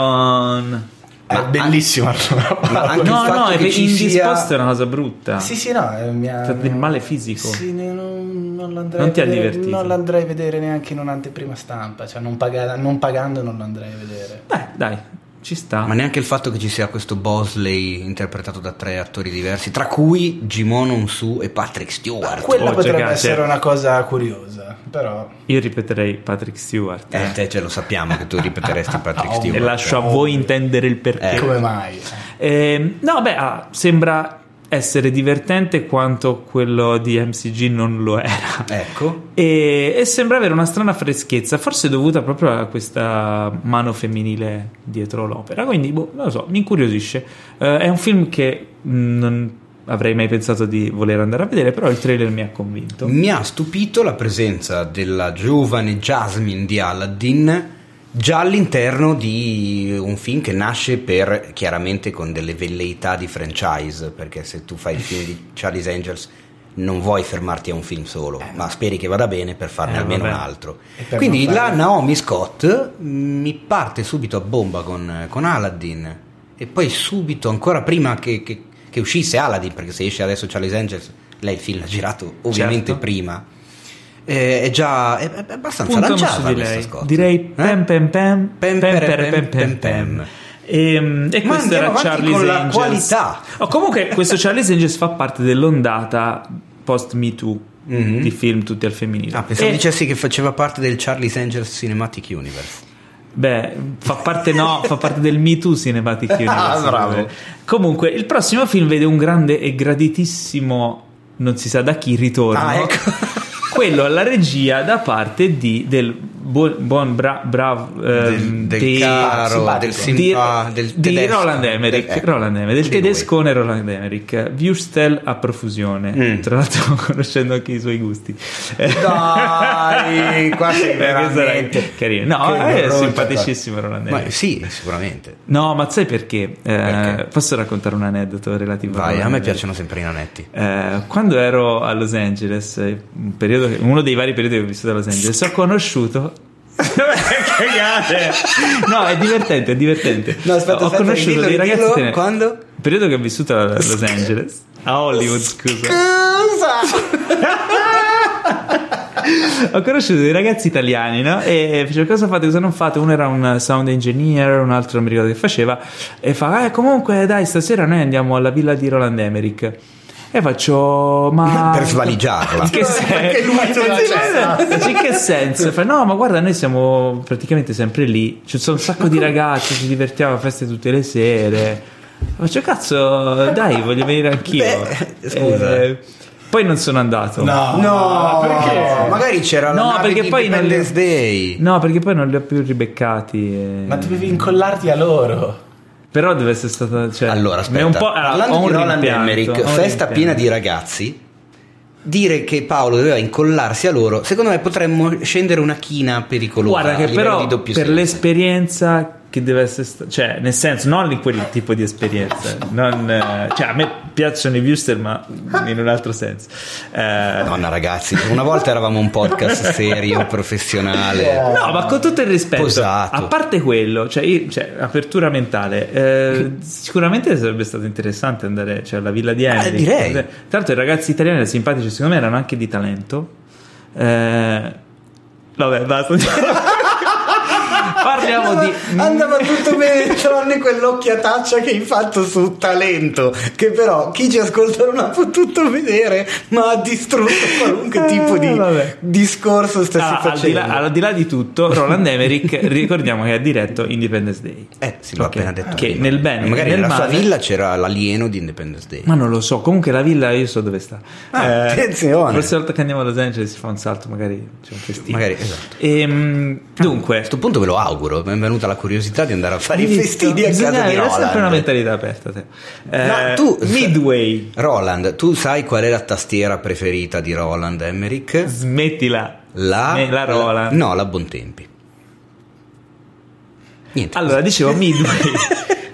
S1: madonna.
S3: È bellissimo Arnold
S2: Ma
S3: Paolo.
S2: anche il
S1: No,
S2: fatto
S1: no, è
S2: che ci sia-
S1: indisposto è una cosa brutta.
S3: Sì, sì, no, eh, mi ha...
S1: Fa del male fisico.
S3: Sì, ne- non, non l'andrei
S1: Non ti
S3: a
S1: ha
S3: vedere-
S1: divertito?
S3: Non l'andrei a vedere neanche in un'anteprima stampa, cioè non, paga- non pagando non l'andrei a vedere.
S1: Beh, dai, ci sta.
S2: Ma neanche il fatto che ci sia questo Bosley interpretato da tre attori diversi, tra cui Jimon Onsu e Patrick Stewart.
S3: Quella
S1: Oh,
S3: potrebbe
S1: cioè,
S3: essere
S1: cioè-
S3: una cosa curiosa, però
S1: Io ripeterei Patrick Stewart.
S2: Eh, te ce lo sappiamo che tu ripeteresti Patrick
S3: Ah,
S1: E
S3: oh,
S2: Stewart. eh.
S1: lascio a voi intendere il perché.
S3: come mai?
S1: Ehm, no, beh, ah, sembra essere divertente quanto quello di MCG non lo era.
S2: Ecco.
S1: E, e sembra avere una strana freschezza, forse dovuta proprio a questa mano femminile dietro l'opera. Quindi, boh, non lo so, mi incuriosisce. Eh, è un film che mh, non avrei mai pensato di voler andare a vedere, però il trailer mi ha convinto.
S2: Mi ha stupito la presenza della giovane Jasmine di Aladdin già all'interno di un film che nasce per chiaramente con delle velleità di franchise, perché se tu fai il film di Charlie's Angels non vuoi fermarti a un film solo, ma speri che vada bene per farne
S1: Eh,
S2: almeno
S1: vabbè.
S2: un altro.
S3: E per
S2: Quindi
S3: non
S2: la
S3: fare-
S2: Ah, Naomi Scott mh, mi parte subito a bomba con, con Aladdin e poi subito, ancora prima che, che- che uscisse Aladdin, perché se esce adesso Charlie's Angels, lei il film l'ha girato ovviamente
S1: Certo.
S2: prima. Eh, è già è, è abbastanza
S1: Puntiamo
S2: lanciata
S1: su di
S2: questa
S1: lei.
S2: Scott.
S1: Direi
S2: Eh?
S1: pem pem pem, pem
S2: Pem, pere,
S1: pere,
S2: pem,
S1: pem,
S2: pem,
S1: pem.
S2: pem.
S1: Ehm, E,
S2: Ma
S1: questo
S2: andiamo
S1: era
S2: avanti
S1: Charlie's
S2: con la
S1: Angels.
S2: qualità.
S1: Oh, comunque questo Charlie's Angels fa parte dell'ondata post Me Too
S2: Mhm.
S1: di film tutti al femminile.
S2: Ah, pensavo
S1: E-
S2: dicessi che faceva parte del Charlie's Angels Cinematic Universe.
S1: Beh, fa parte, no, fa parte del Me Too Cinematic Universe.
S2: Ah, bravo.
S1: eh. Comunque, il prossimo film vede un grande e graditissimo, non si sa da chi, ritorno.
S2: Ah, ecco.
S1: Quello alla regia da parte di, del buon, buon bra- bravo... ehm,
S2: Del, del
S1: dei-
S2: caro, del,
S3: simpatico.
S2: sim-
S1: di,
S2: ah, del
S1: di
S2: tedesco.
S1: Roland Emmerich,
S2: Del- ecco,
S1: Roland Emmerich, del
S2: di lui.
S1: tedescone Roland Emmerich, Würstel a profusione,
S2: Mm.
S1: tra l'altro conoscendo anche i suoi gusti.
S2: Dai, qua
S1: Eh,
S2: sei
S1: questo era
S2: veramente- eh,
S1: carino. No,
S2: Che
S1: è
S2: brutta
S1: simpaticissimo Roland Emmerich.
S2: Ma sì, sicuramente.
S1: No, ma sai perché? Eh,
S2: Perché?
S1: Posso raccontare un aneddoto relativo a
S2: Vai, a
S1: Roland
S2: me
S1: Emmerich?
S2: piacciono sempre i nanetti.
S1: Eh, quando ero a Los Angeles, eh, un periodo che- uno dei vari periodi che ho vissuto a Los Angeles, ho conosciuto. Cagate! no, è divertente, è divertente.
S2: No, aspetta,
S1: ho
S2: aspetta,
S1: conosciuto
S2: ridillo,
S1: dei ragazzi.
S2: ridillo,
S1: italiani-
S2: quando?
S1: Il periodo che ho vissuto a Los Angeles, A Hollywood, scusa.
S2: Cosa?
S1: Ho conosciuto dei ragazzi italiani, no? E facevo cosa fate, cosa non fate? Uno era un sound engineer, un altro non mi ricordo che faceva. E fa, eh, comunque, dai, stasera noi andiamo alla villa di Roland Emmerich. E faccio, ma.
S2: Per svaligiarla.
S1: Che
S3: Perché
S1: senso?
S3: lui ce l'ha cessa.
S1: Dici, che senso? Fa, no, ma guarda, noi siamo praticamente sempre lì. Ci sono un sacco di ragazzi, ci divertiamo a feste tutte le sere. Faccio, cazzo, dai, voglio venire anch'io.
S2: Beh, scusa.
S1: Eh, poi non sono andato.
S3: No,
S2: No,
S3: perché?
S2: Magari c'era la
S1: No,
S2: nave
S1: perché
S2: di
S1: poi non li-
S2: Independence Day.
S1: No, perché poi non li ho più ribeccati. e-
S3: Ma dovevi incollarti a loro.
S1: Però deve essere stata. Cioè,
S2: Allora,
S1: mi
S2: aspetta.
S1: è un po', allora,
S2: Parlando
S1: ho un
S2: di Roland
S1: rimpianto, ho
S2: Emmerich,
S1: un
S2: festa
S1: rimpianto.
S2: piena di ragazzi. Dire che Paolo doveva incollarsi a loro, secondo me potremmo scendere una china pericolosa.
S1: Guarda,
S2: a
S1: che
S2: livello
S1: però
S2: di doppio
S1: per
S2: senso.
S1: l'esperienza che deve essere. sta- cioè, nel senso, non in quel tipo di esperienza. Non, eh, cioè, a me piacciono i viewster, ma in un altro senso. Eh,
S2: Madonna, ragazzi, una volta eravamo un podcast serio, professionale.
S1: No, ma con tutto il rispetto,
S2: Posato.
S1: a parte quello, cioè, io- cioè, apertura mentale, eh, sicuramente sarebbe stato interessante andare cioè, alla villa di Henry.
S2: Eh, direi.
S1: Tra l'altro i ragazzi italiani erano simpatici, secondo me erano anche di talento. Eh, vabbè, basta. Parliamo di...
S2: Andava tutto bene, tranne quell'occhiataccia che hai fatto su talento. Che però chi ci ascolta non ha potuto vedere, ma ha distrutto qualunque
S1: Eh,
S2: tipo di
S1: vabbè.
S2: discorso stessi
S1: Ah, al, di
S2: facendo.
S1: là, al di là di tutto, Roland Emmerich ricordiamo che ha diretto Independence Day.
S2: Eh, sì, l'ho
S1: Ok.
S2: appena detto.
S1: Che
S2: prima.
S1: nel bene,
S2: Magari
S1: nel
S2: nella sua
S1: male-
S2: villa c'era l'alieno di Independence Day.
S1: Ma non lo so, comunque la villa io so dove sta.
S2: Ah,
S1: Eh,
S2: attenzione.
S1: Forse la volta che andiamo a Los Angeles si fa un salto, magari c'è un festino.
S2: Magari, esatto.
S1: Ehm,
S2: A
S1: dunque,
S2: questo punto ve lo auguro, mi è venuta la curiosità di andare a fare i festini a
S1: Bisogna
S2: casa di
S1: avere sempre una
S2: Roland.
S1: mentalità aperta. Te.
S2: Ma
S1: Eh,
S2: tu-
S1: Midway,
S2: Roland, tu sai qual è la tastiera preferita di Roland Emmerich?
S1: smettila.
S2: La,
S1: Eh, la Roland.
S2: No, la Bontempi. Niente.
S1: Allora, dicevo Midway.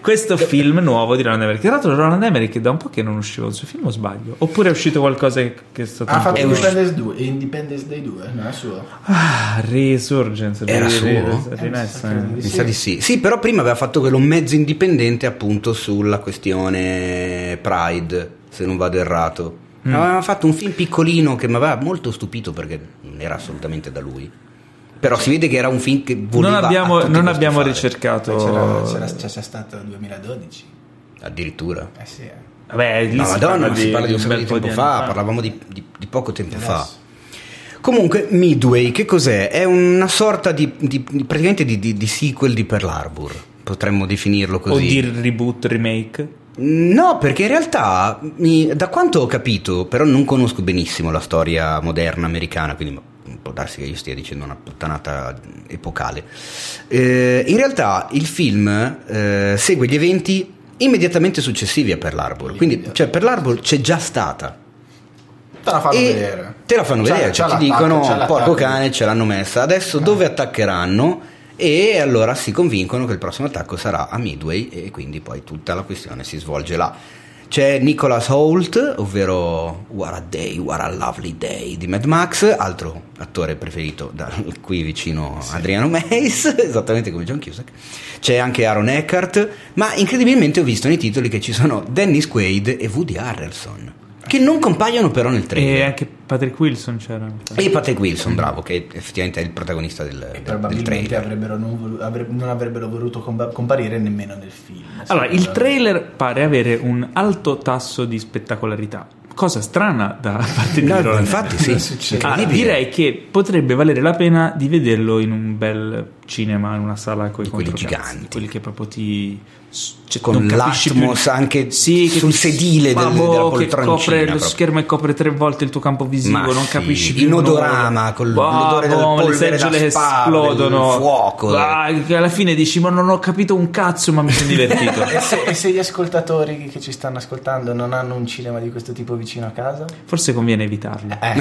S1: Questo film nuovo di Roland Emmerich. Tra l'altro, Roland Emmerich da un po' che non usciva un suo film, o sbaglio? Oppure è uscito qualcosa che, che è stato.
S3: Ha
S1: un po'
S3: fatto
S2: è uscito.
S3: Independence, 2, Independence Day 2, no, è suo.
S1: Ah, Resurgence.
S2: Era
S1: Re- Re-
S2: suo?
S1: Renaissance.
S2: Eh, Mi sa di sì. Sì, però prima aveva fatto quello mezzo indipendente appunto sulla questione Pride, se non vado errato.
S1: Mm.
S2: Aveva fatto un film piccolino che mi aveva molto stupito perché non era assolutamente da lui. Però si vede che era un film che voleva
S1: non abbiamo,
S2: a tutti
S1: non
S2: costi
S1: abbiamo
S2: fare.
S1: ricercato.
S3: Poi C'era, c'era, c'era, stato 2012.
S2: Addirittura.
S3: Eh sì. eh.
S1: Vabbè, lì
S2: No,
S1: si
S2: Madonna,
S1: parla
S2: ma
S1: di,
S2: si parla di un
S1: bel
S2: sacco di
S1: po'
S2: tempo
S1: di
S2: fa,
S1: anni fa.
S2: parlavamo di, di- di poco tempo fa.
S3: Adesso.
S2: Comunque, Midway, che cos'è? È una sorta di, di- di- praticamente di, di- di sequel di Pearl Harbor, potremmo definirlo
S1: O
S2: così.
S1: di reboot, remake.
S2: No, perché in realtà, mi- da quanto ho capito, però non conosco benissimo la storia moderna americana, quindi può darsi che io stia dicendo una puttanata epocale. Eh, in realtà il film eh, segue gli eventi immediatamente successivi a Pearl Harbor, quindi cioè, Pearl Harbor c'è già stata.
S3: Te la fanno
S2: E
S3: vedere.
S2: Te la fanno
S3: C'ha-
S2: vedere,
S3: c'ha
S2: cioè ti
S3: l'attacco, c'ha
S2: dicono
S3: l'attacco.
S2: porco cane ce l'hanno messa, adesso dove attaccheranno? E allora si convincono che il prossimo attacco sarà a Midway e quindi poi tutta la questione si svolge là. C'è Nicholas Holt, ovvero What a Day, What a Lovely Day di Mad Max, altro attore preferito da qui vicino Adriano Meis, esattamente come John Cusack. C'è anche Aaron Eckhart, ma incredibilmente ho visto nei titoli che ci sono Dennis Quaid e Woody Harrelson, che non compaiono però nel trailer.
S1: E anche Patrick Wilson c'era.
S2: E Patrick Wilson, bravo, che effettivamente è il protagonista del, del
S3: Probabilmente
S2: trailer.
S3: avrebbero non, volu- avre- non avrebbero voluto compa- comparire nemmeno nel film.
S1: Allora, il
S3: Secondo me.
S1: trailer pare avere un alto tasso di spettacolarità. Cosa strana da parte di
S2: No,
S1: Roland
S2: infatti
S1: Emmerich.
S2: sì,
S3: Non succede.
S1: Ah,
S2: Cioè, incredibile.
S1: direi che potrebbe valere la pena di vederlo in un bel cinema, in una sala con i
S2: Di quelli giganti.
S1: quelli che proprio ti cioè,
S2: Con
S1: non capisci più-
S2: l'atmos anche
S1: che
S2: sul
S1: ti-
S2: sedile del-
S1: ma boh,
S2: della
S1: che
S2: poltroncina
S1: copre lo
S2: proprio.
S1: schermo e copre tre volte il tuo campo visivo,
S2: Ma
S1: non
S2: sì,
S1: capisci
S2: in
S1: più nulla.
S2: odorama, con
S1: Boh,
S2: l'odore del
S1: boh, le
S2: polvere da
S1: seggiole che
S2: spa, del
S1: esplodono,
S2: fuoco.
S1: Ah, che alla fine dici "Ma non ho capito un cazzo, ma mi sono divertito".
S3: E se, e se gli ascoltatori che ci stanno ascoltando non hanno un cinema di questo tipo vicino a casa?
S1: Forse conviene evitarlo.
S3: Eh,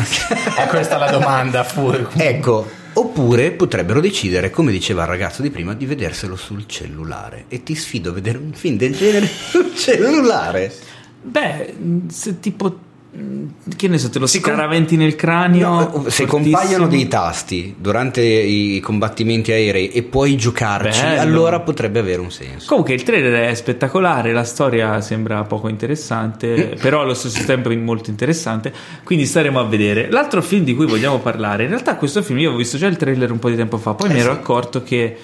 S3: è questa la domanda, fuori.
S2: Ecco, oppure potrebbero decidere, come diceva il ragazzo di prima, di vederselo sul cellulare. E ti sfido a vedere un film del genere sul cellulare.
S1: Beh, se tipo mm, Che ne so, te lo scaraventi nel cranio?
S2: No, se
S1: fortissimo?
S2: compaiono dei tasti durante i combattimenti aerei e puoi giocarci,
S1: Bello.
S2: allora potrebbe avere un senso.
S1: Comunque il trailer è spettacolare, la storia sembra poco
S2: Mm.
S1: interessante, però allo stesso tempo è molto interessante, quindi staremo a vedere. L'altro film di cui vogliamo parlare, in realtà questo film io ho visto già il trailer un po' di tempo fa,
S2: Eh
S1: poi mi ero accorto che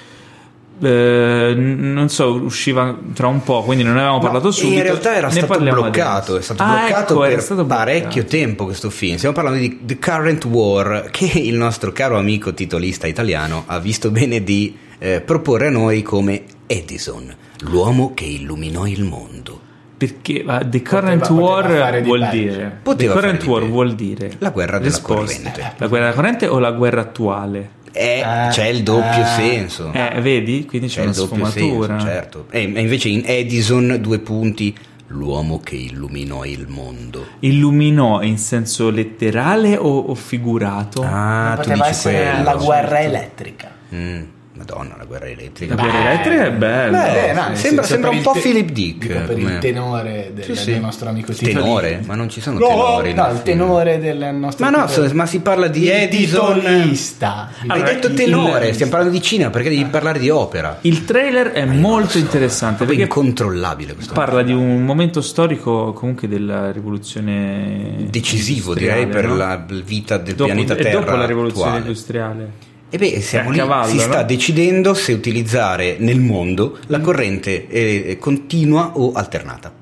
S1: eh, n- non so, usciva tra un po', quindi non ne avevamo parlato
S2: No,
S1: subito.
S2: In realtà era
S1: ne
S2: stato
S1: parliamo
S2: bloccato,
S1: adesso.
S2: è stato
S1: Ah,
S2: bloccato
S1: ecco, era
S2: per
S1: stato
S2: parecchio
S1: bloccato.
S2: tempo questo film. Stiamo parlando di The Current War che il nostro caro amico titolista italiano ha visto bene di eh, proporre a noi come Edison, l'uomo che illuminò il mondo.
S1: Perché ah, The Current
S3: poteva fare
S1: War
S3: di
S1: vuol
S3: peggio.
S1: dire
S2: Poteva
S1: The
S2: fare
S1: Current
S2: di
S1: War
S2: peggio.
S1: vuol dire
S2: La guerra della
S1: Risposta.
S2: corrente.
S1: La guerra della corrente o la guerra attuale?
S2: Eh,
S3: Ah,
S2: c'è il doppio
S3: ah.
S2: senso.
S1: Eh, vedi? Quindi c'è,
S2: Ecco. c'è
S1: una
S2: il doppio
S1: sfumatura.
S2: senso, certo. E e invece in Edison due punti, l'uomo che illuminò il mondo.
S1: Illuminò in senso letterale o, o figurato?
S2: Ah, tu
S3: poteva
S2: dici
S3: essere
S2: quello. Certo.
S3: la guerra elettrica.
S2: Mm, Madonna, la guerra elettrica.
S1: La guerra elettrica è bella.
S2: Beh,
S3: Eh, no,
S2: sembra-
S3: nel senso,
S2: sembra
S3: per
S2: un
S3: il
S2: po'
S3: te-
S2: Philip Dick,
S3: dico, per
S2: come-
S3: il tenore del,
S2: Sì, sì.
S3: del nostro amico Titolini.
S2: tenore, ma non ci sono
S3: No,
S2: tenori.
S3: no,
S2: nel
S3: il
S2: film.
S3: tenore del nostro
S2: Ma no,
S3: titolo-
S2: so- ma si parla di
S3: il
S2: Edison.
S3: titolista.
S2: Hai
S1: Allora,
S2: detto
S1: il-
S2: tenore, stiamo parlando di Cina perché devi parlare di opera.
S1: Il trailer è molto interessante
S2: È
S1: perché
S2: incontrollabile questo.
S1: parla di un momento storico comunque della rivoluzione
S2: Decisivo
S1: industriale,
S2: direi per
S1: no?
S2: la vita del
S1: Dopo-
S2: pianeta
S1: è
S2: Terra.
S1: dopo la rivoluzione
S2: attuale.
S1: industriale.
S2: E beh, siamo
S1: a
S2: lì,
S1: cavallo,
S2: si
S1: no? Mm.
S2: sta decidendo se utilizzare nel mondo la corrente eh, continua o alternata.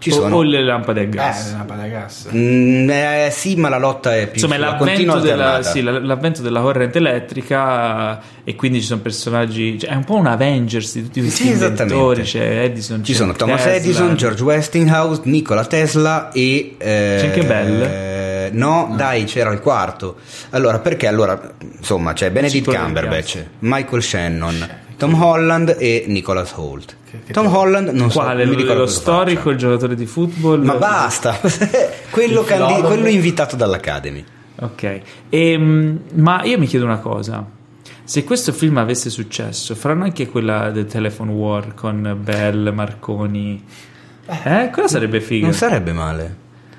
S2: Ci
S1: o,
S2: sono.
S1: o le lampade a gas.
S3: Eh, una palagas.
S2: Mm, eh, sì, ma la lotta è più
S1: Insomma, è
S2: sulla continua
S1: l'avvento della,
S2: alternata.
S1: sì, la- l'avvento della corrente elettrica eh, e quindi ci sono personaggi, cioè, è un po' un Avengers di tutti questi
S2: Sì,
S1: inventori,
S2: esattamente.
S1: c'è Edison,
S2: Ci
S1: c'è
S2: sono Thomas
S1: Tesla.
S2: Edison, George Westinghouse, Nikola Tesla e... eh,
S1: C'è anche Bell?
S2: eh, no, dai, c'era il quarto. Allora, perché? Allora, insomma, c'è Benedict
S1: provo
S2: Cumberbatch, Michael Shannon, Tom Holland e Nicholas Holt.
S3: Che- che
S2: Tom
S3: te-
S2: Holland non so,
S1: Quale?
S2: non mi
S1: Lo,
S2: ricordo
S1: lo
S2: cosa
S1: storico,
S2: faccia.
S1: il giocatore di football?
S2: Ma basta, quello,
S3: Il
S2: candi-
S3: filologo.
S2: quello invitato dall'Academy.
S1: Ok, Ehm, ma io mi chiedo una cosa. Se questo film avesse successo, faranno anche quella del Telephone War con Bell, Marconi. Eh, quella sarebbe figa.
S2: Non sarebbe male.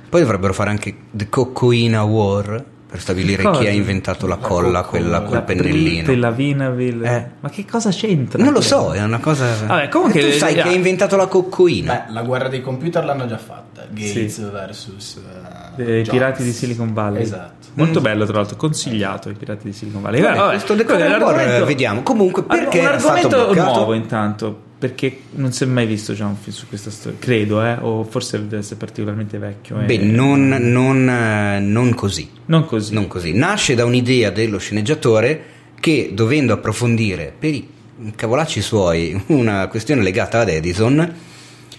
S2: Poi dovrebbero fare anche The Coccoina War per stabilire
S1: Cosa?
S2: chi ha inventato la colla, quella
S1: La
S2: col pennellino.
S1: Della Vinaville.
S2: Eh.
S1: Ma che cosa c'entra? Cioè,
S2: Non lo so, è una cosa.
S1: Vabbè, comunque-
S2: tu sai
S1: eh,
S2: che ha inventato la coccoina.
S3: Beh, la guerra dei computer l'hanno già fatta. Gates
S1: Sì.
S3: versus eh,
S1: Dei
S3: Jobs.
S1: pirati di Silicon Valley.
S3: Esatto.
S1: Molto bello, tra l'altro, consigliato i pirati di Silicon Valley.
S2: Vabbè,
S1: eh, Vabbè,
S2: questo The
S1: quello è
S2: Conan War,
S1: l'argomento-
S2: eh, vediamo. Comunque, perché
S1: un
S2: era stato
S1: argomento
S2: bloccato?
S1: nuovo intanto, perché non si è mai visto già un film su questa storia, credo, eh, o forse deve essere particolarmente vecchio. eh.
S2: Beh, non, non, eh, non così.
S1: Non così.
S2: Non così. Nasce da un'idea dello sceneggiatore che, dovendo approfondire per i cavolacci suoi una questione legata ad Edison,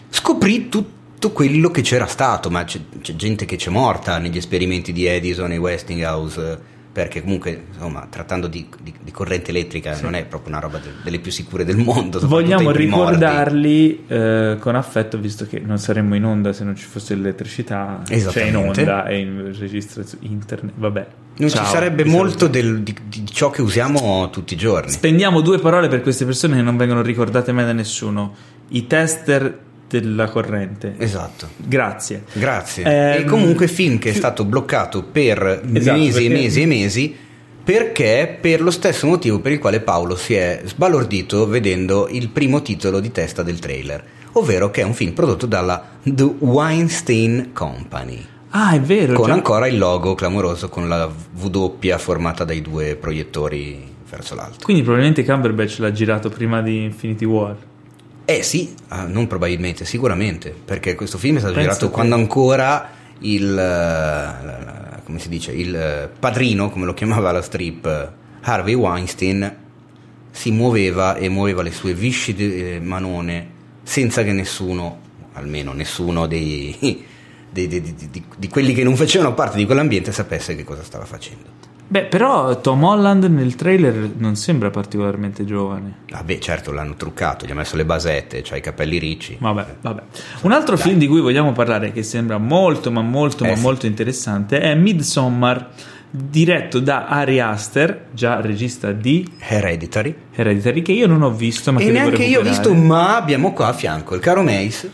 S2: scoprì tutto quello che c'era stato, ma c'è, c'è gente che c'è morta negli esperimenti di Edison e Westinghouse, eh, perché comunque, insomma, trattando di, di- di corrente elettrica non è proprio una roba de- delle più sicure del mondo. soprattutto
S1: Vogliamo
S2: ai primordi.
S1: ricordarli eh, con affetto, visto che non saremmo in onda se non ci fosse l'elettricità, cioè in
S2: Esattamente.
S1: onda e in registro su internet. Vabbè.
S2: Non
S1: Ciao,
S2: ci sarebbe
S1: vi
S2: molto
S1: saluto.
S2: del- di, di ciò che usiamo tutti i giorni.
S1: Spendiamo due parole per queste persone che non vengono ricordate mai da nessuno. I tester della corrente.
S2: Esatto.
S1: Grazie.
S2: Grazie.
S1: Ehm,
S2: e comunque film che è
S1: chi-
S2: stato bloccato per
S1: Esatto,
S2: mesi e
S1: perché-
S2: mesi e mesi perché per lo stesso motivo per il quale Paolo si è sbalordito vedendo il primo titolo di testa del trailer, ovvero che è un film prodotto dalla The Weinstein Company,
S1: Ah, è vero.
S2: con
S1: già-
S2: ancora il logo clamoroso con la V doppia formata dai due proiettori verso l'alto.
S1: Quindi probabilmente Cumberbatch l'ha girato prima di Infinity War.
S2: Eh sì, ah, non probabilmente, sicuramente, perché questo film è stato
S1: Penso
S2: girato
S1: che-
S2: quando ancora il, eh, la- la- come si dice, il eh, padrino, come lo chiamava la strip, eh, Harvey Weinstein, si muoveva e muoveva le sue viscide eh, manone senza che nessuno, almeno nessuno dei, dei- dei- di- di- di quelli che non facevano parte di quell'ambiente sapesse che cosa stava facendo.
S1: Beh, però Tom Holland nel trailer non sembra particolarmente giovane.
S2: Vabbè, certo, l'hanno truccato, gli ha messo le basette, cioè i capelli ricci.
S1: Vabbè, vabbè. Un altro film di cui vogliamo parlare che sembra molto, ma molto, ma
S2: Eh sì.
S1: molto interessante è Midsommar, diretto da Ari Aster, già regista di
S2: Hereditary.
S1: Hereditary, che io non ho visto, ma
S2: E
S1: che devo
S2: neanche io ho visto,
S1: recuperare.
S2: ma abbiamo qua a fianco il caro Mace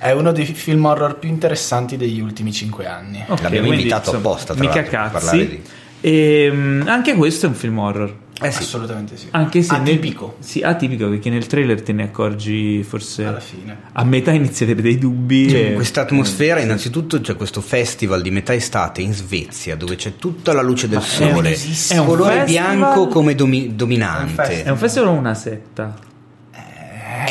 S3: È uno dei film horror più interessanti degli ultimi cinque anni.
S1: Ok,
S2: L'abbiamo
S1: quindi,
S2: invitato
S1: insomma,
S2: apposta, tra
S1: Mica
S2: l'altro, per parlare
S1: cazzi.
S2: di-
S1: Ehm, anche questo è un film horror.
S2: Eh sì.
S3: Assolutamente sì.
S1: Anche se nel-
S3: Atipico,
S1: sì, atipico perché nel trailer te ne accorgi forse
S3: alla fine.
S1: a metà inizi a avere dei dubbi.
S2: Cioè,
S1: e-
S2: questa atmosfera, innanzitutto c'è questo festival di metà estate in Svezia dove c'è tutta la luce del sole,
S1: bellissimo. È un
S2: colore
S1: festival-
S2: bianco come domi-
S3: È
S2: dominante.
S1: È un festival o una setta?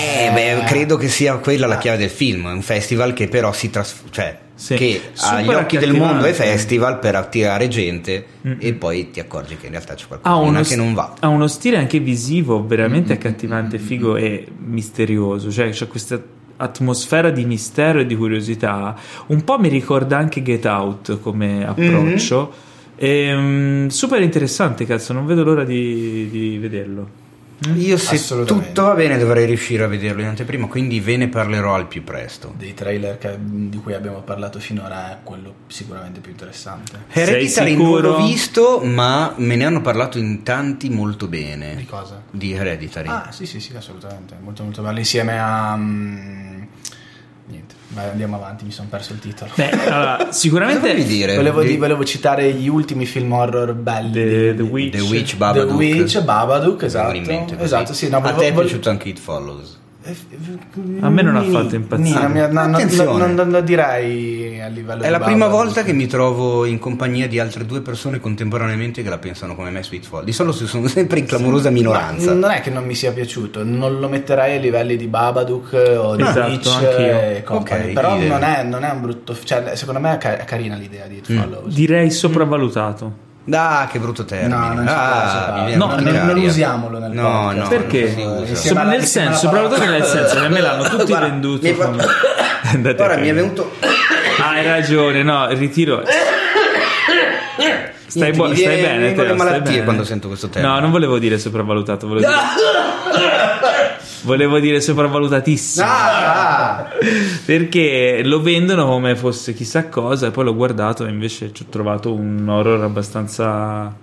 S2: Eh, beh, credo che sia quella la chiave del film. È un festival che però si trasforma. Cioè,
S1: Sì.
S2: che
S1: Super
S2: agli occhi del
S1: accattivante.
S2: mondo è festival per attirare gente e poi ti accorgi che in realtà c'è
S1: Ha
S2: qualcuno
S1: uno,
S2: che non va. Mm-hmm.
S1: ha uno stile anche visivo veramente accattivante, figo e misterioso. Cioè, c'è questa atmosfera di mistero e di curiosità. Un po' mi ricorda anche Get Out come
S2: Mm-hmm.
S1: approccio. Ehm, super interessante, cazzo. Non vedo l'ora di, di vederlo.
S2: Io se
S3: Assolutamente.
S2: tutto va bene dovrei riuscire a vederlo in anteprima, quindi ve ne parlerò al più presto.
S3: Dei trailer che- di cui abbiamo parlato finora è quello sicuramente più interessante.
S1: Sei
S2: Hereditary non
S1: sicuro?
S2: l'ho visto, ma me ne hanno parlato in tanti molto bene.
S3: Di cosa?
S2: Di Hereditary.
S3: Ah, sì, sì, sì, assolutamente. Molto, molto bello. Insieme a. mm, niente, vai, andiamo avanti. Mi sono perso il titolo.
S1: Beh, allora,
S2: Cosa
S1: sicuramente
S2: volevi dire?
S3: Volevo,
S2: Di-
S3: di- volevo citare gli ultimi film horror belli.
S1: The, The
S3: di-
S1: Witch.
S2: The Witch,
S3: The
S2: Babadook.
S3: Witch, Babadook,
S2: Mi
S3: esatto.
S2: viene in mente così.
S3: esatto, sì, no,
S2: A
S3: volevo-
S2: te è
S3: volevo- eh,
S2: piaciuto anche It Follows?
S1: A me non ha fatto impazzire.
S3: Ni- no, no, no,
S2: Attenzione.
S3: non, non lo direi a livello
S2: È
S3: di
S2: la prima
S3: Babadook.
S2: volta che mi trovo in compagnia di altre due persone contemporaneamente che la pensano come me su It Follows. Di solito si sono sempre in clamorosa minoranza.
S3: Non è che non mi sia piaciuto, non lo metterei ai livelli di Babadook o di
S1: Esatto,
S3: Witch eh,
S1: anch'io.
S3: e compagni.
S2: Ok,
S3: Però
S2: idem.
S3: non è, non è un brutto. Cioè, secondo me è ca- è carina l'idea di
S2: Mm.
S3: It Follows.
S1: Direi sopravvalutato.
S2: Ah, che brutto termine.
S3: No, non ci piace,
S2: ah, mi viene
S1: no,
S2: una
S1: non-
S2: malaria.
S3: non usiamolo nel
S2: no,
S3: podcast. Eh,
S2: No,
S1: Perché?
S2: non si usa.
S3: Sì, ma
S1: Sopra-
S3: la-
S1: nel
S3: sì, ma la
S1: senso,
S3: parola-
S1: sopravvalutato nel senso, che a me l'hanno tutti
S2: Guarda,
S1: venduto.
S2: mi hai fatto-
S1: Andate a
S2: Ora mi è
S1: cagare.
S2: venuto.
S1: Ah, Hai ragione, no, il ritiro. Stai,
S2: Niente,
S1: buo-
S2: mi
S1: stai
S2: viene-
S1: bene,
S2: mi vengono
S1: Teo,
S2: le
S1: stai
S2: malattie
S1: bene.
S2: quando sento questo termine.
S1: No, non volevo dire sopravvalutato, volevo dire, volevo dire sopravvalutatissimo.
S2: Ah!
S1: Perché lo vendono come fosse chissà cosa, e poi l'ho guardato e invece ci ho trovato un horror abbastanza.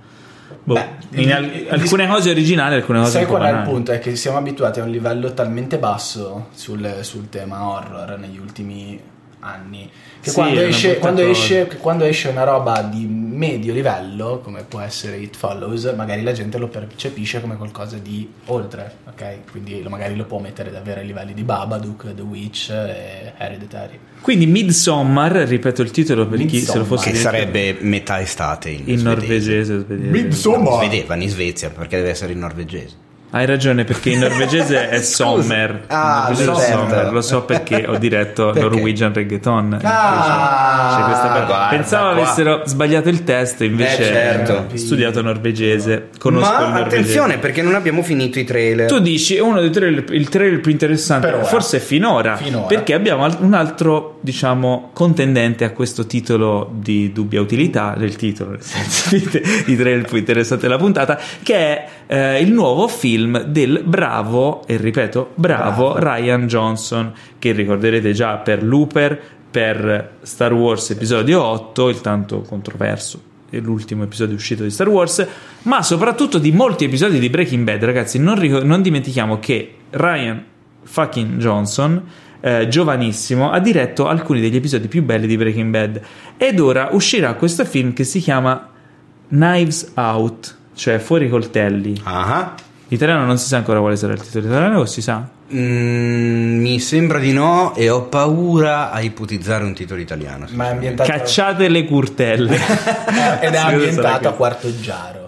S1: boh,
S3: Beh,
S1: in
S3: il-
S1: al-
S3: il-
S1: alcune cose originali, alcune cose
S3: Sai
S1: un po'
S3: qual è il
S1: banali.
S3: punto? È che siamo abituati a un livello talmente basso sul, sul tema horror negli ultimi anni. Che
S1: Sì,
S3: quando,
S1: è una
S3: esce,
S1: brutta
S3: quando,
S1: cosa.
S3: esce, che quando esce una roba di medio livello, come può essere It Follows, magari la gente lo percepisce come qualcosa di oltre, ok? Quindi lo- magari lo può mettere davvero ai livelli di Babadook, The Witch e Hereditary.
S1: Quindi, Midsommar, ripeto il titolo per chi se lo
S3: Midsommar.
S1: fosse
S2: Che
S1: detto,
S2: sarebbe metà estate in,
S1: in
S2: svedese.
S1: norvegese. svedese.
S2: No, svedeva, in Svezia, perché deve essere in norvegese.
S1: Hai ragione perché in norvegese è
S2: Scusa.
S1: Sommer.
S2: Ah,
S1: In norvegese è
S2: certo.
S1: Sommer, lo so perché ho diretto
S2: Perché?
S1: Norwegian Reggaeton.
S3: Ah,
S1: C'è questa per-
S2: guarda
S1: Pensavo
S2: qua.
S1: avessero sbagliato il testo, invece
S2: Eh, certo.
S1: ho studiato norvegese. Conosco il
S2: Ma
S1: norvegese.
S2: attenzione perché non abbiamo finito i trailer.
S1: Tu dici è uno dei trailer, il trailer più interessante,
S3: Per ora.
S1: forse finora,
S3: Finora.
S1: perché abbiamo al- un altro, diciamo, contendente a questo titolo di dubbia utilità, del titolo, nel senso di, di trailer più interessante della puntata, che è eh, il nuovo film del bravo, e ripeto, bravo, Ryan Johnson, che ricorderete già per Looper, per Star Wars episodio 8, il tanto controverso e l'ultimo episodio uscito di Star Wars, ma soprattutto di molti episodi di Breaking Bad. Ragazzi, non, ric- non dimentichiamo che Ryan fucking Johnson, eh, giovanissimo, ha diretto alcuni degli episodi più belli di Breaking Bad. Ed ora uscirà questo film che si chiama Knives Out, cioè Fuori coltelli.
S2: Ah.
S1: L'italiano non si sa ancora quale sarà il titolo italiano, o si sa?
S2: Mm, mi sembra di no e ho paura a ipotizzare un titolo italiano.
S3: Ma è ambientato.
S1: Cacciate le curtelle.
S3: ed è
S1: Scusa,
S3: ambientato
S1: raga.
S3: a Quarto Giaro.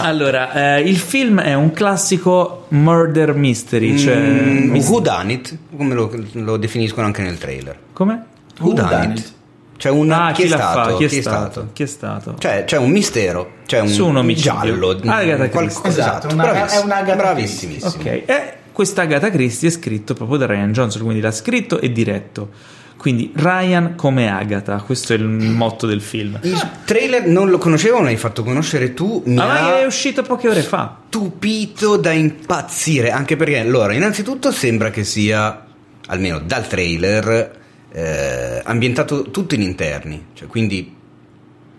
S1: Allora, eh, il film è un classico murder mystery, cioè...
S2: Mm,
S1: mis-
S2: who done it, come lo, lo definiscono anche nel trailer.
S1: Come?
S2: Who done it? C'è una
S1: ah,
S2: chi,
S1: chi,
S2: è
S1: l'ha
S2: stato,
S1: fatto? Chi è, stato? Chi è stato?
S2: Cioè, c'è un mistero, c'è un,
S1: Su un omicidio. Ah,
S2: giallo, mm,
S1: Agatha Christie.
S2: esatto,
S3: Esatto, una-
S2: bravissimo,
S3: è una Agatha
S2: bravissimissimo.
S1: ok, e questa Agatha Christie è scritto proprio da Ryan Johnson, quindi l'ha scritto e diretto. Quindi Ryan come Agatha, questo è il motto del film.
S2: Il trailer non lo conoscevo, me l'hai fatto conoscere tu, mi
S1: Ah, Ma
S2: ha
S1: è uscito poche ore fa.
S2: stupito da impazzire, anche perché allora, innanzitutto sembra che sia almeno dal trailer eh, ambientato tutto in interni, cioè quindi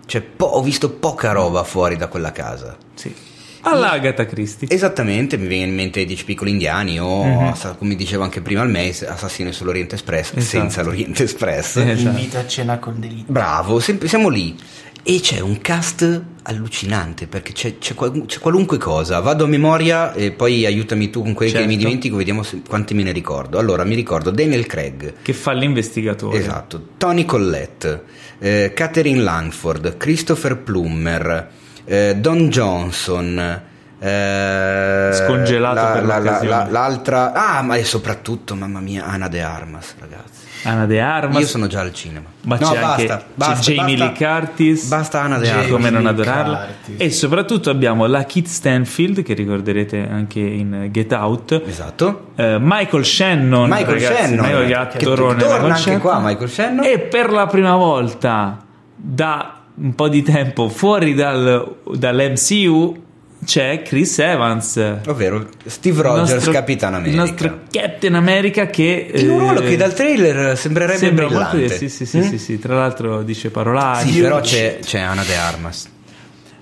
S2: c'è po- ho visto poca roba fuori da quella casa.
S1: Sì. All'Agata Christie.
S2: Esattamente, mi viene in mente 10 piccoli indiani o, assa- come dicevo anche prima al Mace, Assassino sull'Oriente Express,
S1: Mhm. Esatto.
S2: senza l'Oriente Express.
S1: Eh, esatto.
S3: Invita a cena col delitto.
S2: Bravo, sempre- siamo lì. E c'è un cast allucinante perché c'è, c'è qual- c'è qualunque cosa. Vado a memoria e poi aiutami tu con quelli
S1: Certo.
S2: che mi dimentico, vediamo se- quanti me ne ricordo. Allora, mi ricordo Daniel Craig,
S1: Che fa l'investigatore.
S2: esatto, Tony Collette, eh, Catherine Langford, Christopher Plummer, eh, Don Johnson. eh,
S1: Scongelato per l'occasione.
S2: l'altra ah ma e soprattutto mamma mia Ana de Armas ragazzi
S1: Ana de Armas.
S2: io sono già al cinema
S1: Ma
S2: No,
S1: c'è anche
S2: basta,
S1: c'è
S2: basta,
S1: Jamie
S2: basta.
S1: Lee Curtis.
S2: Basta Ana de
S3: Jamie
S2: Armas.
S1: come non
S3: Lee
S1: adorarla.
S3: Curtis.
S1: E soprattutto abbiamo la Kit Stanfield, che ricorderete anche in Get Out.
S2: Esatto.
S1: Eh, Michael Shannon,
S2: Michael
S1: ragazzi,
S2: Shannon,
S1: Michael
S2: che
S1: Gattorone,
S2: torna
S1: Michael
S2: anche
S1: Shannon.
S2: qua, Michael Shannon.
S1: E per la prima volta da un po' di tempo fuori dal- dall'MCU c'è Chris Evans.
S2: Ovvero Steve
S1: Il
S2: Rogers,
S1: nostro-
S2: Capitano America.
S1: Il nostro Captain America che...
S2: In un ruolo
S1: eh,
S2: che dal trailer sembrerebbe
S1: Sembra molto...
S2: brillante. Mm?
S1: Sì, Ah, sì, sì, sì, sì. Tra l'altro dice parolacce.
S2: Sì, però c'è, c'è Ana de Armas.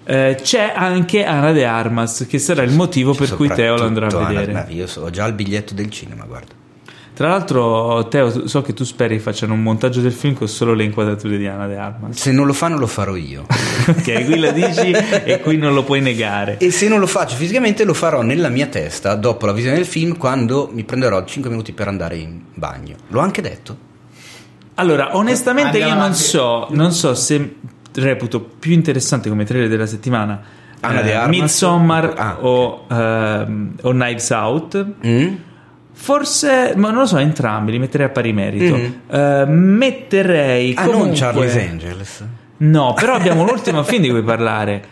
S1: Eh, c'è anche Ana de Armas, che sarà il motivo per cui Teo lo andrà a
S2: Soprattutto Ana-
S1: vedere.
S2: ma io so, ho già il biglietto del cinema, guarda.
S1: Tra l'altro, Teo, so che tu speri facciano un montaggio del film con solo le inquadrature di Ana de Armas.
S2: Se non lo fanno lo farò io.
S1: ok, qui lo dici e qui non lo puoi negare.
S2: e se non lo faccio fisicamente lo farò nella mia testa dopo la visione del film quando mi prenderò 5 minuti per andare in bagno. L'ho anche detto.
S1: Allora, onestamente,
S3: Andiamo
S1: io non
S3: avanti.
S1: so, non so se reputo più interessante come trailer della settimana eh,
S2: Ana de Armas?
S1: Midsommar
S2: Ah,
S1: o, ehm, o Knives Out.
S2: Mm?
S1: Forse, ma non lo so, entrambi li metterei a pari merito.
S2: Mm.
S1: Eh, metterei.
S2: Ah,
S1: comunque...
S2: non Charlie's Angels.
S1: No, però abbiamo un ultimo film di cui parlare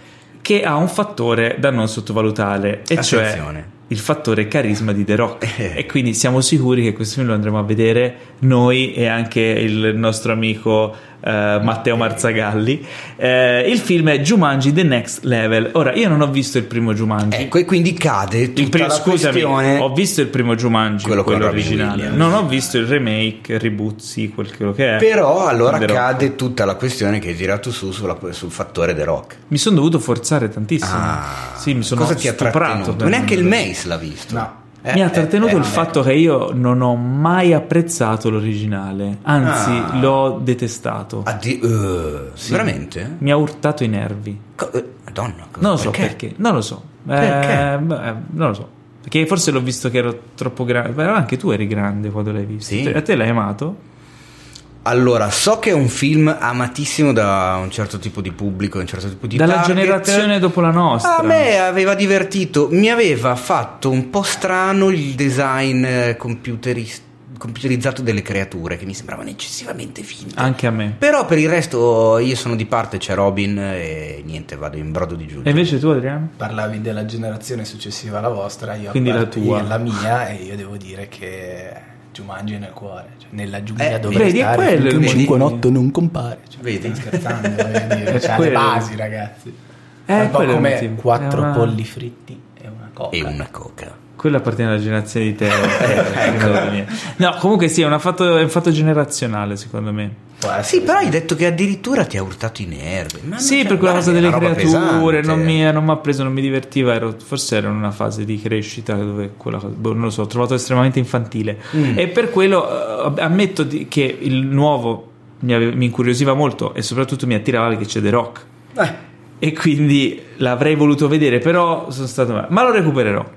S1: che ha un fattore da non sottovalutare, e cioè
S2: Attenzione.
S1: il fattore carisma di The Rock.
S2: Eh.
S1: E quindi siamo sicuri che questo film lo andremo a vedere noi e anche il nostro amico eh, Matteo Marzagalli. Eh, il film è Jumanji The Next Level. Ora, io non ho visto il primo Jumanji.
S2: Ecco, e quindi cade tutta
S1: Il primo-
S2: la
S1: scusami,
S2: questione.
S1: ho visto il primo Jumanji, quello,
S2: Quello con Robin
S1: originale.
S2: Williams.
S1: Non ho visto il remake, reboot, sequel, quello che è.
S2: Però allora
S1: The Rock.
S2: cade tutta la questione che hai girato su sulla- sul fattore The Rock. Ah.
S1: Mi sono dovuto forzare tantissimo. sì, mi sono
S2: cosa ti ha
S1: stuprato.
S2: trattenuto? Neanche il Mace l'ha visto.
S3: No.
S1: mi ha
S2: Eh,
S1: trattenuto
S2: eh,
S1: il
S2: eh.
S1: fatto che io non ho mai apprezzato l'originale, anzi
S2: Ah.
S1: l'ho detestato.
S2: Addi- eh, Veramente?
S1: Mi ha urtato i nervi.
S2: Co- eh, Madonna. cosa-
S1: Non lo so perché, non lo so. Eh,
S2: Perché?
S1: beh, eh, non lo so. Perché forse l'ho visto che ero troppo grande, però anche tu eri grande quando l'hai visto.
S2: Sì.
S1: Te- A te l'hai amato?
S2: Allora, so che è un film amatissimo da un certo tipo di pubblico, un certo tipo di
S1: Dalla
S2: target.
S1: generazione dopo la nostra.
S2: A me aveva divertito, mi aveva fatto un po' strano il design eh, computeris- computerizzato delle creature che mi sembravano eccessivamente finte.
S1: Anche a me.
S2: Però per il resto io sono di parte, c'è Robin e niente, vado in brodo di Giulio.
S1: E invece tu, Adriano?
S3: Parlavi della generazione successiva alla vostra, io
S1: Quindi la
S3: parto-
S1: tua.
S3: io la mia e io devo dire che Jumanji è nel cuore, cioè, nella giungla
S2: Eh,
S3: dove
S1: vedi, è
S3: stare,
S1: quello
S3: finché
S1: il
S3: un
S1: motivo.
S3: 5-8 non compare. Cioè,
S2: Vedi?
S3: sto scherzando, voglio dire, cioè, le
S1: quello.
S3: basi ragazzi.
S1: Eh,
S3: è un po'
S1: quello è il
S3: come
S1: motivo.
S3: quattro
S1: È una-
S3: polli fritti e una coca.
S2: E una coca.
S1: Quella appartiene alla generazione di Teo. eh,
S2: Ecco.
S1: non alla mia. no, comunque sì, è, una fatto- è un fatto generazionale, secondo me.
S3: Può essere,
S2: Ah, Sì, però hai detto che addirittura ti ha urtato i nervi. Ma
S1: Sì,
S2: non-
S1: per quella
S2: guarda,
S1: cosa
S2: è
S1: delle
S2: una roba
S1: creature,
S2: pesante.
S1: non mi, non mi ha preso, non mi divertiva, ero- forse ero in una fase di crescita dove quella cosa, boh, non lo so, ho trovato estremamente infantile.
S2: Mm.
S1: E per quello eh, ammetto di- che il nuovo mi, ave- mi incuriosiva molto e soprattutto mi attirava che c'è The Rock.
S2: Eh,
S1: E quindi l'avrei voluto vedere, però sono stato male. Ma lo recupererò.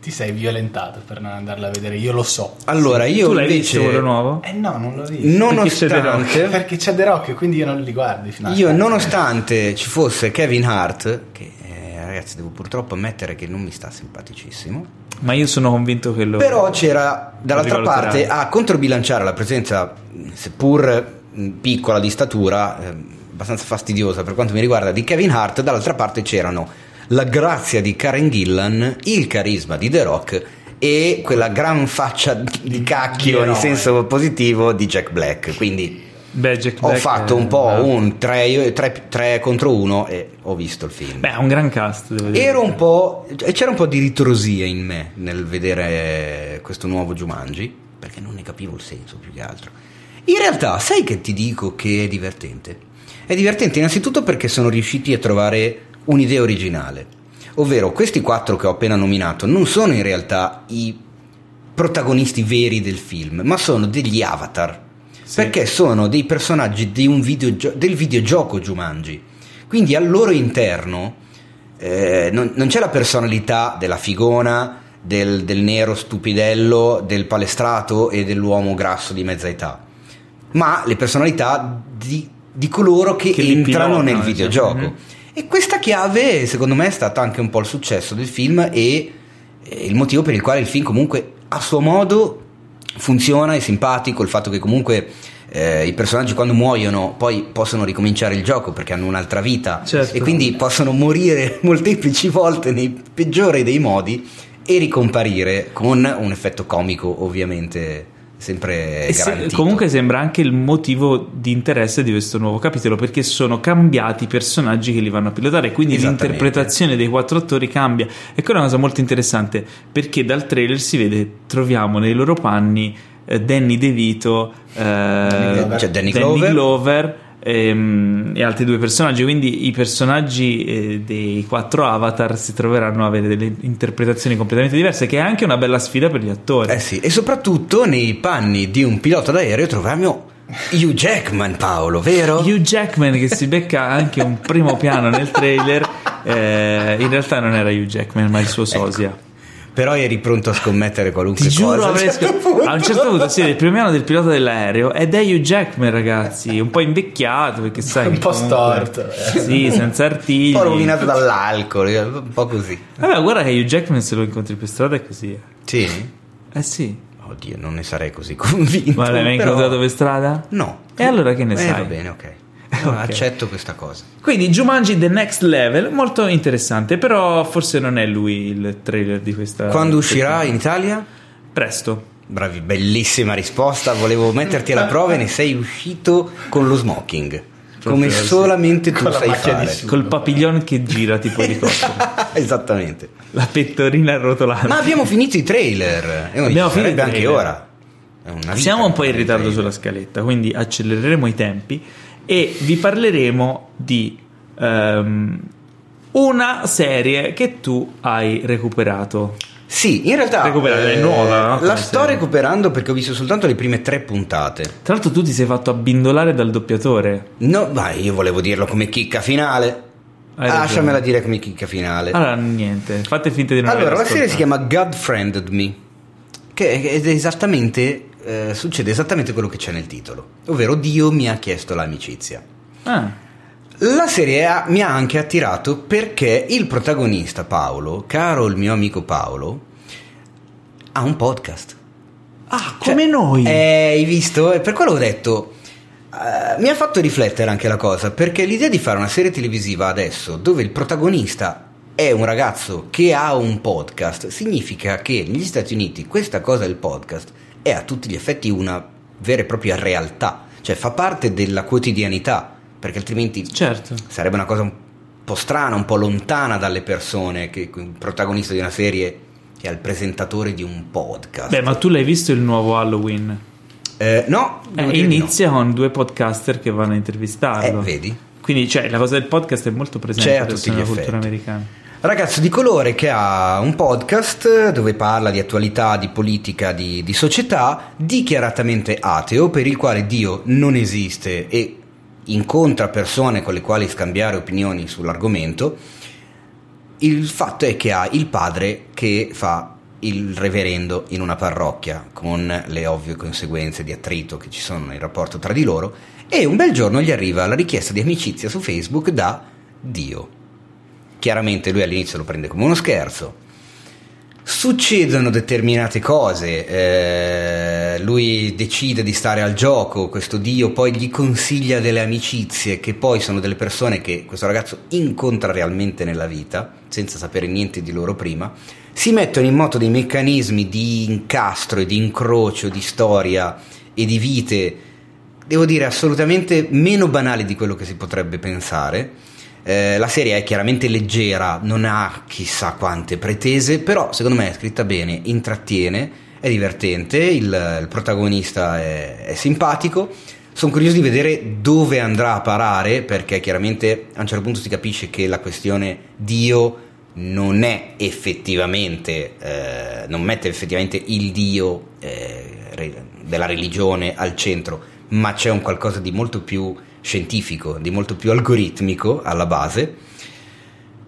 S3: Ti sei violentato per non andarla a vedere, io lo so.
S2: Allora, io
S1: tu l'hai
S2: invece...
S1: visto quello nuovo?
S3: Eh no, non lo dico.
S2: Nonostante...
S3: Perché c'è The Rock, quindi io non li guardo i finali.
S2: Io, nonostante ci fosse Kevin Hart, che eh, ragazzi devo purtroppo ammettere che non mi sta simpaticissimo,
S1: Ma io sono convinto che lo...
S2: però c'era dall'altra
S1: Rivaluterai.
S2: parte a controbilanciare la presenza, mh, seppur mh, piccola di statura, eh, abbastanza fastidiosa per quanto mi riguarda, di Kevin Hart, dall'altra parte c'erano la grazia di Karen Gillan, il carisma di The Rock e quella gran faccia di cacchio in
S3: eroe.
S2: senso positivo di Jack Black. Quindi
S1: Beh, Jack
S2: ho
S1: Black
S2: fatto
S1: è-
S2: un po' un 3 contro 1 e ho visto il film.
S1: Beh, è un gran cast, devo dire.
S2: Ero un po'. e C'era un po' di ritrosia in me nel vedere questo nuovo Jumanji, perché non ne capivo il senso più che altro. In realtà, sai che ti dico che è divertente? È divertente innanzitutto perché sono riusciti a trovare un'idea originale. Ovvero, questi quattro che ho appena nominato non sono in realtà i protagonisti veri del film, ma sono degli avatar. Perché sono dei personaggi di un videogio- del videogioco Jumanji. Quindi al loro interno eh, non, non c'è la personalità della figona, del, del nero stupidello, del palestrato e dell'uomo grasso di mezza età, ma le personalità di, di Mm-hmm. coloro che,
S1: Che li
S2: entrano
S1: pilotano,
S2: nel
S1: esatto.
S2: videogioco.
S1: Mhm.
S2: E questa chiave, secondo me, è stata anche un po' il successo del film e eh, il motivo per il quale il film comunque a suo modo funziona, è simpatico, il fatto che comunque eh, i personaggi quando muoiono poi possono ricominciare il gioco perché hanno un'altra vita
S1: Certo.
S2: e quindi possono morire molteplici volte nei peggiori dei modi e ricomparire con un effetto comico ovviamente sempre
S1: E se-
S2: eh, garantito.
S1: comunque sembra anche il motivo di interesse di questo nuovo capitolo perché sono cambiati i personaggi che li vanno a pilotare quindi
S2: Esattamente.
S1: l'interpretazione dei quattro attori cambia e quella è una cosa molto interessante perché dal trailer si vede troviamo nei loro panni eh, Danny DeVito eh,
S3: Glover.
S2: Cioè, Danny Glover.
S1: Glover, ehm, e altri due personaggi quindi i personaggi eh, dei quattro avatar si troveranno a avere delle interpretazioni completamente diverse che è anche una bella sfida per gli attori
S2: Eh sì, e soprattutto nei panni di un pilota d'aereo troviamo Hugh Jackman Paolo, vero?
S1: Hugh Jackman che si becca anche un primo piano nel trailer. eh, in realtà non era Hugh Jackman, ma il suo sosia.
S2: Però eri pronto a scommettere qualunque
S1: Ecco, Ti giuro,
S2: cosa. a un
S1: avrei
S2: certo
S1: scop-
S2: punto.
S1: a un certo punto si vede il primo piano del pilota dell'aereo ed è Hugh Jackman, ragazzi. Un po' invecchiato perché sai.
S3: Un po'
S1: comunque-
S3: storto, eh.
S1: Sì, senza
S2: Un
S1: artigli.
S2: po' rovinato dall'alcol, un po' così.
S1: Vabbè, guarda che Hugh Jackman se lo incontri per strada è così. eh.
S2: Sì.
S1: Eh sì.
S2: Oddio, non ne sarei così convinto.
S1: Ma l'hai mai
S2: però-
S1: incontrato per strada?
S2: No.
S1: E allora che ne
S2: Eh,
S1: sai?
S2: va bene, ok. Allora, Accetto questa cosa.
S1: Quindi Jumanji The Next Level, molto interessante, però forse non è lui il trailer di questa...
S2: Quando uscirà in Italia?
S1: Presto.
S2: Bravi, bellissima risposta. Volevo metterti alla prova e ne sei uscito con lo smoking. Come
S1: sì.
S2: solamente tu
S3: Con la
S2: sai
S3: macchia di
S2: fare.
S3: su.
S1: Col papillon che gira tipo di coccole.
S2: Esattamente.
S1: La pettorina rotolata.
S2: Ma abbiamo finito i trailer. E noi
S1: Abbiamo
S2: ci
S1: finito i
S2: sarebbe anche
S1: trailer.
S2: ora. È una vita
S1: Siamo un po' in
S2: fare i
S1: ritardo
S2: trailer.
S1: sulla scaletta, quindi accelereremo i tempi e vi parleremo di ehm, una serie che tu hai recuperato.
S2: Sì, in realtà eh,
S1: Recuperare, è nuova, no?
S2: La
S1: Come
S2: sto
S1: serie.
S2: recuperando perché ho visto soltanto le prime tre puntate.
S1: Tra l'altro tu ti sei fatto abbindolare dal doppiatore.
S2: No, ma io volevo dirlo come chicca finale.
S1: Hai
S2: Lasciamela
S1: ragione.
S2: dire come chicca finale.
S1: Allora niente, fate finta di non
S2: Allora,
S1: aver
S2: la serie si
S1: ascoltato.
S2: chiama God Friended Me, che che ed è esattamente, eh, succede esattamente quello che c'è nel titolo, ovvero Dio mi ha chiesto l'amicizia.
S1: Ah.
S2: La serie ha- mi ha anche attirato perché il protagonista Paolo, caro il mio amico Paolo, ha un podcast.
S1: Ah,
S2: Cioè,
S1: come noi.
S2: Eh, hai visto? E Per quello ho detto. eh, mi ha fatto riflettere anche la cosa, perché l'idea di fare una serie televisiva adesso dove il protagonista è un ragazzo che ha un podcast significa che negli Stati Uniti questa cosa del podcast è a tutti gli effetti una vera e propria realtà, cioè fa parte della quotidianità, perché altrimenti
S1: Certo.
S2: sarebbe una cosa un po' strana, un po' lontana dalle persone che il protagonista di una serie che è il presentatore di un podcast.
S1: Beh, ma tu l'hai visto il nuovo Halloween?
S2: Eh, no,
S1: Eh,
S2: devo dire di no.
S1: inizia con due podcaster che vanno a intervistarlo.
S2: Eh, vedi?
S1: Quindi cioè, la cosa del podcast è molto presente
S2: C'è a
S1: adesso
S2: tutti gli
S1: nella cultura
S2: Certo, effetti.
S1: americana.
S2: Ragazzo di colore che ha un podcast dove parla di attualità, di politica, di, di società, dichiaratamente ateo, per il quale Dio non esiste e incontra persone con le quali scambiare opinioni sull'argomento. Il fatto è che ha il padre che fa il reverendo in una parrocchia, con le ovvie conseguenze di attrito che ci sono nel rapporto tra di loro, e un bel giorno gli arriva la richiesta di amicizia su Facebook da Dio. Chiaramente lui all'inizio lo prende come uno scherzo. Succedono determinate cose, eh, lui decide di stare al gioco, questo Dio poi gli consiglia delle amicizie che poi sono delle persone che questo ragazzo incontra realmente nella vita, senza sapere niente di loro prima, si mettono in moto dei meccanismi di incastro e di incrocio di storia e di vite devo dire, assolutamente meno banali di quello che si potrebbe pensare. Eh, la serie è chiaramente leggera, non ha chissà quante pretese, però secondo me è scritta bene, intrattiene, è divertente, il, il protagonista è, è simpatico. Sono curioso di vedere dove andrà a parare, perché chiaramente a un certo punto si capisce che la questione Dio non è effettivamente, eh, non mette effettivamente il Dio eh, re- della religione al centro, ma c'è un qualcosa di molto più scientifico, di molto più algoritmico alla base.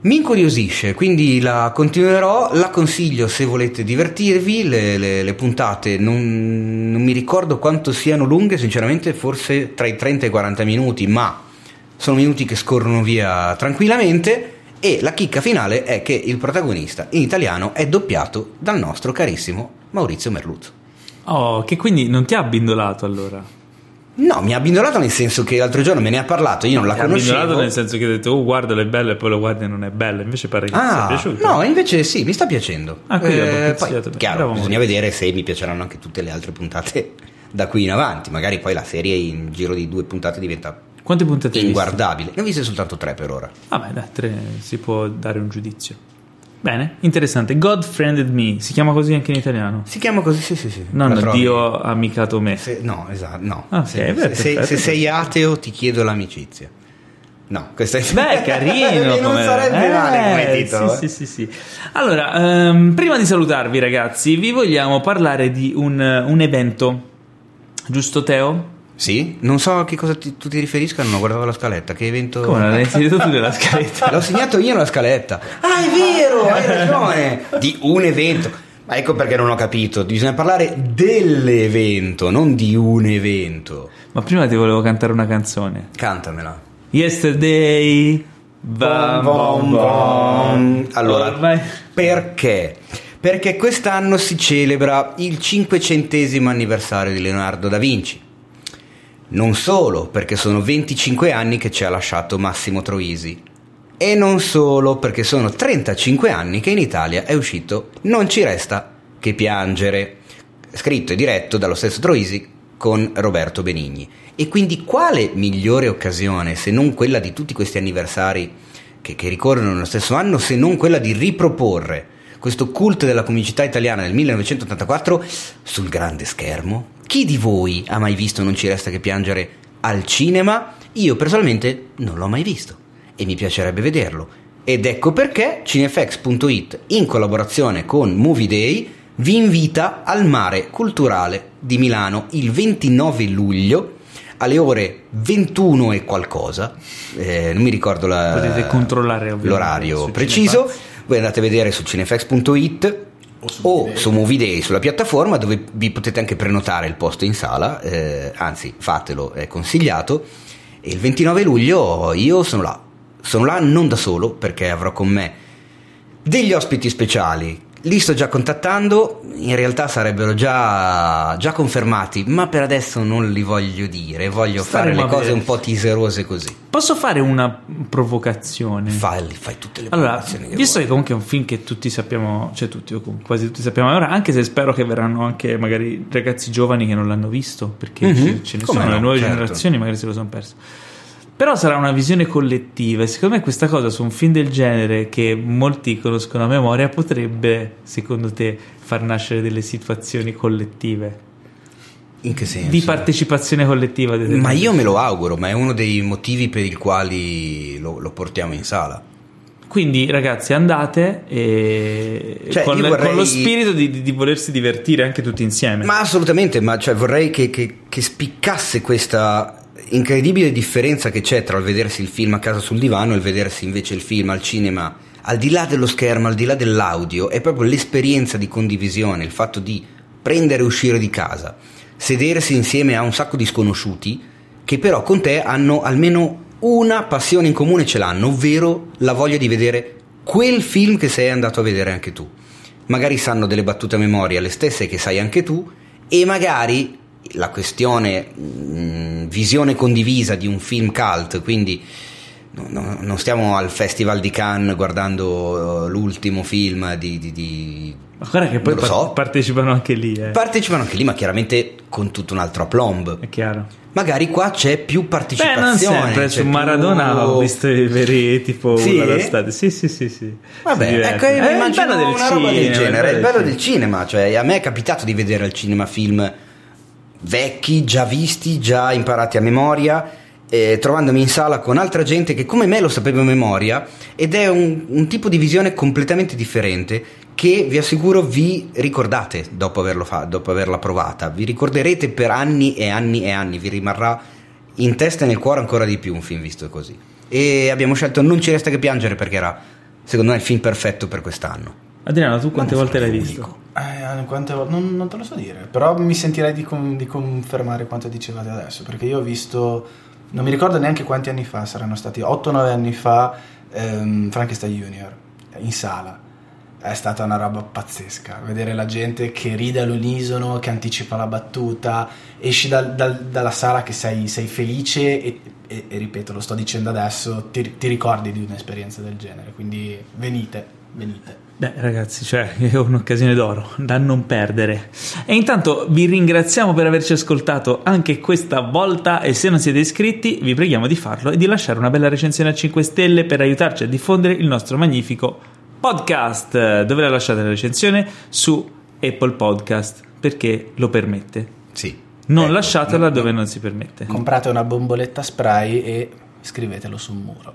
S2: Mi incuriosisce, quindi la continuerò, la consiglio se volete divertirvi, le, le- le puntate non, non mi ricordo quanto siano lunghe, sinceramente forse tra i 30 e i 40 minuti, ma sono minuti che scorrono via tranquillamente e la chicca finale è che il protagonista in italiano è doppiato dal nostro carissimo Maurizio Merluzzo.
S1: Oh, che quindi non ti ha abbindolato allora?
S2: No, mi ha abbindolato nel senso che l'altro giorno me ne ha parlato, io non la
S1: Ti ha abbindolato
S2: conoscevo.
S1: nel senso che hai detto, oh, guardalo, è bello, e poi lo guardi e non è bello. Invece pare che ti sia
S2: Ah,
S1: piaciuto.
S2: no, invece sì, mi sta piacendo. Eh,
S1: Ah, quindi abbiamo consigliato
S2: poi,
S1: bene.
S2: chiaro,
S1: Bravo,
S2: bisogna vedere se mi piaceranno anche tutte le altre puntate da qui in avanti. Magari poi la serie in giro di due puntate diventa
S1: Quante puntate hai visto?
S2: inguardabile. Ne ho viste soltanto tre per ora.
S1: Vabbè, da tre si può dare un giudizio. Bene, interessante. God Friended Me, si chiama così anche in italiano.
S2: Si chiama così? Sì, sì, sì.
S1: Non
S2: La trovi?
S1: Dio ha amicato me.
S2: Se- no, esatto, no.
S1: Ah, ok,
S2: se,
S1: beh,
S2: se- se-
S1: perfetto.
S2: se sei ateo ti chiedo l'amicizia. No, questo è...
S1: Beh, carino.
S2: non
S1: come-
S2: sarebbe
S1: eh,
S2: male come titolo. eh.
S1: Sì, sì, sì, sì. Allora, ehm, prima di salutarvi, ragazzi, vi vogliamo parlare di un, un evento. Giusto, Teo?
S2: Sì? Non so a che cosa ti- tu ti riferisca, non ho guardato la scaletta. Che evento...
S1: Come non l'hai inserito tu nella scaletta?
S2: L'ho segnato io nella scaletta. Ah, è vero, hai ragione. Di un evento. Ma ecco perché non ho capito. Bisogna parlare dell'evento, non di un evento.
S1: Ma prima ti volevo cantare una canzone.
S2: Cantamela.
S1: Yesterday. Bam, bam, bam. Oh,
S2: Allora,
S1: Ormai-
S2: perché? Perché quest'anno si celebra il 500 anniversario di Leonardo da Vinci. Non solo, perché sono 25 anni che ci ha lasciato Massimo Troisi. E non solo, perché sono 35 anni che in Italia è uscito Non ci resta che piangere, scritto e diretto dallo stesso Troisi con Roberto Benigni. E quindi quale migliore occasione se non quella di tutti questi anniversari che, che ricorrono nello stesso anno, se non quella di riproporre questo culto della comicità italiana del 1984 sul grande schermo? Chi di voi ha mai visto Non ci resta che piangere al cinema? Io personalmente non l'ho mai visto e mi piacerebbe vederlo. Ed ecco perché cinefx.it, in collaborazione con Movie Day, vi invita al Mare Culturale di Milano il 29 luglio alle ore 21 e qualcosa, eh, non mi ricordo la-
S1: Potete controllare ovviamente
S2: l'orario
S1: su
S2: preciso, voi andate a vedere su cinefx.it
S3: O su
S2: o
S3: Movie Day.
S2: su Movie Day sulla piattaforma dove vi potete anche prenotare il posto in sala, eh, anzi fatelo, è consigliato. E il 29 luglio io sono là, sono là non da solo perché avrò con me degli ospiti speciali. Li sto già contattando, in realtà sarebbero già, già confermati, ma per adesso non li voglio dire, voglio
S1: Staremo
S2: fare
S1: a
S2: le cose
S1: vedere.
S2: un po' teaserose così.
S1: Posso fare una provocazione?
S2: Fai, fai tutte le
S1: Allora,
S2: provocazioni che
S1: visto
S2: vuoi.
S1: che comunque è un film che tutti sappiamo, cioè tutti, o comunque quasi tutti sappiamo ora, anche se spero che verranno anche magari ragazzi giovani che non l'hanno visto, perché
S2: Mhm,
S1: ce- ce ne
S2: come
S1: sono
S2: no,
S1: le nuove
S2: certo.
S1: generazioni, magari se lo sono perso. Però sarà una visione collettiva e secondo me questa cosa su un film del genere che molti conoscono a memoria potrebbe, secondo te, far nascere delle situazioni collettive,
S2: In che senso?
S1: di partecipazione collettiva. ad esempio.
S2: Ma io me lo auguro, ma è uno dei motivi per i quali lo, lo portiamo in sala.
S1: Quindi ragazzi andate e
S2: Cioè,
S1: con,
S2: io vorrei-
S1: con lo spirito di, di- di volersi divertire anche tutti insieme.
S2: Ma assolutamente, ma cioè, vorrei che, che- che spiccasse questa incredibile differenza che c'è tra il vedersi il film a casa sul divano e il vedersi invece il film al cinema, al di là dello schermo, al di là dell'audio, è proprio l'esperienza di condivisione, il fatto di prendere e uscire di casa, sedersi insieme a un sacco di sconosciuti che però con te hanno almeno una passione in comune ce l'hanno, ovvero la voglia di vedere quel film che sei andato a vedere anche tu. Magari sanno delle battute a memoria, le stesse che sai anche tu, e magari la questione mh, visione condivisa di un film cult, quindi no- no- non stiamo al Festival di Cannes guardando eh, l'ultimo film di- di- di
S1: Ma guarda che poi
S2: Non lo
S1: par-
S2: so.
S1: partecipano anche lì, eh.
S2: Partecipano anche lì, ma chiaramente con tutto un altro aplomb.
S1: è chiaro.
S2: Magari qua c'è più
S1: Beh,
S2: partecipazione.
S1: non sempre,
S2: c'è
S1: su Maradona
S2: più-
S1: ho visto i veri tipo
S2: Sì?
S1: urla da stadio. Sì, sì, sì, sì.
S2: Vabbè,
S1: Si
S2: ecco,
S1: diverte.
S2: io mi
S1: Eh, il
S2: immagino
S1: bello del
S2: una roba del
S1: cinema,
S2: genere, è il bello del
S1: cinema.
S2: cinema, cioè a me è capitato di vedere al cinema film vecchi, già visti, già imparati a memoria eh, trovandomi in sala con altra gente che come me lo sapeva a memoria ed è un, un tipo di visione completamente differente che vi assicuro vi ricordate dopo, averlo fa- dopo averla provata, vi ricorderete per anni e anni e anni, vi rimarrà in testa e nel cuore ancora di più un film visto così. E abbiamo scelto Non ci resta che piangere perché era secondo me il film perfetto per quest'anno.
S1: Adriano, tu quante
S2: non
S1: volte l'hai
S2: sono
S1: visto?
S2: l'unico.
S3: Eh, quante volte- non, non te lo so dire, però mi sentirei di, con- di confermare quanto dicevate adesso, perché io ho visto, non mi ricordo neanche quanti anni fa, saranno stati 8-9 anni fa, ehm, Frankenstein Junior in sala. È stata una roba pazzesca, vedere la gente che ride all'unisono, che anticipa la battuta, esci dal- dal- dalla sala che sei, sei felice e, e- e ripeto, lo sto dicendo adesso, ti, ti ricordi di un'esperienza del genere, quindi venite, venite.
S1: Beh, ragazzi, cioè, è un'occasione d'oro da non perdere. E intanto vi ringraziamo per averci ascoltato anche questa volta e se non siete iscritti vi preghiamo di farlo e di lasciare una bella recensione a 5 stelle per aiutarci a diffondere il nostro magnifico podcast. Dove la lasciate la recensione? Su Apple Podcast, perché lo permette.
S2: Sì.
S1: Non
S2: Ecco,
S1: lasciatela
S2: no,
S1: dove
S2: no.
S1: non si permette.
S3: Mm. comprate una bomboletta spray e scrivetelo sul muro.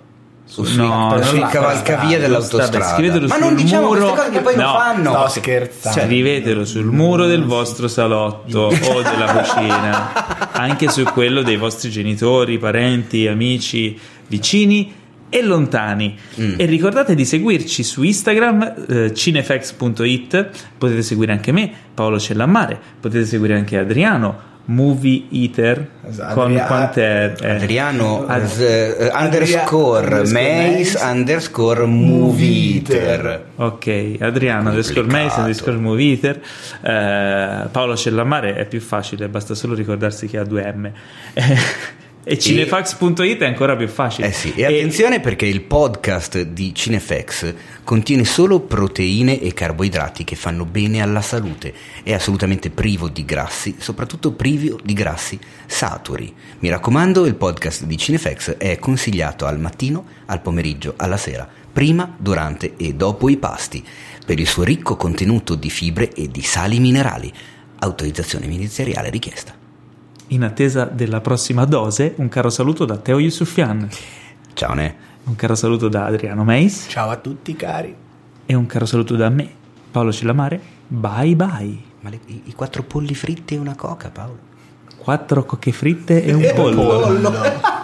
S2: O sui-
S1: no,
S2: sui
S3: no,
S2: cavalcavia
S3: no,
S1: vabbè,
S2: dell'autostrada.
S1: scrivetelo
S2: Ma
S1: sul
S2: non diciamo
S1: muro.
S2: queste cose che poi
S1: No,
S2: non fanno.
S3: sto scherzando.
S2: Cioè,
S1: Scrivetelo sul muro del vostro salotto o della cucina, anche su quello dei vostri genitori, parenti, amici, vicini e lontani. E ricordate di seguirci su Instagram eh, cinefx.it, potete seguire anche me, Paolo Cellammare, potete seguire anche Adriano. Movie Eater
S3: Esatto,
S1: con
S3: Adria-
S1: quant'è? Eh,
S2: Adriano
S1: Ad-
S2: z- eh, underscore
S3: underscore
S2: Mace
S3: Mace
S2: underscore
S3: Movie
S2: movie
S3: Eater.
S2: eater.
S1: Ok, Adriano, underscore Mason, underscore Moviter, eh, Paolo Cellamare è più facile, basta solo ricordarsi che ha 2M. Eh, e cinefax.it è ancora più facile.
S2: Eh sì, e attenzione perché il podcast di Cinefx contiene solo proteine e carboidrati che fanno bene alla salute. È assolutamente privo di grassi, soprattutto privo di grassi saturi. Mi raccomando, il podcast di Cinefx è consigliato al mattino, al pomeriggio, alla sera, prima, durante e dopo i pasti, per il suo ricco contenuto di fibre e di sali minerali. Autorizzazione ministeriale richiesta.
S1: In attesa della prossima dose, un caro saluto da Teo Yusufian,
S2: Ciao, ne?
S1: un caro saluto da Adriano Meis
S3: Ciao a tutti cari.
S1: e un caro saluto da me, Paolo Cellamare. Bye bye.
S2: Ma le- i, i quattro polli fritti e una coca, Paolo.
S1: Quattro cocche fritte e un pollo.